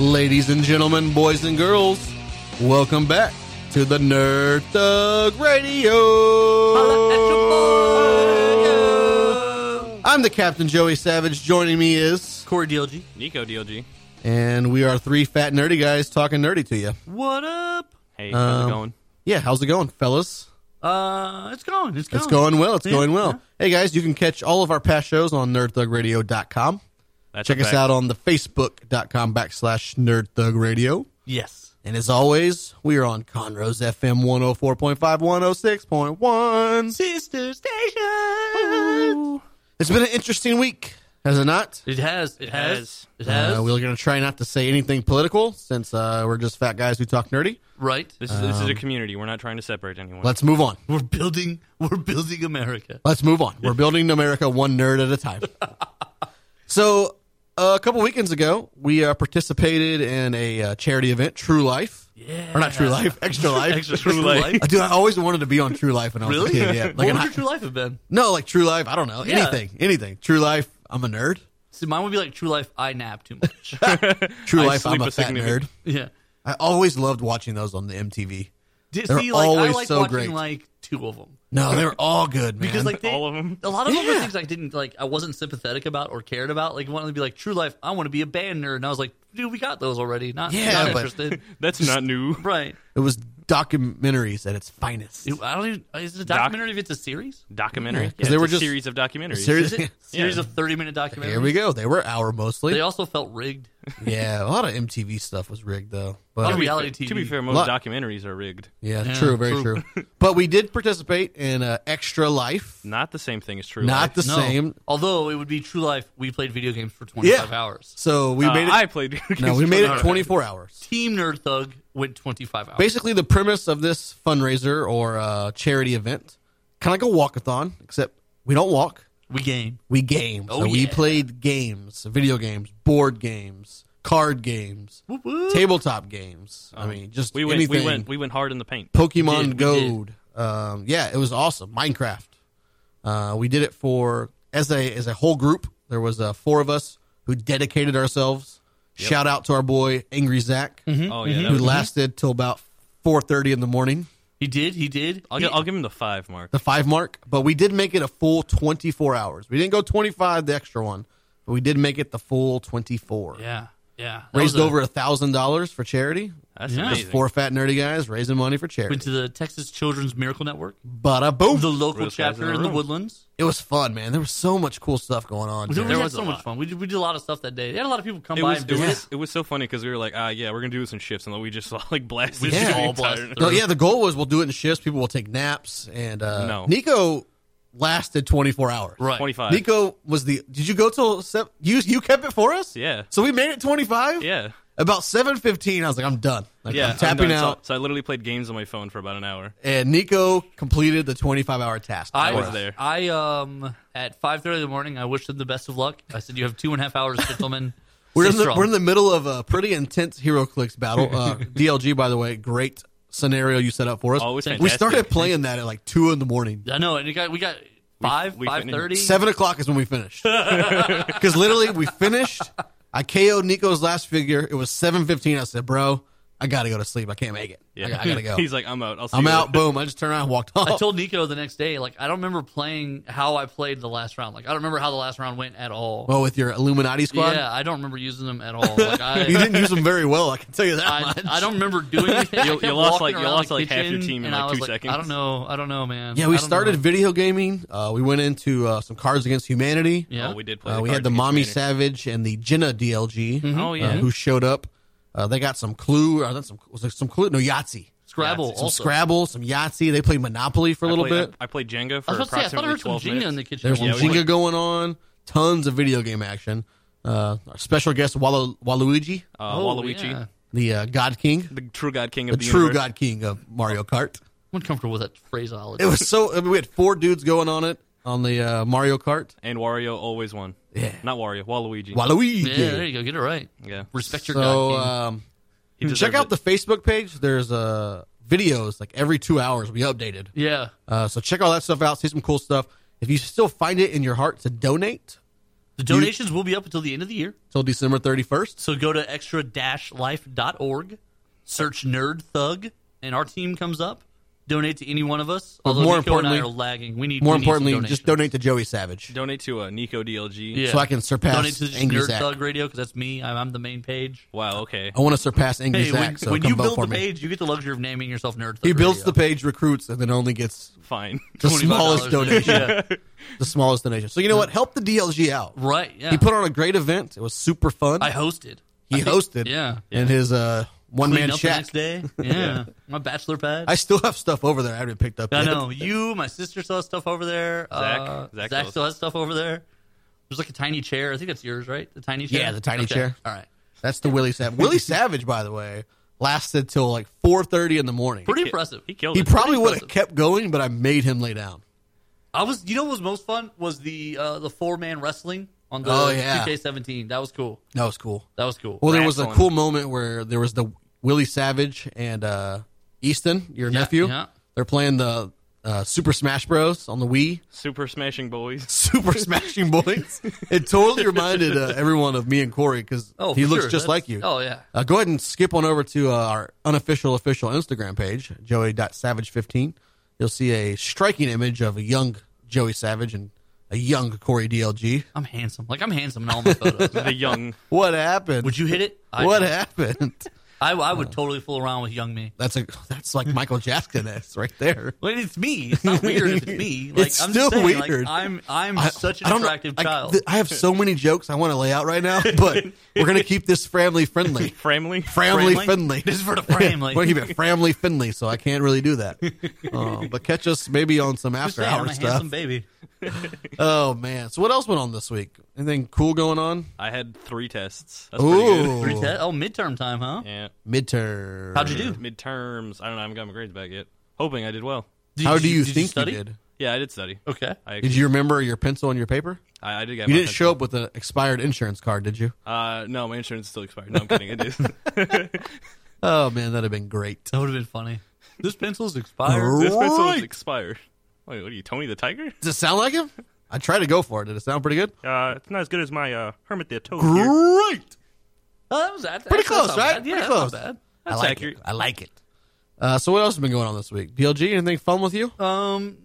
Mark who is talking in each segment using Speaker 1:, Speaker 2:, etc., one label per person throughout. Speaker 1: Ladies and gentlemen, boys and girls, welcome back to the Nerd Thug
Speaker 2: Oh.
Speaker 1: Radio. I'm the Captain Joey Savage. Joining me is,
Speaker 2: Corey DLG.
Speaker 3: Nico DLG.
Speaker 1: and we are three fat nerdy guys talking nerdy to you.
Speaker 2: What up?
Speaker 3: Hey, how's
Speaker 1: Um,
Speaker 3: it going?
Speaker 1: Yeah, how's it going, fellas?
Speaker 2: Uh, it's going. It's going.
Speaker 1: It's going well. It's
Speaker 2: Yeah,
Speaker 1: going well.
Speaker 2: yeah.
Speaker 1: Hey guys, you can catch all of our past shows on nerdthugradio.com.
Speaker 3: That's
Speaker 1: Check
Speaker 3: a
Speaker 1: us
Speaker 3: fact.
Speaker 1: out on the facebook.com backslash nerdthugradio.
Speaker 2: Yes.
Speaker 1: And as always, we are on Conroe's FM 104.5, 106.1.
Speaker 2: Sister station.
Speaker 1: It's been an interesting week, has it not?
Speaker 2: It has. It, has.
Speaker 3: has.
Speaker 2: It has.
Speaker 1: Uh, we're going to try not to say anything political since uh, we're just fat guys who talk nerdy.
Speaker 2: right.
Speaker 3: This is this is a community. We're not trying to separate anyone.
Speaker 1: Um, Let's move on.
Speaker 2: We're building. We're building America.
Speaker 1: Let's move on. We're building America one nerd at a time. so, uh, a couple weekends ago, we uh, participated in a uh, charity event, True Life.
Speaker 2: Yeah.
Speaker 1: Or not True Life, Extra Life.
Speaker 2: Extra
Speaker 3: True
Speaker 2: true
Speaker 3: life.
Speaker 2: life.
Speaker 1: Uh, Dude, I always wanted to be on True Life when I was
Speaker 2: Really?
Speaker 1: a kid. Yeah,
Speaker 2: what
Speaker 1: like
Speaker 2: would
Speaker 1: an,
Speaker 2: your true life have been?
Speaker 1: no, like True Life. I don't know
Speaker 2: Yeah.
Speaker 1: anything, anything. True Life. I'm a nerd.
Speaker 2: See, mine would be like true life. I nap too much.
Speaker 1: True
Speaker 3: I
Speaker 1: Life. I'm
Speaker 3: sleep
Speaker 1: a
Speaker 3: a
Speaker 1: fat
Speaker 3: significant-
Speaker 1: nerd.
Speaker 2: yeah.
Speaker 1: I always loved watching those on the MTV.
Speaker 2: Did,
Speaker 1: They're
Speaker 2: see, like,
Speaker 1: always
Speaker 2: I like
Speaker 1: so
Speaker 2: watching
Speaker 1: great.
Speaker 2: like two of them
Speaker 1: No, they were all good, man.
Speaker 2: because like they,
Speaker 3: All of 'em?
Speaker 2: A lot of them
Speaker 1: Yeah.
Speaker 2: were things I didn't like. I wasn't sympathetic about or cared about. Like, wanted to be like true life. I want to be a band nerd, and I was like, dude, we got those already. Not,
Speaker 1: Yeah,
Speaker 2: not
Speaker 1: but-
Speaker 2: interested.
Speaker 3: That's not new.
Speaker 2: right.
Speaker 1: it was documentaries at its finest.
Speaker 2: Dude, I don't even. Is it a documentary if it's a series?
Speaker 3: Documentary.
Speaker 1: 'cause
Speaker 3: Yeah,
Speaker 1: they
Speaker 3: it's
Speaker 1: were
Speaker 3: a
Speaker 1: just-
Speaker 3: series of documentaries.
Speaker 1: Series-
Speaker 2: Is it
Speaker 1: Yeah.
Speaker 2: a series of 30 minute documentaries?
Speaker 1: Here we go. They were hour mostly.
Speaker 2: They also felt rigged.
Speaker 1: yeah, a lot of MTV stuff was rigged though.
Speaker 2: Lot
Speaker 1: But
Speaker 2: of reality
Speaker 3: To be-
Speaker 2: TV.
Speaker 3: To be fair, most
Speaker 1: Lot-
Speaker 3: documentaries are rigged.
Speaker 1: yeah,
Speaker 2: Yeah,
Speaker 1: true, very true.
Speaker 2: true.
Speaker 1: but we did participate in uh, Extra Life.
Speaker 3: Not the same thing as true.
Speaker 1: Not the
Speaker 3: life.
Speaker 2: No.
Speaker 1: same.
Speaker 2: Although it would be true life, we played video games for 25
Speaker 1: Yeah,
Speaker 2: hours.
Speaker 1: So we
Speaker 3: Uh,
Speaker 1: made it.
Speaker 3: I played.
Speaker 1: no,
Speaker 3: video games
Speaker 1: we
Speaker 3: for
Speaker 1: made
Speaker 3: an
Speaker 1: it
Speaker 3: hour.
Speaker 1: 24 hours.
Speaker 2: Team Nerd Thug went 25 hours.
Speaker 1: Basically, the premise of this fundraiser or uh, charity event, kind of like a walkathon, except we don't walk.
Speaker 2: we game.
Speaker 1: We game.
Speaker 2: Oh,
Speaker 1: so we
Speaker 2: yeah.
Speaker 1: played games, video games, board games, card games,
Speaker 2: Whoop, whoop. Um,
Speaker 1: tabletop games. I mean, just
Speaker 3: We went.
Speaker 1: anything.
Speaker 3: We went. We went hard in the paint.
Speaker 1: Pokemon
Speaker 2: We did, we
Speaker 1: Go. Um, yeah, it was awesome. Minecraft. Uh, we did it for as a as a whole group. There was uh, four of us who dedicated ourselves. Shout out to our boy Angry Zach,
Speaker 2: Mm-hmm.
Speaker 3: Oh yeah. that
Speaker 1: who
Speaker 3: was-
Speaker 1: lasted till about four thirty in the morning,
Speaker 2: He did. He did.
Speaker 3: I'll,
Speaker 2: He-
Speaker 3: gi- I'll give him the five mark.
Speaker 1: the five mark. But we did make it a full twenty four hours. We didn't go twenty five, the extra one, but we did make it the full twenty four.
Speaker 2: yeah. Yeah. That
Speaker 1: Raised
Speaker 2: was a-
Speaker 1: over a thousand dollars for charity.
Speaker 3: That's
Speaker 2: Yeah.
Speaker 3: amazing.
Speaker 1: Four fat nerdy guys raising money for charity.
Speaker 2: Went to the Texas Children's Miracle Network,
Speaker 1: Bada boom.
Speaker 2: the local
Speaker 3: Those guys in
Speaker 2: chapter
Speaker 3: the
Speaker 2: in the
Speaker 3: room.
Speaker 2: Woodlands.
Speaker 1: It was fun, man. There was so much cool stuff going on.
Speaker 2: We
Speaker 1: dude.
Speaker 2: had
Speaker 3: was a
Speaker 2: so much
Speaker 3: lot.
Speaker 2: fun. We did, we did a lot of stuff that day. They had a lot of people come
Speaker 3: It
Speaker 2: by
Speaker 3: was,
Speaker 2: and
Speaker 3: it,
Speaker 2: visit.
Speaker 3: was, it was so funny because we were like, ah, yeah, we're gonna do this in shifts, and then we just saw like blasted.
Speaker 2: just
Speaker 3: through the
Speaker 2: all
Speaker 3: entire-
Speaker 2: blasted
Speaker 1: So, yeah, the goal was we'll do it in shifts. People will take naps, and uh,
Speaker 3: No.
Speaker 1: Nico lasted 24 hours.
Speaker 2: Right.
Speaker 3: Twenty-five.
Speaker 1: Nico was the. Did you go till seven? You you kept it for us.
Speaker 3: Yeah.
Speaker 1: So we made it 25.
Speaker 3: Yeah.
Speaker 1: About 7:15, I was like, I'm done. Like,
Speaker 3: Yeah.
Speaker 1: I'm tapping
Speaker 3: done. So-
Speaker 1: out.
Speaker 3: so I literally played games on my phone for about an hour.
Speaker 1: And Nico completed the 25 hour task.
Speaker 2: I
Speaker 1: for
Speaker 3: was
Speaker 1: us.
Speaker 3: there.
Speaker 2: I um at five thirty in the morning, I wished them the best of luck. I said, "You have two and a half hours, gentlemen."
Speaker 1: We're in,
Speaker 2: Stay
Speaker 1: the,
Speaker 2: strong."
Speaker 1: we're in the middle of a pretty intense Hero Clicks battle. Uh, DLG, by the way, great scenario you set up for us.
Speaker 3: Always
Speaker 1: we
Speaker 3: fantastic.
Speaker 1: started playing that at like two in the morning.
Speaker 2: I know, and it got, we got five
Speaker 3: we
Speaker 2: five thirty.
Speaker 1: Seven o'clock is when we finished. Because literally, we finished. I KO'd Nico's last figure. It was seven fifteen. I said, "Bro, I gotta go to sleep. I can't make it. I, got- I gotta go.
Speaker 3: He's like, I'm out. I'll see
Speaker 1: I'm
Speaker 3: you
Speaker 1: out.
Speaker 3: later."
Speaker 1: Boom. I just turned around, and walked off.
Speaker 2: I told Nico the next day, like I don't remember playing how I played the last round. Like I don't remember how the last round went at all.
Speaker 1: well, with your Illuminati squad,
Speaker 2: yeah, I don't remember using them at all. Like I,
Speaker 1: you didn't use them very well. I can tell you that
Speaker 2: I,
Speaker 1: much.
Speaker 2: I don't remember doing anything. I
Speaker 3: You-
Speaker 2: kept
Speaker 3: you lost,
Speaker 2: walking
Speaker 3: like- you
Speaker 2: around
Speaker 3: lost,
Speaker 2: the
Speaker 3: like, half your
Speaker 2: kitchen,
Speaker 3: team
Speaker 2: and
Speaker 3: in, like,
Speaker 2: I was
Speaker 3: two
Speaker 2: like, I don't
Speaker 3: seconds.
Speaker 2: know. I don't know, man.
Speaker 1: yeah, we
Speaker 2: I don't
Speaker 1: started
Speaker 2: know.
Speaker 1: video gaming. Uh, we went into uh, some Cards Against Humanity.
Speaker 2: Yeah.
Speaker 3: Oh, we did play.
Speaker 1: Uh, we
Speaker 3: Cards
Speaker 1: had the
Speaker 3: Against
Speaker 1: Mommy
Speaker 3: Humanity.
Speaker 1: Savage and the Jenna DLG,
Speaker 3: Oh,
Speaker 1: uh,
Speaker 3: yeah.
Speaker 1: who showed up. Uh, they got some Clue. Or not some was there some Clue? No Yahtzee.
Speaker 2: Scrabble.
Speaker 1: Some
Speaker 2: also.
Speaker 1: Scrabble, some Yahtzee. They played Monopoly for a
Speaker 3: I
Speaker 1: little
Speaker 3: played-
Speaker 1: bit.
Speaker 3: I, I played Jenga
Speaker 2: I
Speaker 3: for
Speaker 2: was about to say, I thought I
Speaker 3: approximately
Speaker 2: heard some
Speaker 3: twelve
Speaker 2: Jenga
Speaker 3: minutes.
Speaker 2: in the kitchen.
Speaker 1: There's
Speaker 2: at one
Speaker 1: some
Speaker 3: we
Speaker 1: Jenga
Speaker 3: played-
Speaker 1: going on. Tons of video game action. Uh, our special guest Walu- Waluigi,
Speaker 3: uh,
Speaker 2: Oh,
Speaker 3: Waluigi,
Speaker 2: yeah.
Speaker 1: the uh, God King,
Speaker 3: the true God King
Speaker 1: the
Speaker 3: of the,
Speaker 1: true
Speaker 3: universe.
Speaker 1: God King of Mario Kart.
Speaker 2: I'm uncomfortable with that phraseology.
Speaker 1: It was so. I mean, we had four dudes going on it on the uh, Mario Kart.
Speaker 3: and Wario always won.
Speaker 1: Yeah.
Speaker 3: not Wario, Waluigi.
Speaker 1: Waluigi.
Speaker 2: yeah, there you go. uh, Get it right.
Speaker 3: yeah,
Speaker 2: Respect your
Speaker 1: So
Speaker 2: God.
Speaker 1: um,
Speaker 3: He
Speaker 1: check
Speaker 3: deserved
Speaker 1: out
Speaker 3: it.
Speaker 1: the Facebook page. There's uh, videos like every two hours we updated.
Speaker 2: King. yeah.
Speaker 1: Uh, so check all that stuff out. See some cool stuff. If you still find it in your heart to donate,
Speaker 2: The donations will be up until the end of the year.
Speaker 1: till December 31st.
Speaker 2: So go to extra-life.org, search Nerd Thug, and our team comes up. Donate to any one of us. Although
Speaker 1: more
Speaker 2: Nico
Speaker 1: importantly-
Speaker 2: and I are lagging. We need
Speaker 1: More
Speaker 2: we need some
Speaker 1: importantly, just
Speaker 2: donations.
Speaker 1: donate to Joey Savage
Speaker 3: Donate to uh, Nico DLG.
Speaker 2: Yeah.
Speaker 1: so I can
Speaker 2: Donate
Speaker 1: surpass
Speaker 2: to just
Speaker 1: Angry
Speaker 2: Nerd
Speaker 1: Zach.
Speaker 2: Thug Radio because that's me. I'm, I'm the main page.
Speaker 3: Wow. Okay.
Speaker 1: I want to surpass Angry
Speaker 2: Hey,
Speaker 1: Zach.
Speaker 2: when,
Speaker 1: so
Speaker 2: when
Speaker 1: come
Speaker 2: you
Speaker 1: vote
Speaker 2: build
Speaker 1: for
Speaker 2: the
Speaker 1: me.
Speaker 2: page, you get the luxury of naming yourself Nerd Thug.
Speaker 1: he builds
Speaker 2: Radio.
Speaker 1: the page, recruits, and then only gets
Speaker 3: Fine.
Speaker 1: the smallest
Speaker 2: $25
Speaker 1: donation.
Speaker 2: Yeah.
Speaker 1: the smallest donation. So you know what? Help the DLG out.
Speaker 2: Right. Yeah.
Speaker 1: He put on a great event. It was super fun.
Speaker 2: I hosted.
Speaker 1: he hosted.
Speaker 2: Yeah.
Speaker 1: And his uh, one
Speaker 2: Cleaned
Speaker 1: man
Speaker 2: up the
Speaker 1: shack.
Speaker 2: next day. Yeah. My bachelor pad.
Speaker 1: I still have stuff over there I haven't picked up.
Speaker 2: I
Speaker 1: yet.
Speaker 2: know you, my sister still has stuff over there.
Speaker 3: Zach?
Speaker 2: uh, Zach,
Speaker 3: Zach does.
Speaker 2: still has stuff over there. There's like a tiny chair. I think that's yours, right? The tiny chair.
Speaker 1: Yeah, the tiny
Speaker 2: Okay.
Speaker 1: chair.
Speaker 2: All right,
Speaker 1: That's the Willie Savage. Willie Savage, by the way, lasted till like four thirty in the morning.
Speaker 2: pretty impressive.
Speaker 3: He killed
Speaker 1: he
Speaker 3: it.
Speaker 1: probably would have
Speaker 2: impressive.
Speaker 1: kept going, but I made him lay down.
Speaker 2: I was. You know what was most fun was the uh, the four man wrestling on the
Speaker 1: Oh, yeah.
Speaker 2: 2K17. That was cool.
Speaker 1: That was cool.
Speaker 2: That was cool.
Speaker 1: Well, there was a
Speaker 3: Wrestling.
Speaker 1: cool moment where there was the Willie Savage and uh, Easton, your nephew.
Speaker 2: yeah.
Speaker 1: They're playing the uh, Super Smash Bros. on the Wii.
Speaker 3: Super smashing boys.
Speaker 1: Super Smashing Boys. It totally reminded uh, everyone of me and Corey because
Speaker 2: oh,
Speaker 1: he
Speaker 2: for
Speaker 1: looks
Speaker 2: sure.
Speaker 1: just
Speaker 2: That's-
Speaker 1: like you.
Speaker 2: Oh yeah.
Speaker 1: Uh, go ahead and skip on over to uh, our unofficial official Instagram page, joey.savage15. You'll see a striking image of a young Joey Savage and a young Corey DLG.
Speaker 2: I'm handsome. Like I'm handsome in all my photos.
Speaker 3: The young.
Speaker 1: What happened?
Speaker 2: would you hit it? I,
Speaker 1: what Oh. happened?
Speaker 2: I, I would totally fool around with young me.
Speaker 1: That's a that's like Michael Jackson esque right there.
Speaker 2: Well, it's me. It's not weird if it's me. Like,
Speaker 1: It's
Speaker 2: I'm
Speaker 1: still
Speaker 2: just saying, like,
Speaker 1: weird.
Speaker 2: I'm I'm such an
Speaker 1: I don't know-
Speaker 2: attractive
Speaker 1: I-
Speaker 2: child.
Speaker 1: th- I have so many jokes I want to lay out right now, but we're gonna keep this family friendly.
Speaker 3: Framley.
Speaker 1: Family
Speaker 2: Framley?
Speaker 1: friendly.
Speaker 2: This is for the family.
Speaker 1: We're gonna keep it family friendly, so I can't really do that. Uh, but catch us maybe on some
Speaker 2: Just
Speaker 1: after
Speaker 2: saying, I'm
Speaker 1: hour
Speaker 2: a
Speaker 1: stuff.
Speaker 2: handsome baby.
Speaker 1: Oh man! So what else went on this week? Anything cool going on?
Speaker 3: I had three tests. That's pretty good.
Speaker 1: Ooh,
Speaker 2: Three te- oh, midterm time, huh?
Speaker 3: Yeah.
Speaker 1: midterm.
Speaker 2: How'd you do?
Speaker 3: Midterms. I don't know. I haven't got my grades back yet. Hoping I did well.
Speaker 2: Did
Speaker 1: How do you
Speaker 2: did
Speaker 1: think you,
Speaker 2: study?
Speaker 1: did?
Speaker 3: Yeah, I did study.
Speaker 2: Okay.
Speaker 3: I,
Speaker 1: Oh. Did you remember your pencil and your paper?
Speaker 2: Oh,
Speaker 3: I, I did get.
Speaker 1: You
Speaker 3: my
Speaker 1: didn't show up with an expired insurance card, did you?
Speaker 3: Uh, no, my insurance is still expired. No, I'm kidding. It is.
Speaker 1: Oh man, that'd have been great.
Speaker 2: That would have been funny. This pencil's expired.
Speaker 1: Oh.
Speaker 3: this pencil
Speaker 1: Right.
Speaker 3: is expired. Wait, what are you, Tony the Tiger?
Speaker 1: Does it sound like him? I tried to go for it. Did it sound pretty good?
Speaker 3: Uh, it's not as good as my uh, Hermit the Toad.
Speaker 1: Great.
Speaker 2: Oh, that was that.
Speaker 1: Pretty
Speaker 2: that's
Speaker 1: close,
Speaker 2: not
Speaker 1: right?
Speaker 2: Bad.
Speaker 1: Pretty
Speaker 2: Yeah, that's
Speaker 1: close.
Speaker 2: Not
Speaker 1: I like
Speaker 3: accurate.
Speaker 1: it. I like it. Uh, so what else has been going on this week? DLG, anything fun with you?
Speaker 2: bad. Um,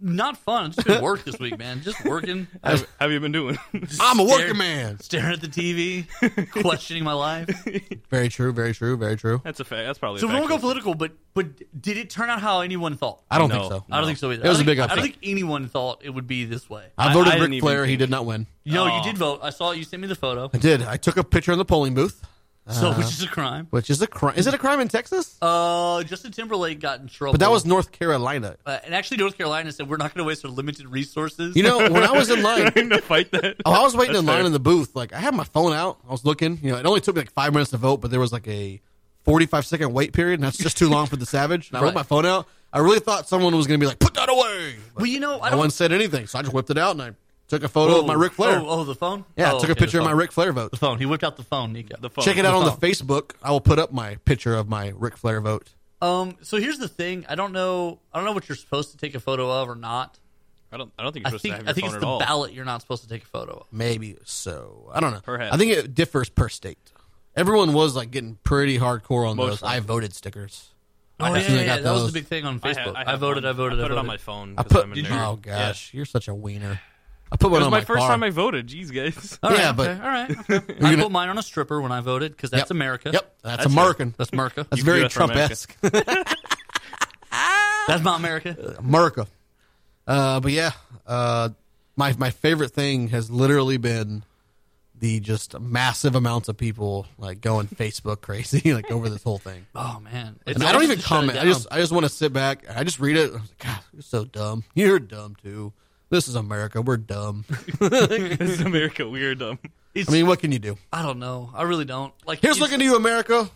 Speaker 2: not fun. It's just been work this week, man. Just working.
Speaker 3: Have, have you been doing?
Speaker 1: I'm a
Speaker 2: staring-
Speaker 1: working man.
Speaker 2: Staring at the TV, questioning my life.
Speaker 1: Very true. Very true. Very true.
Speaker 3: that's a fact. That's probably.
Speaker 2: So
Speaker 3: a
Speaker 2: we won't go
Speaker 3: fact.
Speaker 2: political, but but did it turn out how anyone thought?
Speaker 1: I don't
Speaker 3: No.
Speaker 1: think so.
Speaker 2: I don't think so either.
Speaker 1: It was
Speaker 2: I
Speaker 1: a
Speaker 2: think-
Speaker 1: big Uh,
Speaker 2: I
Speaker 1: upset.
Speaker 2: don't think anyone thought it would be this way.
Speaker 1: I
Speaker 3: I- I
Speaker 1: voted
Speaker 3: didn't
Speaker 1: Ric
Speaker 3: even
Speaker 1: Flair. He
Speaker 3: think-
Speaker 1: did not win.
Speaker 2: No,
Speaker 3: Aw.
Speaker 2: you did vote. I saw you sent me the photo,
Speaker 1: I did. I took a picture in the polling booth,
Speaker 2: so which is a crime.
Speaker 1: which is a crime. Is it a crime in Texas?
Speaker 2: Uh, Justin Timberlake got in trouble,
Speaker 1: But that was North Carolina.
Speaker 2: uh, and actually North Carolina said we're not going to waste our limited resources.
Speaker 1: You know, when I was in line,
Speaker 3: to fight that.
Speaker 1: oh, I was waiting in
Speaker 3: That's
Speaker 1: line
Speaker 3: fair.
Speaker 1: in the booth. Like I had my phone out. I was looking. You know, it only took me like five minutes to vote, but there was like a forty-five second wait period, and that's just too long for the savage. And I
Speaker 2: Right.
Speaker 1: wrote my phone out. I really thought someone was going to be like, "Put that away." But
Speaker 2: well, you know, I
Speaker 1: no
Speaker 2: don't.
Speaker 1: one said anything, so I just whipped it out and I took a photo of my Ric Flair.
Speaker 2: Oh, oh, the phone.
Speaker 1: yeah,
Speaker 2: oh,
Speaker 1: I took a
Speaker 2: okay, the
Speaker 1: picture of my
Speaker 2: phone.
Speaker 1: Ric Flair vote.
Speaker 2: The phone. He whipped out the phone, Nico.
Speaker 3: The phone.
Speaker 1: Check it out on
Speaker 2: the
Speaker 1: the Facebook. I will put up my picture of my Ric Flair vote.
Speaker 2: Um. So here's the thing. I don't know. I don't know what you're supposed to take a photo of or not.
Speaker 3: I don't. I don't think you're
Speaker 2: I
Speaker 3: supposed
Speaker 2: think.
Speaker 3: to have
Speaker 2: I
Speaker 3: your
Speaker 2: think
Speaker 3: phone
Speaker 2: it's
Speaker 3: at
Speaker 2: the
Speaker 3: all.
Speaker 2: ballot you're not supposed to take a photo
Speaker 1: Oh,
Speaker 2: of.
Speaker 1: Maybe so. I don't know.
Speaker 3: Perhaps.
Speaker 1: I think it differs per state. Everyone was like getting pretty hardcore on
Speaker 3: Most
Speaker 1: those. I voted stickers.
Speaker 2: Oh
Speaker 1: I
Speaker 2: yeah,
Speaker 1: seen
Speaker 2: yeah,
Speaker 1: they got
Speaker 2: yeah. that was
Speaker 1: those.
Speaker 2: the big thing on
Speaker 3: I, had-
Speaker 2: Facebook. I,
Speaker 3: had
Speaker 2: voted.
Speaker 3: one.
Speaker 2: I voted.
Speaker 3: I
Speaker 2: I
Speaker 3: put
Speaker 2: voted
Speaker 3: it on my phone.
Speaker 1: I
Speaker 3: 'cause
Speaker 1: put.
Speaker 3: I'm a
Speaker 2: did you-
Speaker 3: nerd.
Speaker 1: Oh
Speaker 3: Yeah.
Speaker 1: gosh, you're such a wiener. I put one
Speaker 3: It was
Speaker 1: on
Speaker 3: my,
Speaker 1: my,
Speaker 3: first
Speaker 1: car.
Speaker 3: time I voted. Jeez, guys.
Speaker 2: All right,
Speaker 1: Yeah,
Speaker 2: okay,
Speaker 1: but-
Speaker 2: all right. okay. I put mine on a stripper when I voted because that's
Speaker 1: Yep.
Speaker 2: America.
Speaker 1: Yep, that's,
Speaker 3: That's
Speaker 1: American.
Speaker 2: that's America.
Speaker 1: That's
Speaker 2: That's,
Speaker 3: You
Speaker 1: very
Speaker 3: do that for
Speaker 1: Trump
Speaker 3: America.
Speaker 1: esque.
Speaker 2: not America.
Speaker 1: America. Uh, but yeah, uh, my my favorite thing has literally been the just massive amounts of people like going Facebook crazy like over this whole thing.
Speaker 2: Oh man, It's-
Speaker 1: And I don't
Speaker 2: it's
Speaker 1: even
Speaker 2: just shut it
Speaker 1: comment. I
Speaker 2: down.
Speaker 1: just I just want to sit back. I just read it. I was like, God, you're so dumb. You're dumb too. This is America. We're dumb.
Speaker 3: this is America. Weird. Um,
Speaker 1: I mean, what can you do?
Speaker 2: I don't know. I really don't. Like
Speaker 1: Here's
Speaker 2: it's-
Speaker 1: looking to you, America.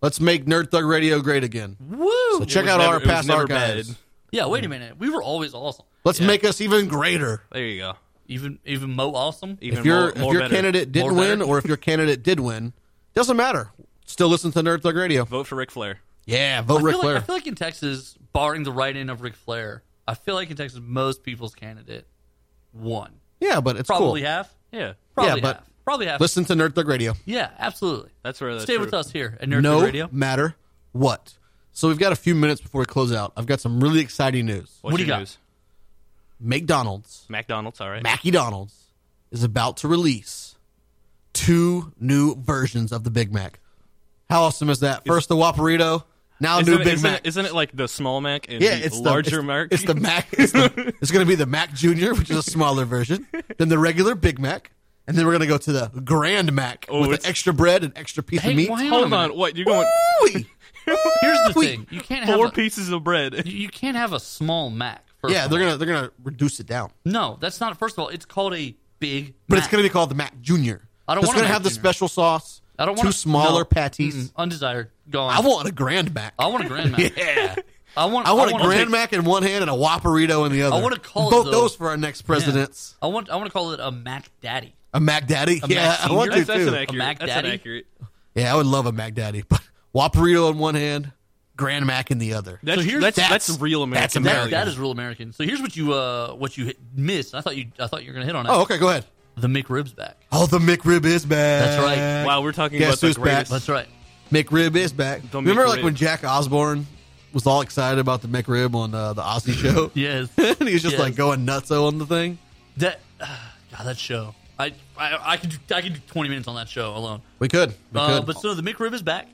Speaker 1: Let's make Nerd Thug Radio great again.
Speaker 2: Woo!
Speaker 1: So check
Speaker 3: was
Speaker 1: out
Speaker 3: never-
Speaker 1: our
Speaker 3: it was
Speaker 1: past
Speaker 3: never
Speaker 1: archives.
Speaker 3: bad.
Speaker 2: yeah, wait a minute. We were always awesome.
Speaker 1: Let's make us even greater.
Speaker 3: there you go.
Speaker 2: Even even Mo awesome.
Speaker 3: Even
Speaker 1: if your
Speaker 3: more,
Speaker 1: if
Speaker 3: more
Speaker 1: your
Speaker 3: better.
Speaker 1: candidate didn't
Speaker 2: More
Speaker 1: win,
Speaker 2: better.
Speaker 1: or if your candidate did win, doesn't matter. Still listen to Nerd Thug Radio.
Speaker 3: vote for Ric Flair.
Speaker 1: Yeah, vote
Speaker 2: I
Speaker 1: Ric
Speaker 2: feel,
Speaker 1: Flair.
Speaker 2: Like, I feel like in Texas, barring the write in of Ric Flair, I feel like in Texas most people's candidate won.
Speaker 1: Yeah, but it's
Speaker 2: Probably
Speaker 1: cool.
Speaker 2: half.
Speaker 3: Yeah,
Speaker 2: Probably
Speaker 1: but-
Speaker 2: half. Probably half.
Speaker 1: Listen to Nerd Thug Radio.
Speaker 2: Yeah, absolutely.
Speaker 3: that's where that's
Speaker 2: Stay with
Speaker 3: true.
Speaker 2: us here at Nerd
Speaker 1: no
Speaker 2: Thug Radio.
Speaker 1: matter what. So we've got a few minutes before we close out. I've got some really exciting news.
Speaker 3: What's
Speaker 2: What do
Speaker 3: your
Speaker 2: you got?
Speaker 3: news?
Speaker 1: McDonald's,
Speaker 3: McDonald's. All right.
Speaker 1: Mackie Donald's, is about to release two new versions of the Big Mac. How awesome is that? First the Whopperito, now
Speaker 3: isn't,
Speaker 1: new
Speaker 3: it,
Speaker 1: Big
Speaker 3: isn't,
Speaker 1: Mac.
Speaker 3: it- isn't it like the small Mac and
Speaker 1: yeah,
Speaker 3: the
Speaker 1: it's
Speaker 3: larger
Speaker 1: the, it's,
Speaker 3: Mac?
Speaker 1: It's the Mac. It's, the- it's going to be the Mac Junior, which is a smaller version than the regular Big Mac, and then we're going to go to the Grand Mac
Speaker 3: Oh,
Speaker 1: with
Speaker 3: it's-
Speaker 1: the extra bread and extra piece
Speaker 2: Hey,
Speaker 1: of meat.
Speaker 2: why-
Speaker 3: Hold
Speaker 2: Wait a
Speaker 3: on. What you're going?
Speaker 1: Ooh-wee.
Speaker 2: Here's the
Speaker 1: Wait.
Speaker 2: thing: you can't have
Speaker 3: Four
Speaker 2: a,
Speaker 3: pieces of bread.
Speaker 2: you can't have a small Mac. First
Speaker 1: Yeah,
Speaker 2: of
Speaker 1: they're
Speaker 2: all.
Speaker 1: gonna they're gonna reduce it down.
Speaker 2: No, that's not. First of all, it's called a big.
Speaker 1: But it's going to be called the Mac Junior.
Speaker 2: I don't
Speaker 1: It's
Speaker 2: want a
Speaker 1: going to
Speaker 2: Mac
Speaker 1: have the
Speaker 2: Jr..
Speaker 1: special sauce.
Speaker 2: I don't
Speaker 1: two
Speaker 2: want
Speaker 1: smaller patties.
Speaker 2: Undesired. Gone.
Speaker 1: I want a Grand Mac.
Speaker 2: I want a Grand Mac.
Speaker 1: yeah,
Speaker 2: I want.
Speaker 1: I want a
Speaker 2: wanna
Speaker 1: Grand
Speaker 2: take-
Speaker 1: Mac in one hand and a Whopperito in the other.
Speaker 2: I wanna call it,
Speaker 1: both
Speaker 2: though-
Speaker 1: those for our next
Speaker 2: Yeah.
Speaker 1: presidents.
Speaker 2: I want. I want to call it a Mac Daddy.
Speaker 1: A Mac Daddy.
Speaker 2: Mac
Speaker 1: yeah, I
Speaker 2: Senior?
Speaker 1: want to
Speaker 3: That's, that's
Speaker 1: too.
Speaker 3: inaccurate.
Speaker 2: Mac
Speaker 3: that's
Speaker 2: Daddy?
Speaker 3: inaccurate.
Speaker 1: Yeah, I would love a Mac Daddy, but Whopperito in one hand, Grand Mac in the other.
Speaker 3: That's,
Speaker 2: here's-
Speaker 3: that's, that's
Speaker 1: that's-
Speaker 3: real American.
Speaker 1: that's
Speaker 2: That,
Speaker 1: American.
Speaker 2: that is real American. So here's what you uh what you hit, missed. I thought you I thought you were gonna hit on it.
Speaker 1: Oh, okay, go aid.
Speaker 2: the McRib's back.
Speaker 1: Oh, the McRib is back.
Speaker 2: That's right.
Speaker 3: Wow, we're talking
Speaker 1: Guess
Speaker 3: about the
Speaker 1: who's back?
Speaker 3: greatest.
Speaker 2: That's right.
Speaker 1: McRib is back.
Speaker 3: The
Speaker 1: Remember, like
Speaker 3: McRib.
Speaker 1: when Jack Osborne was all excited about the McRib on uh, the Aussie show.
Speaker 2: Yes.
Speaker 1: and he was just
Speaker 2: Yes.
Speaker 1: like going nutso on the thing.
Speaker 2: that. uh, God, that show. I I, I could do, I could do 20 minutes on that show alone.
Speaker 1: We could, we
Speaker 2: Uh,
Speaker 1: could.
Speaker 2: but so the McRib is back.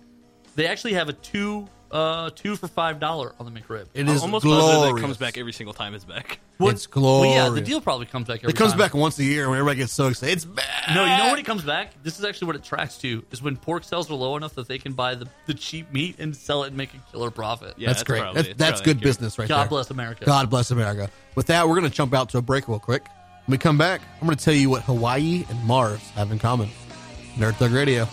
Speaker 2: They actually have a two uh two for five dollar on the McRib.
Speaker 1: it
Speaker 3: I'm
Speaker 1: is
Speaker 3: almost positive
Speaker 1: glorious.
Speaker 3: that it comes back every single time it's back.
Speaker 1: It's
Speaker 2: Well,
Speaker 1: glorious.
Speaker 2: yeah, the deal probably comes back. Every
Speaker 1: It comes
Speaker 2: time.
Speaker 1: back Ah! once a year when everybody gets so excited. It's back.
Speaker 2: No, you know when it comes back? This is actually what it tracks to is when pork sales are low enough that they can buy the, the cheap meat and sell it and make a killer profit.
Speaker 3: Yeah,
Speaker 1: that's, great.
Speaker 3: Probably,
Speaker 1: that's that's good
Speaker 3: probably accurate.
Speaker 1: business right
Speaker 2: God
Speaker 1: there.
Speaker 2: bless America.
Speaker 1: God bless America. With that, we're going to jump out to a break real quick. When we come back, I'm going to tell you what Hawaii and Mars have in common. Nerd Thug Radio.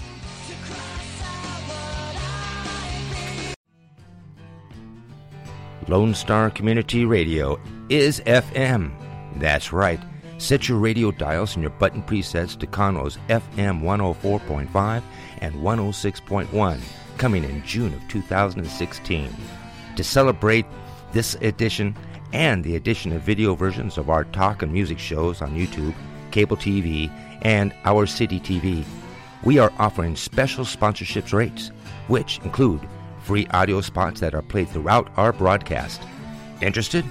Speaker 4: Lone Star Community Radio is FM. That's right. Set your radio dials and your button presets to Conroe's FM 104.5 and 106.1, coming in June of 2016. To celebrate this edition and the addition of video versions of our talk and music shows on YouTube, cable TV, and Our City TV, we are offering special sponsorships rates, which include free audio spots that are played throughout our broadcast. Interested?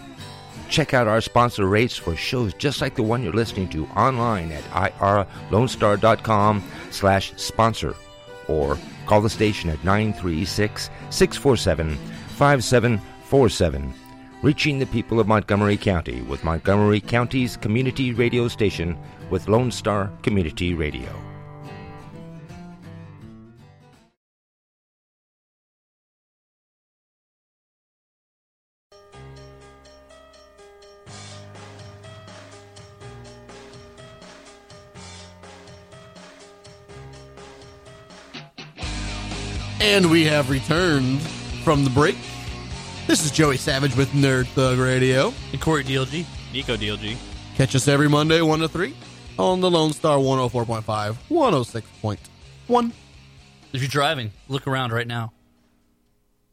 Speaker 4: Check out our sponsor rates for shows just like the one you're listening to online at irlonestar.com slash sponsor or call the station at 936-647-5747. Reaching the people of Montgomery County with Montgomery County's community radio station with Lone Star Community Radio.
Speaker 1: And we have returned from the break. This is Joey Savage with Nerd Thug Radio.
Speaker 2: And Corey DLG.
Speaker 3: Nico DLG.
Speaker 1: Catch us every Monday, 1 to 3, on the Lone Star 104.5, 106.1.
Speaker 2: If you're driving, look around right now.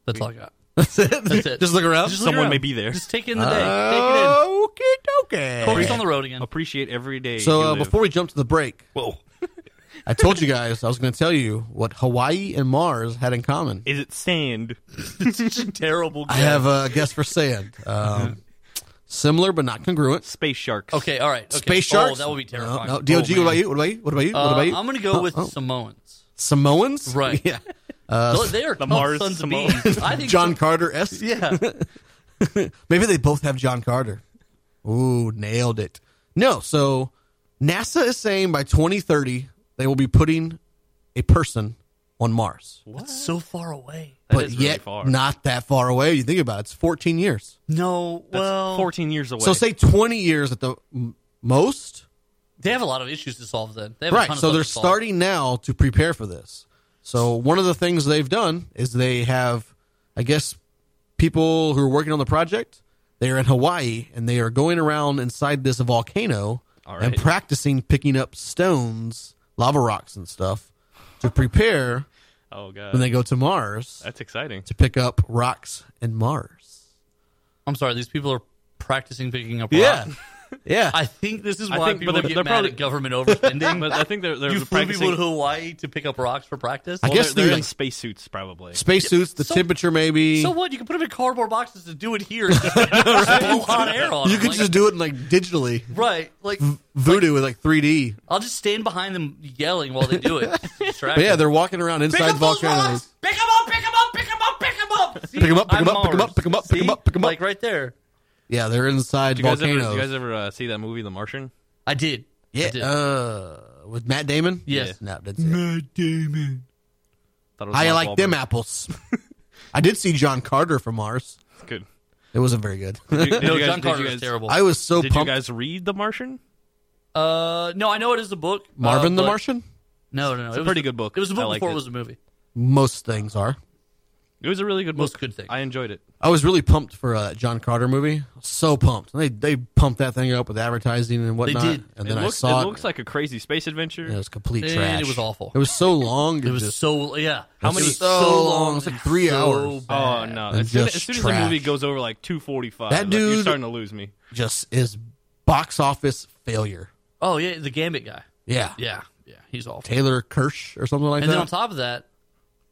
Speaker 2: That's all I got.
Speaker 1: That's it.
Speaker 2: That's it.
Speaker 1: Just look around. Uh,
Speaker 2: Just look
Speaker 3: Someone
Speaker 2: around.
Speaker 3: may be there.
Speaker 2: Just take in the day. take
Speaker 1: Okay, okay.
Speaker 2: it in. Corey's on the road again.
Speaker 3: Appreciate every day. you
Speaker 1: So uh,
Speaker 3: live.
Speaker 1: before we jump to the break,
Speaker 3: whoa,
Speaker 1: I told you guys I was going to tell you what Hawaii and Mars had in common.
Speaker 3: is it sand?
Speaker 2: It's such a terrible
Speaker 1: I
Speaker 2: guess.
Speaker 1: have a guess for sand. Um, similar but not congruent.
Speaker 3: Space sharks.
Speaker 2: Okay, all right. Okay.
Speaker 1: Space sharks.
Speaker 2: Oh, that would be terrifying.
Speaker 1: No, no. DOG, what
Speaker 2: Oh,
Speaker 1: about
Speaker 2: man.
Speaker 1: you? What about you? What about you?
Speaker 2: Uh,
Speaker 1: what about you? Oh,
Speaker 2: I'm going to go with Samoans.
Speaker 1: Samoans.
Speaker 2: Right.
Speaker 1: Yeah.
Speaker 2: Those- they are tough
Speaker 3: Mars
Speaker 2: sons of
Speaker 3: Samoans.
Speaker 2: bees. I think
Speaker 1: Uh, John Carter S. Yeah. Maybe they both have John Carter. Ooh, nailed it. No, so NASA is saying by 2030 they will be putting a person on Mars.
Speaker 2: It's so far away.
Speaker 3: That
Speaker 1: but
Speaker 3: is really
Speaker 1: yet
Speaker 3: far.
Speaker 1: not that far away. You think about it, it's 14 years.
Speaker 2: No,
Speaker 3: That's
Speaker 2: well,
Speaker 3: fourteen years away.
Speaker 1: So say 20 years at the m- most.
Speaker 2: they have a lot of issues to solve. Then they have a
Speaker 1: Right.
Speaker 2: ton of
Speaker 1: So
Speaker 2: stuff
Speaker 1: they're
Speaker 2: to solve.
Speaker 1: starting now to prepare for this. So one of the things they've done is they have, I guess, people who are working on the project. They are in Hawaii and they are going around inside this volcano
Speaker 3: All
Speaker 1: and
Speaker 3: right.
Speaker 1: practicing picking up stones, lava rocks, and stuff to prepare
Speaker 3: oh god,
Speaker 1: when they go to Mars
Speaker 3: that's exciting.
Speaker 1: to pick up rocks and Mars.
Speaker 2: I'm sorry, these people are practicing picking up.
Speaker 1: Yeah.
Speaker 2: rocks.
Speaker 1: Yeah.
Speaker 2: I think this is
Speaker 3: I
Speaker 2: why
Speaker 3: think- but
Speaker 2: people
Speaker 3: they're-
Speaker 2: get
Speaker 3: they're
Speaker 2: mad
Speaker 3: probably-
Speaker 2: at government overspending.
Speaker 3: But I think they're, they're
Speaker 2: you flew
Speaker 3: practicing.
Speaker 2: people to Hawaii to pick up rocks for practice.
Speaker 1: I
Speaker 3: well,
Speaker 1: guess
Speaker 3: they're,
Speaker 1: they're
Speaker 3: they're in
Speaker 1: like-
Speaker 3: spacesuits, probably.
Speaker 1: Spacesuits, the
Speaker 2: so-
Speaker 1: temperature maybe.
Speaker 2: so what? You can put them in cardboard boxes to do it here. Just blow hot air on
Speaker 1: you
Speaker 2: 'em,
Speaker 1: could
Speaker 2: like-
Speaker 1: just do it in like digitally.
Speaker 2: right. Like
Speaker 1: Voodoo with like 3D.
Speaker 2: I'll just stand behind them yelling while they do it. Distract
Speaker 1: But yeah,
Speaker 2: them.
Speaker 1: they're walking around
Speaker 2: Pick
Speaker 1: inside
Speaker 2: up those
Speaker 1: volcanoes.
Speaker 2: rocks! Pick 'em up! Pick 'em up! Pick 'em up! Pick 'em up! See,
Speaker 1: Pick 'em up, pick 'em
Speaker 2: I'm
Speaker 1: up, pick 'em
Speaker 2: Mars.
Speaker 1: up, pick 'em up, pick 'em
Speaker 2: See?
Speaker 1: up, pick 'em up.
Speaker 2: Like right there.
Speaker 1: Yeah, they're inside
Speaker 3: You guys, ever,
Speaker 1: volcanoes.
Speaker 3: you guys ever uh, see that movie, The Martian?
Speaker 2: I did. I did.
Speaker 1: yeah, uh, with Matt Damon.
Speaker 2: Yes.
Speaker 1: no, that's
Speaker 3: Mm-hmm.
Speaker 1: it.
Speaker 3: Thought it was
Speaker 1: How you
Speaker 3: Mark
Speaker 1: like them
Speaker 3: Wahlberg.
Speaker 1: apples? I did see John Carter from Mars.
Speaker 3: It's Good.
Speaker 1: It wasn't very good.
Speaker 3: Did you- did
Speaker 2: No,
Speaker 3: you guys-
Speaker 2: John
Speaker 3: did you
Speaker 2: Carter was
Speaker 3: guys-
Speaker 2: terrible.
Speaker 1: I was
Speaker 2: Oh,
Speaker 1: so
Speaker 3: Did you
Speaker 1: pumped.
Speaker 3: guys uh, read The Martian?
Speaker 2: uh, no, I know it is a book. uh,
Speaker 1: Marvin the
Speaker 2: but-
Speaker 1: Martian.
Speaker 2: No, no, no. It's
Speaker 3: pretty good book.
Speaker 2: It was a
Speaker 3: I
Speaker 2: book
Speaker 3: liked
Speaker 2: before it
Speaker 3: it.
Speaker 2: was a movie.
Speaker 1: Most things are.
Speaker 3: It was a really good
Speaker 2: Most
Speaker 3: book.
Speaker 2: good thing.
Speaker 3: I enjoyed it.
Speaker 1: I was really pumped for uh, that John Carter movie. So pumped. They they pumped that thing up with advertising and whatnot.
Speaker 2: did.
Speaker 1: And
Speaker 3: it
Speaker 1: then
Speaker 3: looks,
Speaker 1: I saw
Speaker 3: it looks like a crazy space adventure.
Speaker 1: and it was complete
Speaker 2: And
Speaker 1: trash.
Speaker 2: it was awful.
Speaker 1: It was so long.
Speaker 2: It was so yeah. How
Speaker 1: many-
Speaker 2: It was
Speaker 1: so long, it's
Speaker 2: and
Speaker 1: like three
Speaker 2: so
Speaker 1: hours.
Speaker 3: Oh
Speaker 2: bad.
Speaker 3: no!
Speaker 1: And
Speaker 3: As soon, as
Speaker 1: just
Speaker 3: soon as the movie
Speaker 1: trash.
Speaker 3: goes over like two forty five,
Speaker 1: That dude-
Speaker 3: you're starting to lose me.
Speaker 1: just is box office failure.
Speaker 2: Oh yeah, the Gambit guy.
Speaker 1: Yeah.
Speaker 2: Yeah, yeah, he's awful.
Speaker 1: Taylor Kirsch or something like
Speaker 2: And
Speaker 1: that.
Speaker 2: then on top of that,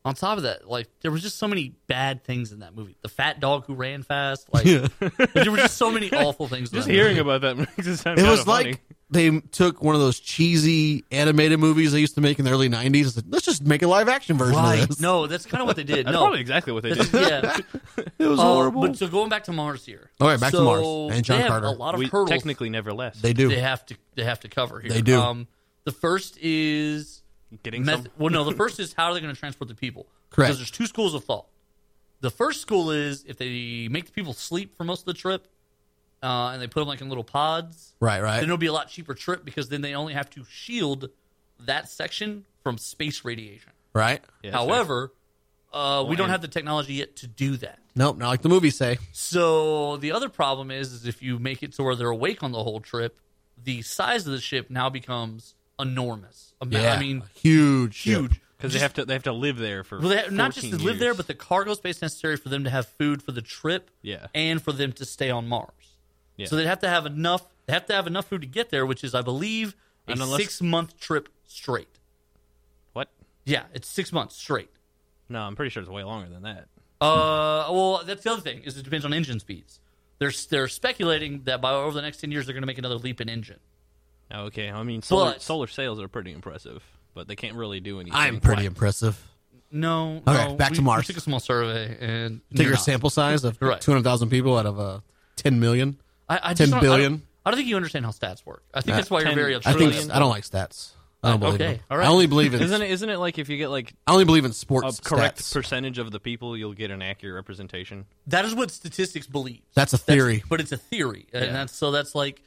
Speaker 2: on top of that, like there was just so many bad things in that movie. The fat dog who ran fast. Like there were just so many awful things. in
Speaker 3: Just
Speaker 2: that
Speaker 3: hearing
Speaker 2: movie.
Speaker 3: about that makes it sound.
Speaker 1: it
Speaker 3: kinda
Speaker 1: was like
Speaker 3: funny.
Speaker 1: they took one of those cheesy animated movies they used to make in the early 90s and said, let's just make a live action version of
Speaker 2: right?
Speaker 1: this.
Speaker 2: No, that's kind of what they did.
Speaker 3: That's
Speaker 2: No,
Speaker 3: probably exactly what they did.
Speaker 2: yeah.
Speaker 1: It was
Speaker 2: Uh,
Speaker 1: horrible.
Speaker 2: But so going back to Mars here.
Speaker 1: All right, back to
Speaker 2: So
Speaker 1: Mars and John
Speaker 2: they have
Speaker 1: Carter.
Speaker 2: A lot of
Speaker 3: we
Speaker 2: hurdles.
Speaker 3: technically never left.
Speaker 1: they do.
Speaker 2: they have to they have to cover here.
Speaker 1: They do.
Speaker 2: Um, the first is
Speaker 3: Getting
Speaker 2: meth-
Speaker 3: some-
Speaker 2: well, no, the first is how are they going to transport the people?
Speaker 1: Correct.
Speaker 2: Because there's two schools of thought. The first school is if they make the people sleep for most of the trip, uh, and they put them like in little pods,
Speaker 1: right, right.
Speaker 2: then it'll be a lot cheaper trip because then they only have to shield that section from space radiation.
Speaker 1: right?
Speaker 3: Yeah, that's fair.
Speaker 2: However, uh, we don't have the technology yet to do that.
Speaker 1: Nope, not like the movies say.
Speaker 2: So the other problem is, is if you make it to where they're awake on the whole trip, the size of the ship now becomes enormous. Ama-
Speaker 1: Yeah.
Speaker 2: I mean,
Speaker 1: huge. ship.
Speaker 2: huge.
Speaker 3: because they have to they have to live there for
Speaker 2: Well, they have, not just to
Speaker 3: 14
Speaker 2: live there,
Speaker 3: years.
Speaker 2: but the cargo space necessary for them to have food for the trip,
Speaker 3: Yeah.
Speaker 2: and for them to stay on Mars.
Speaker 3: Yeah.
Speaker 2: So they'd have to have enough. They have to have enough food to get there, which is, I believe, a
Speaker 3: And unless-
Speaker 2: six month trip straight.
Speaker 3: what?
Speaker 2: Yeah, it's six months straight.
Speaker 3: No, I'm pretty sure it's way longer than that.
Speaker 2: Uh, well, that's the other thing is it depends on engine speeds. They're they're speculating that by over the next ten years they're going to make another leap in engine.
Speaker 3: Okay, I mean solar,
Speaker 2: But-
Speaker 3: solar sails are pretty impressive, but they can't really do anything.
Speaker 1: I'm pretty impressive.
Speaker 2: No.
Speaker 1: Okay,
Speaker 2: no,
Speaker 1: back
Speaker 2: we-
Speaker 1: to Mars.
Speaker 2: We took a small survey and
Speaker 1: Take your
Speaker 2: No.
Speaker 1: sample size of
Speaker 2: Right.
Speaker 1: 200,000 people out of uh, 10 million.
Speaker 2: I, I just
Speaker 1: 10
Speaker 2: don't- I
Speaker 1: billion.
Speaker 2: don't- I don't think you understand how stats work. I think
Speaker 1: Uh,
Speaker 2: that's why you're
Speaker 3: 10
Speaker 2: very
Speaker 1: I
Speaker 2: upset.
Speaker 1: think
Speaker 3: Trillion.
Speaker 1: I don't like stats. I don't believe
Speaker 2: Okay,
Speaker 1: them.
Speaker 2: all right.
Speaker 1: I only believe in
Speaker 3: Isn't it, isn't it like if you get like
Speaker 1: I only believe in
Speaker 3: a
Speaker 1: sports
Speaker 3: correct
Speaker 1: stats.
Speaker 3: percentage of the people, you'll get an accurate representation?
Speaker 2: That is what statistics believes.
Speaker 1: That's a theory.
Speaker 2: but it's a theory, and that's so that's like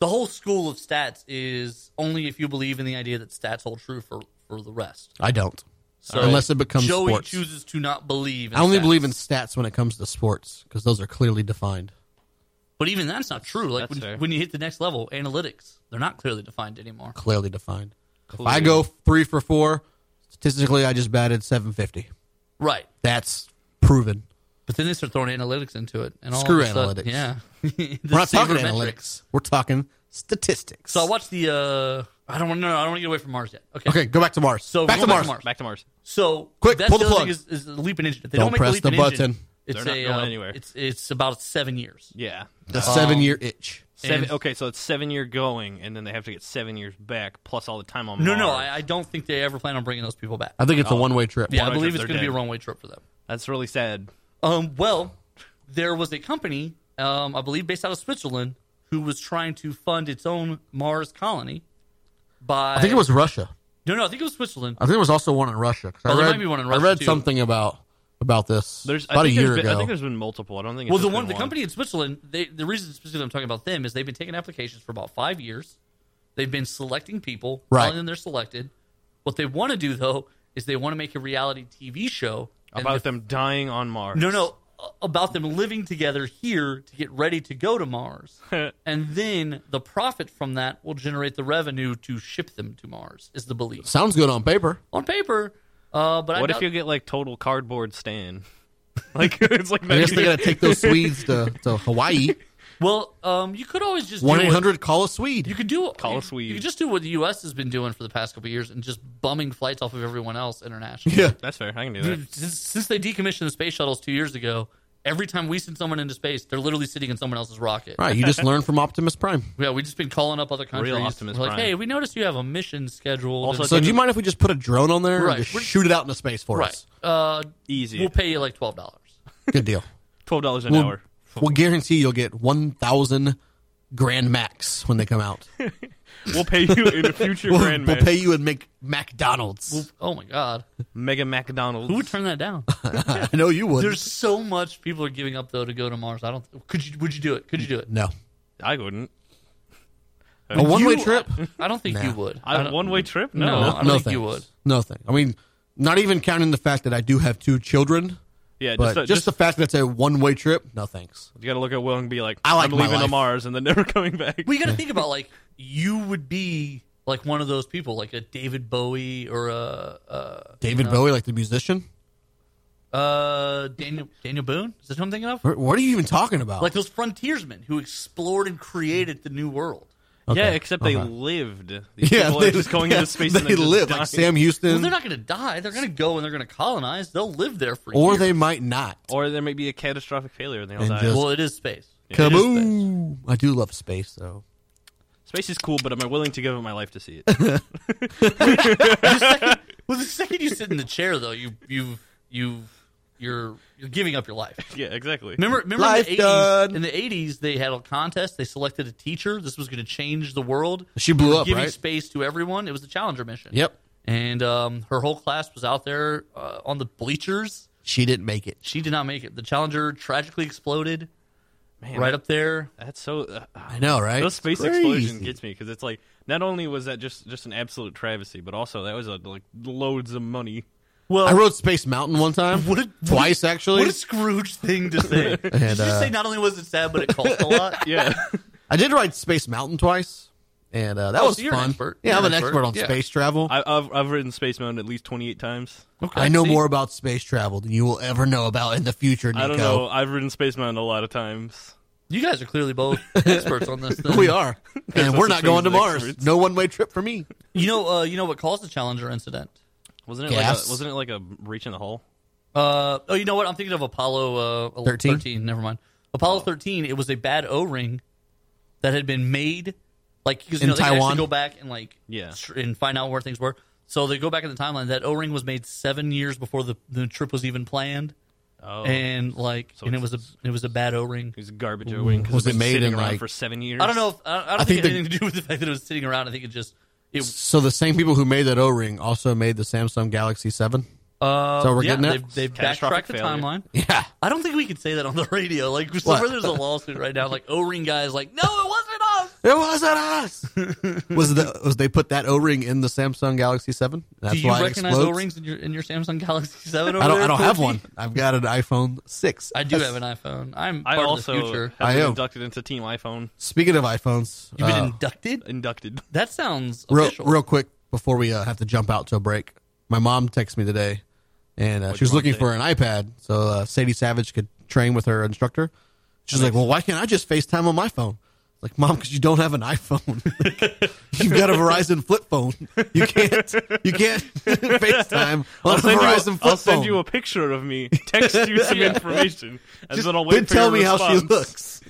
Speaker 2: the whole school of stats is only if you believe in the idea that stats hold true for for the rest.
Speaker 1: I don't.
Speaker 2: So
Speaker 1: Unless it becomes
Speaker 2: Joey
Speaker 1: sports.
Speaker 2: chooses to not believe. In
Speaker 1: I only
Speaker 2: stats.
Speaker 1: believe in stats when it comes to sports because those are clearly defined.
Speaker 2: but even that's not true. Like
Speaker 3: That's
Speaker 2: when,
Speaker 3: fair.
Speaker 2: when you hit the next level, analytics they're not clearly defined anymore.
Speaker 1: Clearly defined. If I go three for four, statistically, I just batted 750.
Speaker 2: Right,
Speaker 1: That's proven.
Speaker 2: but then they start throwing analytics into it, and all
Speaker 1: Screw
Speaker 2: of a sudden-
Speaker 1: analytics.
Speaker 2: Yeah,
Speaker 1: We're not talking
Speaker 2: Sabermetrics.
Speaker 1: analytics. We're talking statistics.
Speaker 2: So I watched the. Uh, I don't want to. No, I don't want to get away from Mars yet. Okay.
Speaker 1: okay, go back to Mars.
Speaker 2: So
Speaker 1: back to
Speaker 2: going back
Speaker 1: Mars.
Speaker 2: to Mars.
Speaker 3: Back to Mars.
Speaker 2: So
Speaker 1: Quick,
Speaker 2: that's
Speaker 1: pull the
Speaker 2: other
Speaker 1: plug.
Speaker 2: thing Is, is the leap in engine. If They
Speaker 1: Don't
Speaker 2: don't, make
Speaker 1: press
Speaker 2: leap
Speaker 1: the
Speaker 2: in
Speaker 1: button.
Speaker 2: Engine, it's
Speaker 3: They're not
Speaker 2: a,
Speaker 3: going
Speaker 2: uh,
Speaker 3: anywhere.
Speaker 2: It's it's about seven years.
Speaker 3: Yeah.
Speaker 1: The seven
Speaker 2: Um,
Speaker 1: year itch.
Speaker 3: Seven,
Speaker 2: And-
Speaker 3: okay, so it's seven year going, and then they have to get seven years back plus all the time on
Speaker 2: No,
Speaker 3: Mars.
Speaker 2: no, I, I don't think they ever plan on bringing those people back.
Speaker 1: I think it's a one way trip.
Speaker 2: um, yeah, I
Speaker 3: Why
Speaker 2: believe
Speaker 3: they're
Speaker 2: it's going to be a
Speaker 3: dead.
Speaker 2: runway trip for them.
Speaker 3: That's really sad.
Speaker 2: Um, well, there was a company, um, I believe, based out of Switzerland, who was trying to fund its own Mars colony. By
Speaker 1: I think it was Russia.
Speaker 2: no, no, I think it was Switzerland.
Speaker 1: I think there was also one in Russia. 'cause I
Speaker 2: Oh, there
Speaker 1: read,
Speaker 2: might be one in
Speaker 1: I
Speaker 2: Russia,
Speaker 1: read
Speaker 2: too.
Speaker 1: something about about this
Speaker 3: There's I
Speaker 1: about a
Speaker 3: think there's
Speaker 1: year
Speaker 3: been- I
Speaker 1: ago.
Speaker 3: think there's been multiple. I don't think. It's
Speaker 2: Well, the
Speaker 3: just
Speaker 2: one,
Speaker 3: been
Speaker 2: the company in Switzerland, they, the reason specifically I'm talking about them is they've been taking applications for about five years. They've been selecting people,
Speaker 1: Right.
Speaker 2: telling them they're selected. What they want to do though is they want to make a reality TV show and
Speaker 3: about
Speaker 2: the-
Speaker 3: them dying on Mars.
Speaker 2: No, no, a- about them living together here to get ready to go to Mars, and then the profit from that will generate the revenue to ship them to Mars. Is the belief
Speaker 1: Sounds good on paper.
Speaker 2: on paper? Uh, but I
Speaker 3: What
Speaker 2: doubt-
Speaker 3: if you get like total cardboard stand? Like it's like
Speaker 1: I guess they got to take those Swedes to, to Hawaii.
Speaker 2: Well, um, you could always just do
Speaker 1: One
Speaker 2: what-
Speaker 1: eight hundred call a Swede.
Speaker 2: You could do
Speaker 3: Call
Speaker 2: you,
Speaker 3: us Swede.
Speaker 2: You could just do what the U.S. has been doing for the past couple of years and just bumming flights off of everyone else internationally.
Speaker 1: yeah,
Speaker 3: That's fair. I can do that.
Speaker 2: Dude, since, since they decommissioned the space shuttles two years ago, every time we send someone into space, they're literally sitting in someone else's rocket.
Speaker 1: right. You just learn from Optimus Prime.
Speaker 2: Yeah, we've just been calling up other countries.
Speaker 3: Optimus
Speaker 2: We're like,
Speaker 3: Prime.
Speaker 2: hey, we noticed you have a mission scheduled.
Speaker 3: Also,
Speaker 2: And-
Speaker 1: So do you mind if we just put a drone on there
Speaker 2: Right.
Speaker 1: and just
Speaker 2: We're-
Speaker 1: shoot it out into space for
Speaker 2: right,
Speaker 1: us?
Speaker 2: uh,
Speaker 3: Easy.
Speaker 2: we'll pay you like twelve dollars.
Speaker 1: Good deal.
Speaker 3: Twelve dollars an
Speaker 1: We'll-
Speaker 3: hour.
Speaker 1: We'll guarantee you'll get one thousand grand max when they come out.
Speaker 3: We'll pay you in the future
Speaker 1: We'll,
Speaker 3: grand
Speaker 1: we'll
Speaker 3: man.
Speaker 1: pay you and make McDonald's.
Speaker 2: Oh my god,
Speaker 3: Mega McDonald's.
Speaker 2: who would turn that down?
Speaker 1: I know you would.
Speaker 2: There's so much people are giving up though to go to Mars. I don't. Could you? Would you do it? Could you do it?
Speaker 1: no.
Speaker 3: I wouldn't.
Speaker 1: A one way
Speaker 2: You-
Speaker 1: trip?
Speaker 2: I don't think you would.
Speaker 3: I,
Speaker 2: don't-
Speaker 3: one way trip? No.
Speaker 2: No, I don't
Speaker 1: no
Speaker 2: think
Speaker 1: thanks.
Speaker 2: you would.
Speaker 1: No thanks. I mean, not even counting the fact that I do have two children,
Speaker 3: Yeah,
Speaker 1: but
Speaker 3: just,
Speaker 1: just,
Speaker 3: a, just,
Speaker 1: the fact that it's a one way trip, no thanks.
Speaker 3: you gotta look at Will and be like,
Speaker 1: I like
Speaker 3: I'm
Speaker 1: my
Speaker 3: leaving to
Speaker 1: life.
Speaker 3: Mars and then never coming back.
Speaker 2: Well, you got to think about like you would be like one of those people, like a David Bowie or a, a,
Speaker 1: David Bowie, like the musician?
Speaker 2: uh Daniel Daniel Boone. Is that who I'm thinking of?
Speaker 1: Wh- What are you even talking about?
Speaker 2: Like those frontiersmen who explored and created the new world.
Speaker 3: Yeah,
Speaker 1: Okay, Uh-huh.
Speaker 3: except they lived. These
Speaker 1: yeah,
Speaker 3: people are just going
Speaker 1: yeah,
Speaker 3: into space.
Speaker 1: They
Speaker 3: and then just
Speaker 1: live
Speaker 3: dying.
Speaker 1: like Sam
Speaker 2: Well,
Speaker 1: Houston,
Speaker 2: they're not going to die. They're going to go and they're going to colonize. They'll live there for
Speaker 1: or
Speaker 2: years.
Speaker 1: they might not.
Speaker 3: Or there may be a catastrophic failure and they all
Speaker 1: And
Speaker 3: die.
Speaker 1: just-
Speaker 2: Well, it is space.
Speaker 3: it is space.
Speaker 1: Kaboom! I do love space though.
Speaker 3: Space is cool, but am I willing to give up my life to see it?
Speaker 2: Well, the second you sit in the chair, though, you you you you're you're giving up your life.
Speaker 3: yeah, exactly.
Speaker 2: Remember, remember
Speaker 1: Life
Speaker 2: in, the 80s,
Speaker 1: done.
Speaker 2: in the 80s, they had a contest. They selected a teacher. This was going to change the world.
Speaker 1: She blew
Speaker 2: They were
Speaker 1: up,
Speaker 2: Giving
Speaker 1: right?
Speaker 2: space to everyone. It was the Challenger mission.
Speaker 1: Yep,
Speaker 2: And um, her whole class was out there uh, on the bleachers.
Speaker 1: she didn't make it.
Speaker 2: She did not make it. The Challenger tragically exploded right up there.
Speaker 3: That's so. Uh, uh,
Speaker 1: I know, right?
Speaker 3: those space
Speaker 1: Crazy.
Speaker 3: explosion gets me because it's like not only was that just just an absolute travesty, but also that was a, like loads of money.
Speaker 1: I rode Space Mountain one time,
Speaker 2: What a-
Speaker 1: twice actually.
Speaker 2: What a Scrooge thing to say. Did you
Speaker 1: And, uh,
Speaker 2: say not only was it sad, but it cost a lot?
Speaker 3: Yeah,
Speaker 1: I did ride Space Mountain twice, and uh, that
Speaker 2: Oh,
Speaker 1: was
Speaker 2: so you're an
Speaker 1: fun.
Speaker 2: expert.
Speaker 1: Yeah,
Speaker 2: You're
Speaker 1: I'm an
Speaker 2: an
Speaker 1: expert,
Speaker 2: expert.
Speaker 1: on
Speaker 2: Yeah.
Speaker 1: space travel.
Speaker 3: I, I've I've ridden Space Mountain at least twenty eight times.
Speaker 2: Okay,
Speaker 1: I know
Speaker 2: see?
Speaker 1: more about space travel than you will ever know about in the future, Nico.
Speaker 3: I don't know. I've ridden Space Mountain a lot of times.
Speaker 2: You guys are clearly both experts on this thing.
Speaker 1: We are, and we're
Speaker 3: us
Speaker 1: not going to
Speaker 3: space
Speaker 1: Mars.
Speaker 3: experts.
Speaker 1: No one way trip for me.
Speaker 2: You know, uh, you know what caused the Challenger incident?
Speaker 3: Wasn't it like
Speaker 1: Gas.
Speaker 3: a, wasn't it like a reach in the hole?
Speaker 2: Uh, oh, you know what? I'm thinking of Apollo uh,
Speaker 1: 13?
Speaker 2: 13? Never mind.
Speaker 1: Oh.
Speaker 2: Apollo 13, it was a bad O ring that had been made. Like, because, you
Speaker 1: In
Speaker 2: know, they can
Speaker 1: Taiwan?
Speaker 2: actually go back and, like,
Speaker 3: Yeah.
Speaker 2: tr- and find out where things were. So they go back in the timeline. That O ring was made seven years before the, the trip was even planned.
Speaker 3: Oh,
Speaker 2: and, like, and it was a it was a bad O ring.
Speaker 3: it was garbage O wing.
Speaker 1: Was
Speaker 3: it
Speaker 1: it made
Speaker 3: sitting
Speaker 1: in,
Speaker 3: around
Speaker 1: like-
Speaker 3: for seven years?
Speaker 2: I don't know if, I, I don't
Speaker 1: I
Speaker 2: think,
Speaker 1: think
Speaker 2: it had
Speaker 1: the-
Speaker 2: anything to do with the fact that it was sitting around. I think it just, it,
Speaker 1: So the same people who made that O ring also made the Samsung Galaxy Seven.
Speaker 2: uh,
Speaker 1: So we're
Speaker 2: yeah,
Speaker 1: getting it?
Speaker 2: they've, they've backtracked
Speaker 3: Catastrophic
Speaker 2: the
Speaker 3: failure.
Speaker 2: timeline.
Speaker 1: Yeah,
Speaker 2: I don't think we could say that on the radio. Like somewhere there's a lawsuit right now. Like O ring guys, like no, it wasn't us.
Speaker 1: it wasn't us. was the was they put that O ring in the Samsung Galaxy Seven? That's
Speaker 2: Do you
Speaker 1: why
Speaker 2: recognize
Speaker 1: it
Speaker 2: O
Speaker 1: explodes.
Speaker 2: rings in your in your Samsung Galaxy Seven? Over
Speaker 1: I don't.
Speaker 2: there,
Speaker 1: I don't have
Speaker 2: Koji?
Speaker 1: one. I've got an iPhone six.
Speaker 2: I do have an iPhone. I'm
Speaker 3: I
Speaker 2: part
Speaker 3: also
Speaker 2: of the future.
Speaker 3: have
Speaker 1: I
Speaker 3: been
Speaker 1: am.
Speaker 3: inducted into Team iPhone.
Speaker 1: Speaking of iPhones,
Speaker 2: You've been
Speaker 1: uh,
Speaker 2: inducted.
Speaker 3: Inducted.
Speaker 2: That sounds
Speaker 1: real,
Speaker 2: official.
Speaker 1: real quick before we uh, have to jump out to a break my mom texted me today and uh, she was
Speaker 3: your mom
Speaker 1: looking
Speaker 3: say?
Speaker 1: for an ipad so uh, sadie savage could train with her instructor she's like well why can't i just facetime on my phone like mom because you don't have an iphone you've got a verizon flip phone you can't you can't facetime on a
Speaker 3: I'll send,
Speaker 1: verizon
Speaker 3: you,
Speaker 1: flip
Speaker 3: I'll
Speaker 1: phone
Speaker 3: send you a picture of me, text you some information, and then I'll wait
Speaker 1: then
Speaker 3: for
Speaker 1: tell
Speaker 3: your
Speaker 1: me how she
Speaker 3: response.
Speaker 1: looks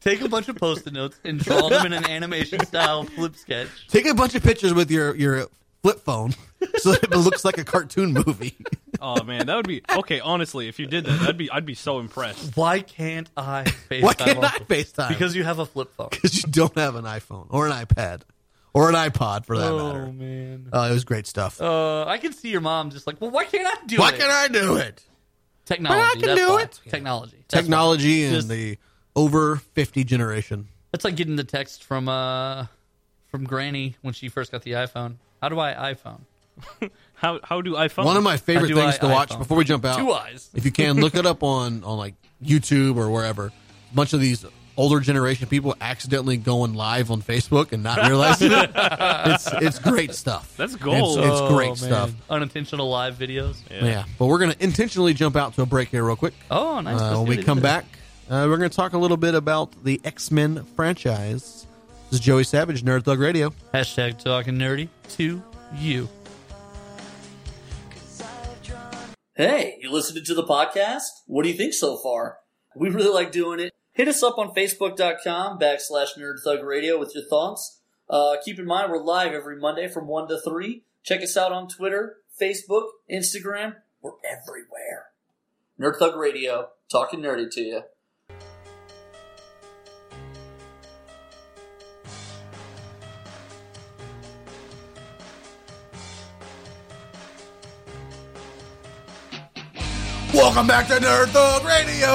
Speaker 2: Take a bunch of post-it notes and draw them in an animation style flip sketch.
Speaker 1: take a bunch of pictures with your your flip phone so that it looks like a cartoon movie
Speaker 3: Oh man, that would be okay. Honestly, if you did that, that'd be I'd be so impressed.
Speaker 2: Why can't I FaceTime?
Speaker 1: why can't i
Speaker 2: also?
Speaker 1: facetime
Speaker 2: Because you have a flip phone.
Speaker 1: because you don't have an iPhone or an iPad or an iPod for that
Speaker 2: Oh
Speaker 1: matter.
Speaker 2: man.
Speaker 1: Uh, it was great stuff.
Speaker 2: Uh, I can see your mom just like, well, why can't I do
Speaker 1: Why
Speaker 2: it?
Speaker 1: can I do it?
Speaker 2: Technology.
Speaker 1: But I can
Speaker 2: that's
Speaker 1: do
Speaker 2: why.
Speaker 1: it.
Speaker 2: Technology. That's
Speaker 1: Technology and
Speaker 2: Just-
Speaker 1: the over fifty generation.
Speaker 2: why. That's like getting the text from uh from Granny when she first got the iPhone. How do I iPhone?
Speaker 3: How how do iPhone?
Speaker 1: One of my favorite
Speaker 2: do
Speaker 1: things
Speaker 2: I-
Speaker 1: to watch
Speaker 2: iPhone?
Speaker 1: before we jump out.
Speaker 2: Two eyes.
Speaker 1: If you can look it up on on like YouTube or wherever. A bunch of these older generation people accidentally going live on Facebook and not realizing it. It's it's great stuff.
Speaker 3: That's
Speaker 1: It's-
Speaker 3: gold.
Speaker 1: It's,
Speaker 2: Oh,
Speaker 1: great
Speaker 2: man.
Speaker 1: stuff.
Speaker 2: Unintentional live videos.
Speaker 1: Yeah. But we're gonna intentionally jump out to a break here real quick.
Speaker 2: Oh, nice.
Speaker 1: Uh,
Speaker 2: Let's
Speaker 1: when
Speaker 2: do
Speaker 1: we
Speaker 2: it.
Speaker 1: come back, Uh, we're going to talk a little bit about the X Men franchise. This is Joey Savage, Nerd Thug Radio.
Speaker 2: Hashtag talking nerdy to you.
Speaker 5: Hey, you listening to the podcast? What do you think so far? We really like doing it. Hit us up on facebook.com backslash nerdthugradio with your thoughts. Uh, keep in mind, we're live every Monday from 1 to 3. Check us out on Twitter, Facebook, Instagram. We're everywhere. Nerd Thug Radio, talking nerdy to you.
Speaker 1: Welcome back to Nerd Thug Radio.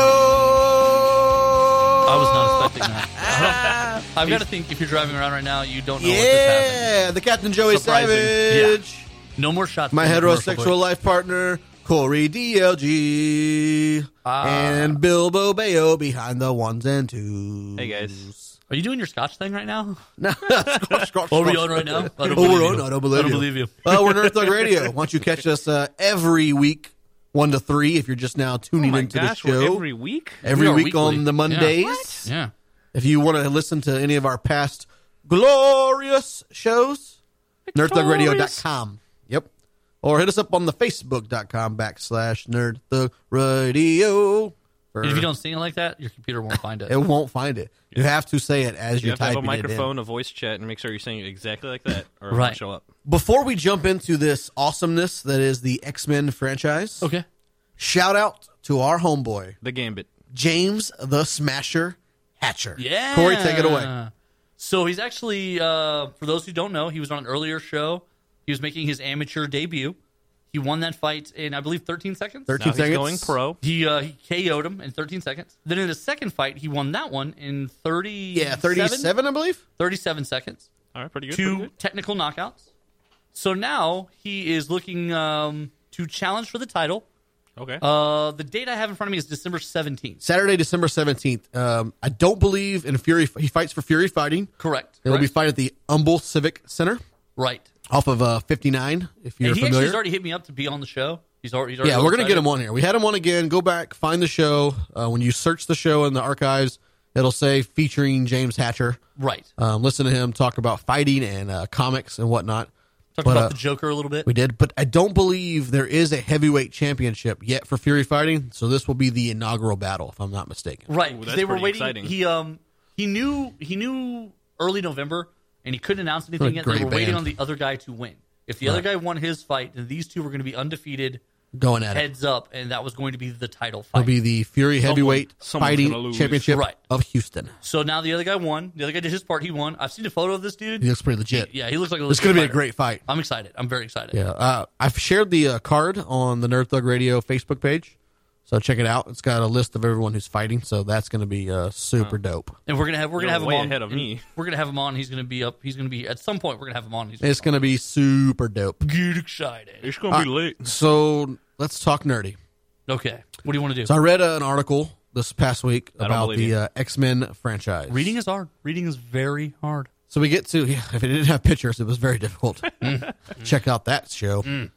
Speaker 2: I was not expecting that. I don't- I've got to think if you're driving around right now, you don't know what just happened.
Speaker 1: Yeah, the Captain Joey
Speaker 2: Surprising.
Speaker 1: Savage.
Speaker 2: No more shots.
Speaker 1: My
Speaker 2: in the commercial
Speaker 1: heterosexual
Speaker 2: break.
Speaker 1: life partner, Corey DLG.
Speaker 2: Ah.
Speaker 1: And Bilbo Bayo behind the ones and twos.
Speaker 3: Hey, guys.
Speaker 2: Are you doing your Scotch thing right now?
Speaker 1: No. Scotch, Scotch,
Speaker 2: What are we
Speaker 1: Scotch.
Speaker 2: on right now? I
Speaker 1: Oh,
Speaker 2: don't
Speaker 1: we're
Speaker 2: believe
Speaker 1: on.
Speaker 2: you.
Speaker 1: I don't believe
Speaker 2: I don't
Speaker 1: you.
Speaker 2: believe you.
Speaker 1: Uh, we're Nerd Thug Radio. Why don't you catch us uh, every week, one to three, if you're just now
Speaker 3: Oh
Speaker 1: tuning
Speaker 3: my
Speaker 1: into
Speaker 3: gosh,
Speaker 1: the show.
Speaker 3: we're every week.
Speaker 1: Every
Speaker 2: We are
Speaker 1: week
Speaker 2: weekly.
Speaker 1: on the
Speaker 2: Yeah.
Speaker 1: Mondays.
Speaker 2: Yeah.
Speaker 1: If you want to listen to any of our past glorious shows, nerdthugradio.com. Yep. Or hit us up on the facebook.com backslash nerdthugradio. Or-
Speaker 2: And if you don't sing it like that, your computer won't find it.
Speaker 1: it won't find it. You have to say it as
Speaker 3: You
Speaker 1: you're
Speaker 3: have to have a
Speaker 1: typing it
Speaker 3: microphone, a voice chat, and make sure you're saying it exactly like that, or it
Speaker 2: Right.
Speaker 3: won't show up.
Speaker 1: in. Before we jump into this awesomeness that is the X Men franchise,
Speaker 2: okay.
Speaker 1: shout out to our homeboy,
Speaker 3: The gambit.
Speaker 1: James the Smasher Hatcher.
Speaker 2: Yeah.
Speaker 1: Corey, take it away.
Speaker 2: So he's actually, uh, for those who don't know, he was on an earlier show. He was making his amateur debut. He won that fight in, I believe, 13 seconds.
Speaker 1: 13
Speaker 3: Now he's
Speaker 1: seconds.
Speaker 3: going pro.
Speaker 2: He, uh, he KO'd him in 13 seconds. Then in the second fight, he won that one in 30.
Speaker 1: Yeah, 37, I believe.
Speaker 2: 37 seconds.
Speaker 3: All right, pretty good. pretty
Speaker 2: two
Speaker 3: good.
Speaker 2: technical knockouts. So now he is looking um, to challenge for the title.
Speaker 3: Okay.
Speaker 2: Uh, the date I have in front of me is December 17th.
Speaker 1: Saturday, December 17th. Um, I don't believe in Fury. He fights for Fury Fighting.
Speaker 2: Correct.
Speaker 1: It'll be
Speaker 2: Correct.
Speaker 1: fight at the Humble Civic Center
Speaker 2: Right.
Speaker 1: off of uh, 59, if you're
Speaker 2: And he actually
Speaker 1: familiar.
Speaker 2: has already hit me up to be on the show. He's already. He's already
Speaker 1: yeah, we're going to get
Speaker 2: excited.
Speaker 1: him on here. We had him on again. Go back, find the show. Uh, when you search the show in the archives, it'll say featuring James Hatcher.
Speaker 2: Right.
Speaker 1: Um, listen to him talk about fighting and uh, comics and whatnot.
Speaker 2: Talked
Speaker 1: but,
Speaker 2: about
Speaker 1: uh,
Speaker 2: the Joker a little bit.
Speaker 1: We did, but I don't believe there is a heavyweight championship yet for Fury Fighting. So this will be the inaugural battle, if I'm not mistaken.
Speaker 2: Right.
Speaker 3: Ooh,
Speaker 2: 'cause
Speaker 3: that's
Speaker 2: they were
Speaker 3: pretty
Speaker 2: waiting.
Speaker 3: exciting.
Speaker 2: He um he knew he knew early November and he couldn't announce
Speaker 1: What
Speaker 2: anything
Speaker 1: a
Speaker 2: yet. They were
Speaker 1: great
Speaker 2: waiting
Speaker 1: band.
Speaker 2: on the other guy to win. If the other guy won his fight, then these two were going to be undefeated,
Speaker 1: Going at it.
Speaker 2: heads up, and that was going to be the title
Speaker 1: It'll
Speaker 2: fight.
Speaker 1: be the Fury Heavyweight
Speaker 3: someone's gonna
Speaker 1: Fighting
Speaker 3: lose.
Speaker 1: Championship
Speaker 2: Right.
Speaker 1: of Houston.
Speaker 2: So now the other guy won. The other guy did his part. He won. I've seen a photo of this dude.
Speaker 1: He looks pretty legit.
Speaker 2: Yeah, he looks like a
Speaker 1: It's going to be a
Speaker 2: legit fighter.
Speaker 1: great fight.
Speaker 2: I'm excited. I'm very excited.
Speaker 1: Yeah, uh, I've shared the uh, card on the Nerd Thug Radio Facebook page, so check it out. It's got a list of everyone who's fighting, so that's going to be uh, super dope.
Speaker 2: And we're gonna have we're gonna
Speaker 3: You're
Speaker 2: have him
Speaker 3: way
Speaker 2: on
Speaker 3: ahead of
Speaker 2: and
Speaker 3: me.
Speaker 2: We're gonna have him on. He's gonna be up. He's gonna be at some point. We're gonna have him on. He's
Speaker 1: It's going to be super dope.
Speaker 2: get excited.
Speaker 3: It's gonna be
Speaker 1: uh,
Speaker 3: late.
Speaker 1: So let's talk nerdy.
Speaker 2: Okay, what do you want to do?
Speaker 1: So I read uh, an article this past week
Speaker 3: don't
Speaker 1: about
Speaker 3: believe
Speaker 1: the
Speaker 3: you.
Speaker 1: uh, X Men franchise.
Speaker 2: Reading is hard. Reading is very hard.
Speaker 1: So we get to yeah, if it didn't have pictures, it was very difficult. Mm. Check out that show.
Speaker 3: Mm.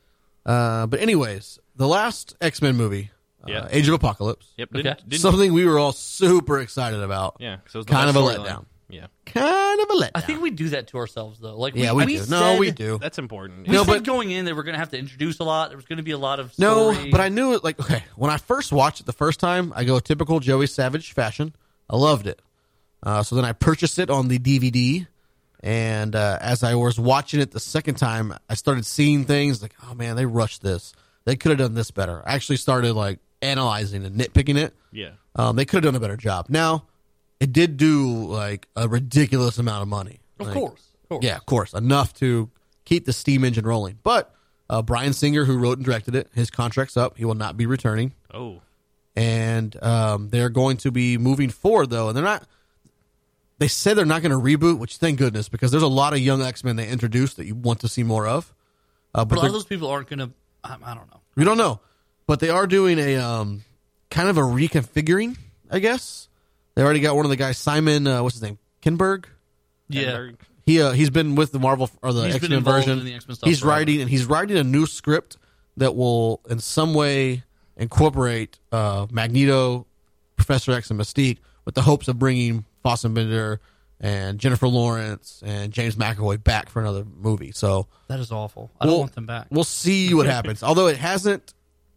Speaker 1: Uh, but anyways, the last X Men movie, uh,
Speaker 3: Yeah.
Speaker 1: Age of Apocalypse,
Speaker 3: Yep. Didn't,
Speaker 2: Okay.
Speaker 3: didn't,
Speaker 1: something we were all super excited about.
Speaker 3: yeah. So it was the
Speaker 1: kind
Speaker 3: best
Speaker 1: of a
Speaker 3: storyline.
Speaker 1: letdown.
Speaker 3: Yeah.
Speaker 1: Kind of a letdown.
Speaker 2: I think we do that to ourselves though. Like
Speaker 1: Yeah, we, do. no,
Speaker 2: said-
Speaker 1: Oh. we do.
Speaker 3: That's important.
Speaker 2: We
Speaker 1: No,
Speaker 2: said
Speaker 1: but-
Speaker 2: going in, they were gonna have to introduce a lot. There was gonna be a lot of
Speaker 1: No,
Speaker 2: story.
Speaker 1: but I knew it. Like, okay, when I first watched it the first time, I go typical Joey Savage fashion. I loved it. Uh, so then I purchased it on the DVD, and uh, as I was watching it the second time, I started seeing things like, oh man, they rushed this. They could have done this better. I actually started like analyzing and nitpicking it.
Speaker 3: Yeah.
Speaker 1: Um, they could have done a better job. Now, it did do like a ridiculous amount of money.
Speaker 2: of
Speaker 1: Like,
Speaker 2: course, of course.
Speaker 1: yeah, of course, enough to keep the steam engine rolling. But uh, Brian Singer, who wrote and directed it, his contract's up. He will not be returning,
Speaker 3: Oh.
Speaker 1: and um, they're going to be moving forward though. And they're not. They said they're not going to reboot, which thank goodness because there's a lot of young X Men they introduced that you want to see more of. Uh,
Speaker 2: But
Speaker 1: but
Speaker 2: a lot
Speaker 1: they're-
Speaker 2: of those people aren't gonna. I, I don't know.
Speaker 1: we don't know, but they are doing a um, kind of a reconfiguring, I guess. They already got one of the guys, Simon. Uh, what's his name? Kinberg.
Speaker 2: Yeah,
Speaker 3: Kinberg.
Speaker 1: He uh, he's been with the Marvel or the
Speaker 2: He's been
Speaker 1: X Men
Speaker 2: involved
Speaker 1: version.
Speaker 2: in the X-Men stuff
Speaker 1: he's
Speaker 2: forever.
Speaker 1: writing and he's writing a new script that will in some way incorporate uh, Magneto, Professor X and Mystique with the hopes of bringing Fossenbender and Jennifer Lawrence and James McAvoy back for another movie. So
Speaker 2: That is awful. I don't
Speaker 1: Well-
Speaker 2: want them back.
Speaker 1: we'll see what happens. Although it hasn't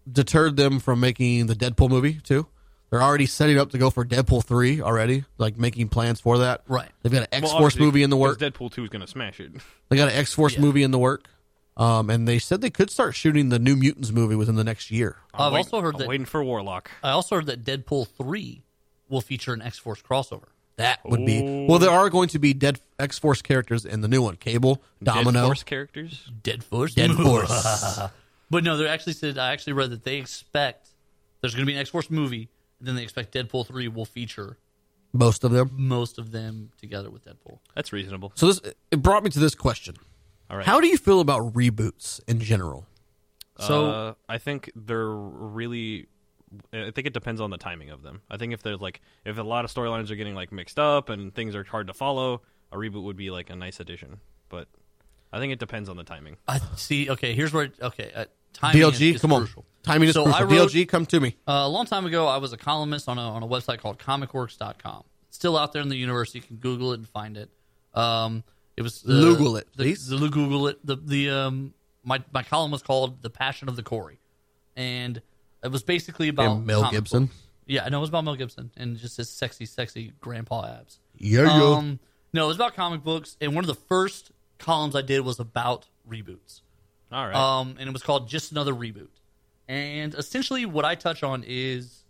Speaker 1: deterred them from making the Deadpool movie too. They're already setting up to go for Deadpool three already, like making plans for that.
Speaker 2: Right.
Speaker 1: They've got an X
Speaker 3: Well,
Speaker 1: Force
Speaker 3: obviously,
Speaker 1: movie in the
Speaker 3: 'cause
Speaker 1: work.
Speaker 3: Deadpool two is gonna smash it.
Speaker 1: They got an X Force movie in the work. Um, and they said they could start shooting the New Mutants movie within the next year.
Speaker 2: I've
Speaker 3: I'm waiting-
Speaker 2: also heard
Speaker 3: I'm
Speaker 2: that
Speaker 3: waiting for Warlock.
Speaker 2: I also heard that Deadpool three will feature an X Force crossover.
Speaker 1: That would be well. There are going to be Dead X Force characters in the new one: Cable,
Speaker 3: Dead
Speaker 1: Domino,
Speaker 3: Force characters.
Speaker 2: Dead Force.
Speaker 1: Dead Force.
Speaker 2: But no, they actually said I actually read that they expect there's going to be an X Force movie, and then they expect Deadpool three will feature
Speaker 1: most of them.
Speaker 2: most of them together with Deadpool.
Speaker 3: That's reasonable.
Speaker 1: So this it brought me to this question:
Speaker 3: All right.
Speaker 1: How do you feel about reboots in general?
Speaker 2: So-
Speaker 3: uh, I think they're really. I think it depends on the timing of them. I think if there's like if a lot of storylines are getting like mixed up and things are hard to follow, a reboot would be like a nice addition. But I think it depends on the timing.
Speaker 2: I see. Okay, here's where. Okay, uh, timing
Speaker 1: DLG,
Speaker 2: is, is
Speaker 1: come
Speaker 2: crucial.
Speaker 1: on, timing is
Speaker 2: So I
Speaker 1: crucial.
Speaker 2: wrote-
Speaker 1: DLG, come to me.
Speaker 2: Uh, a long time ago, I was a columnist on a, on a website called comicworks.com. It's still out there in the universe. You can Google it and find it. Um, it was uh,
Speaker 1: Loogle it,
Speaker 2: The,
Speaker 1: please.
Speaker 2: the Loo- Google it. The the um, my my column was called "The Passion of the Corey," and it was basically about
Speaker 1: And Mel
Speaker 2: comic
Speaker 1: Gibson.
Speaker 2: books. Yeah, I know it was about Mel Gibson and just his sexy, sexy grandpa abs.
Speaker 1: Yeah, yo.
Speaker 2: Um, no, it was about comic books, and one of the first columns I did was about reboots
Speaker 3: All right.
Speaker 2: um, and it was called Just Another Reboot. And essentially, what I touch on is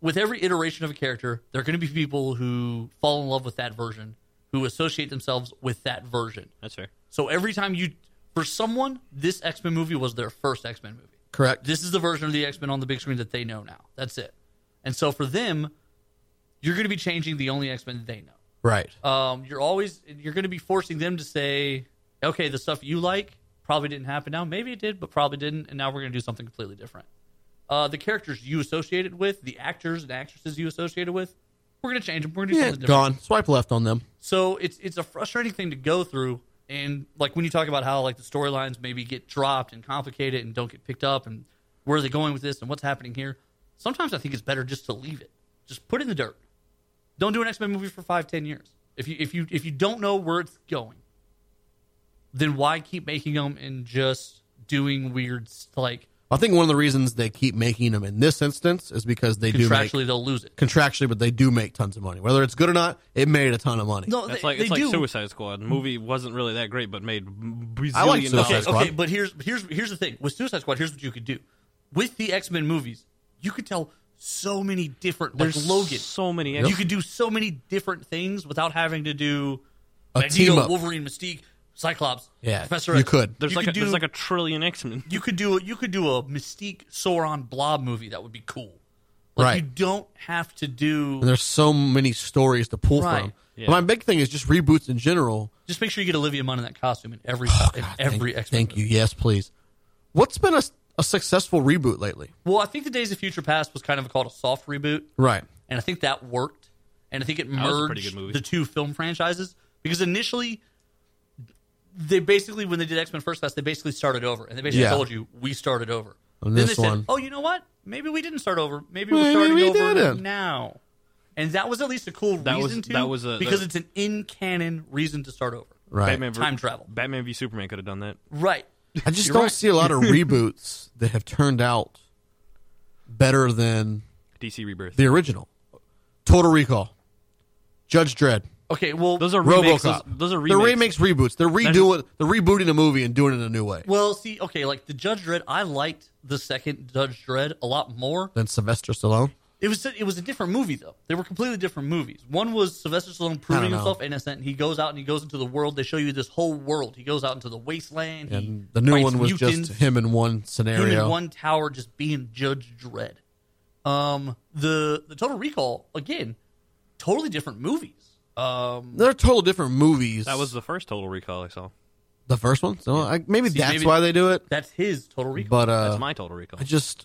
Speaker 2: with every iteration of a character, there are going to be people who fall in love with that version, who associate themselves with that version.
Speaker 3: That's fair.
Speaker 2: So every time you, for someone, this X Men movie was their first X Men movie
Speaker 1: Correct.
Speaker 2: this is the version of the X Men on the big screen that they know now. That's it. And so for them, you're going to be changing the only X Men that they know.
Speaker 1: right.
Speaker 2: Um, you're always you're going to be forcing them to say, okay, the stuff you like probably didn't happen now. Maybe it did, but probably didn't. And now we're going to do something completely different. Uh, the characters you associated with, the actors and actresses you associated with, we're going to change them. We're going to do
Speaker 1: yeah,
Speaker 2: something different.
Speaker 1: gone. Swipe left on them.
Speaker 2: So it's it's a frustrating thing to go through, and like when you talk about how like the storylines maybe get dropped and complicated and don't get picked up, and where are they going with this and what's happening here? Sometimes I think it's better just to leave it, just put it in the dirt. Don't do an X Men movie for five, ten years. If you if you if you don't know where it's going, then why keep making them and just doing weird s- like
Speaker 1: I think one of the reasons they keep making them in this instance is because they do make
Speaker 2: contractually they'll lose it.
Speaker 1: contractually, but they do make tons of money. Whether it's good or not, it made a ton of money.
Speaker 2: No,
Speaker 3: That's
Speaker 2: they,
Speaker 3: like
Speaker 2: they
Speaker 3: it's like
Speaker 2: do.
Speaker 3: Suicide Squad. The movie wasn't really that great, but made bazillion
Speaker 1: I like Suicide
Speaker 3: dollars.
Speaker 2: okay,
Speaker 1: Squad.
Speaker 2: okay, but here's here's here's the thing with Suicide Squad. Here's what you could do with the X Men movies. You could tell so many different. Like
Speaker 3: There's
Speaker 2: Logan,
Speaker 3: so many.
Speaker 2: you could do so many different things without having to do
Speaker 1: A team up.
Speaker 2: Wolverine, Mystique, Cyclops.
Speaker 1: Yeah,
Speaker 2: Professor.
Speaker 1: you
Speaker 2: X.
Speaker 1: could.
Speaker 3: There's
Speaker 2: you
Speaker 3: like
Speaker 2: could
Speaker 3: a, there's
Speaker 2: do-
Speaker 3: like a trillion X Men.
Speaker 2: you could do a, you could do a Mystique Sauron Blob movie that would be cool. Like
Speaker 1: Right.
Speaker 2: you don't have to do.
Speaker 1: And there's so many stories to pull from.
Speaker 2: Right.
Speaker 3: Yeah.
Speaker 1: But my big thing is just reboots in general.
Speaker 2: Just make sure you get Olivia Munn in that costume in every in every
Speaker 1: Oh, thank,
Speaker 2: X Men.
Speaker 1: Thank you. Yes, please. What's been a, a successful reboot lately?
Speaker 2: Well, I think the Days of Future Past was kind of called a soft reboot.
Speaker 1: Right.
Speaker 2: and I think that worked. And I think it
Speaker 3: was a pretty
Speaker 2: merged
Speaker 3: good movie.
Speaker 2: the two film franchises because initially they basically when they did X Men First Class, they basically started over, and they basically
Speaker 1: Yeah.
Speaker 2: told you we started over.
Speaker 1: And
Speaker 2: then
Speaker 1: this
Speaker 2: they
Speaker 1: one-
Speaker 2: said, "Oh, you know what? Maybe we didn't start over. Maybe we're
Speaker 1: Maybe
Speaker 2: starting
Speaker 1: we
Speaker 2: over
Speaker 1: didn't."
Speaker 2: now." And that was at least a cool
Speaker 3: That was-
Speaker 2: reason to
Speaker 3: that was a-
Speaker 2: because
Speaker 3: that-
Speaker 2: it's an in canon reason to start over.
Speaker 1: Right.
Speaker 3: Batman ver-
Speaker 2: Time travel.
Speaker 3: Batman v Superman could have done that.
Speaker 2: Right.
Speaker 1: I just don't see a lot of reboots that have turned out better than
Speaker 3: DC Rebirth.
Speaker 1: the original. Total Recall, Judge Dredd,
Speaker 2: Okay. Well,
Speaker 3: Those are remakes. Those,
Speaker 1: RoboCop.
Speaker 3: those are
Speaker 1: They're remakes,
Speaker 3: remakes.
Speaker 1: reboots. They're redoing, they're rebooting a movie and doing it a new way.
Speaker 2: well, see, okay, like the Judge Dredd, I liked the second Judge Dredd a lot more
Speaker 1: Than Sylvester Stallone.
Speaker 2: It was it was a different movie though. They were completely different movies. One was Sylvester Stallone proving
Speaker 1: know.
Speaker 2: himself innocent. and He goes out and he goes into the world. They show you this whole world. He goes out into the wasteland. he
Speaker 1: And the new
Speaker 2: fights
Speaker 1: one was
Speaker 2: mutants,
Speaker 1: just him in one
Speaker 2: him
Speaker 1: scenario.
Speaker 2: in one tower, just being Judge Dredd. Um, the the Total Recall again, totally different movies. Um,
Speaker 1: They're total different movies.
Speaker 3: That was the first Total Recall I saw.
Speaker 1: the first one. So I, maybe
Speaker 2: See,
Speaker 1: that's
Speaker 2: maybe-
Speaker 1: why they do it.
Speaker 2: that's his Total Recall.
Speaker 1: But uh,
Speaker 3: That's my Total Recall.
Speaker 1: I just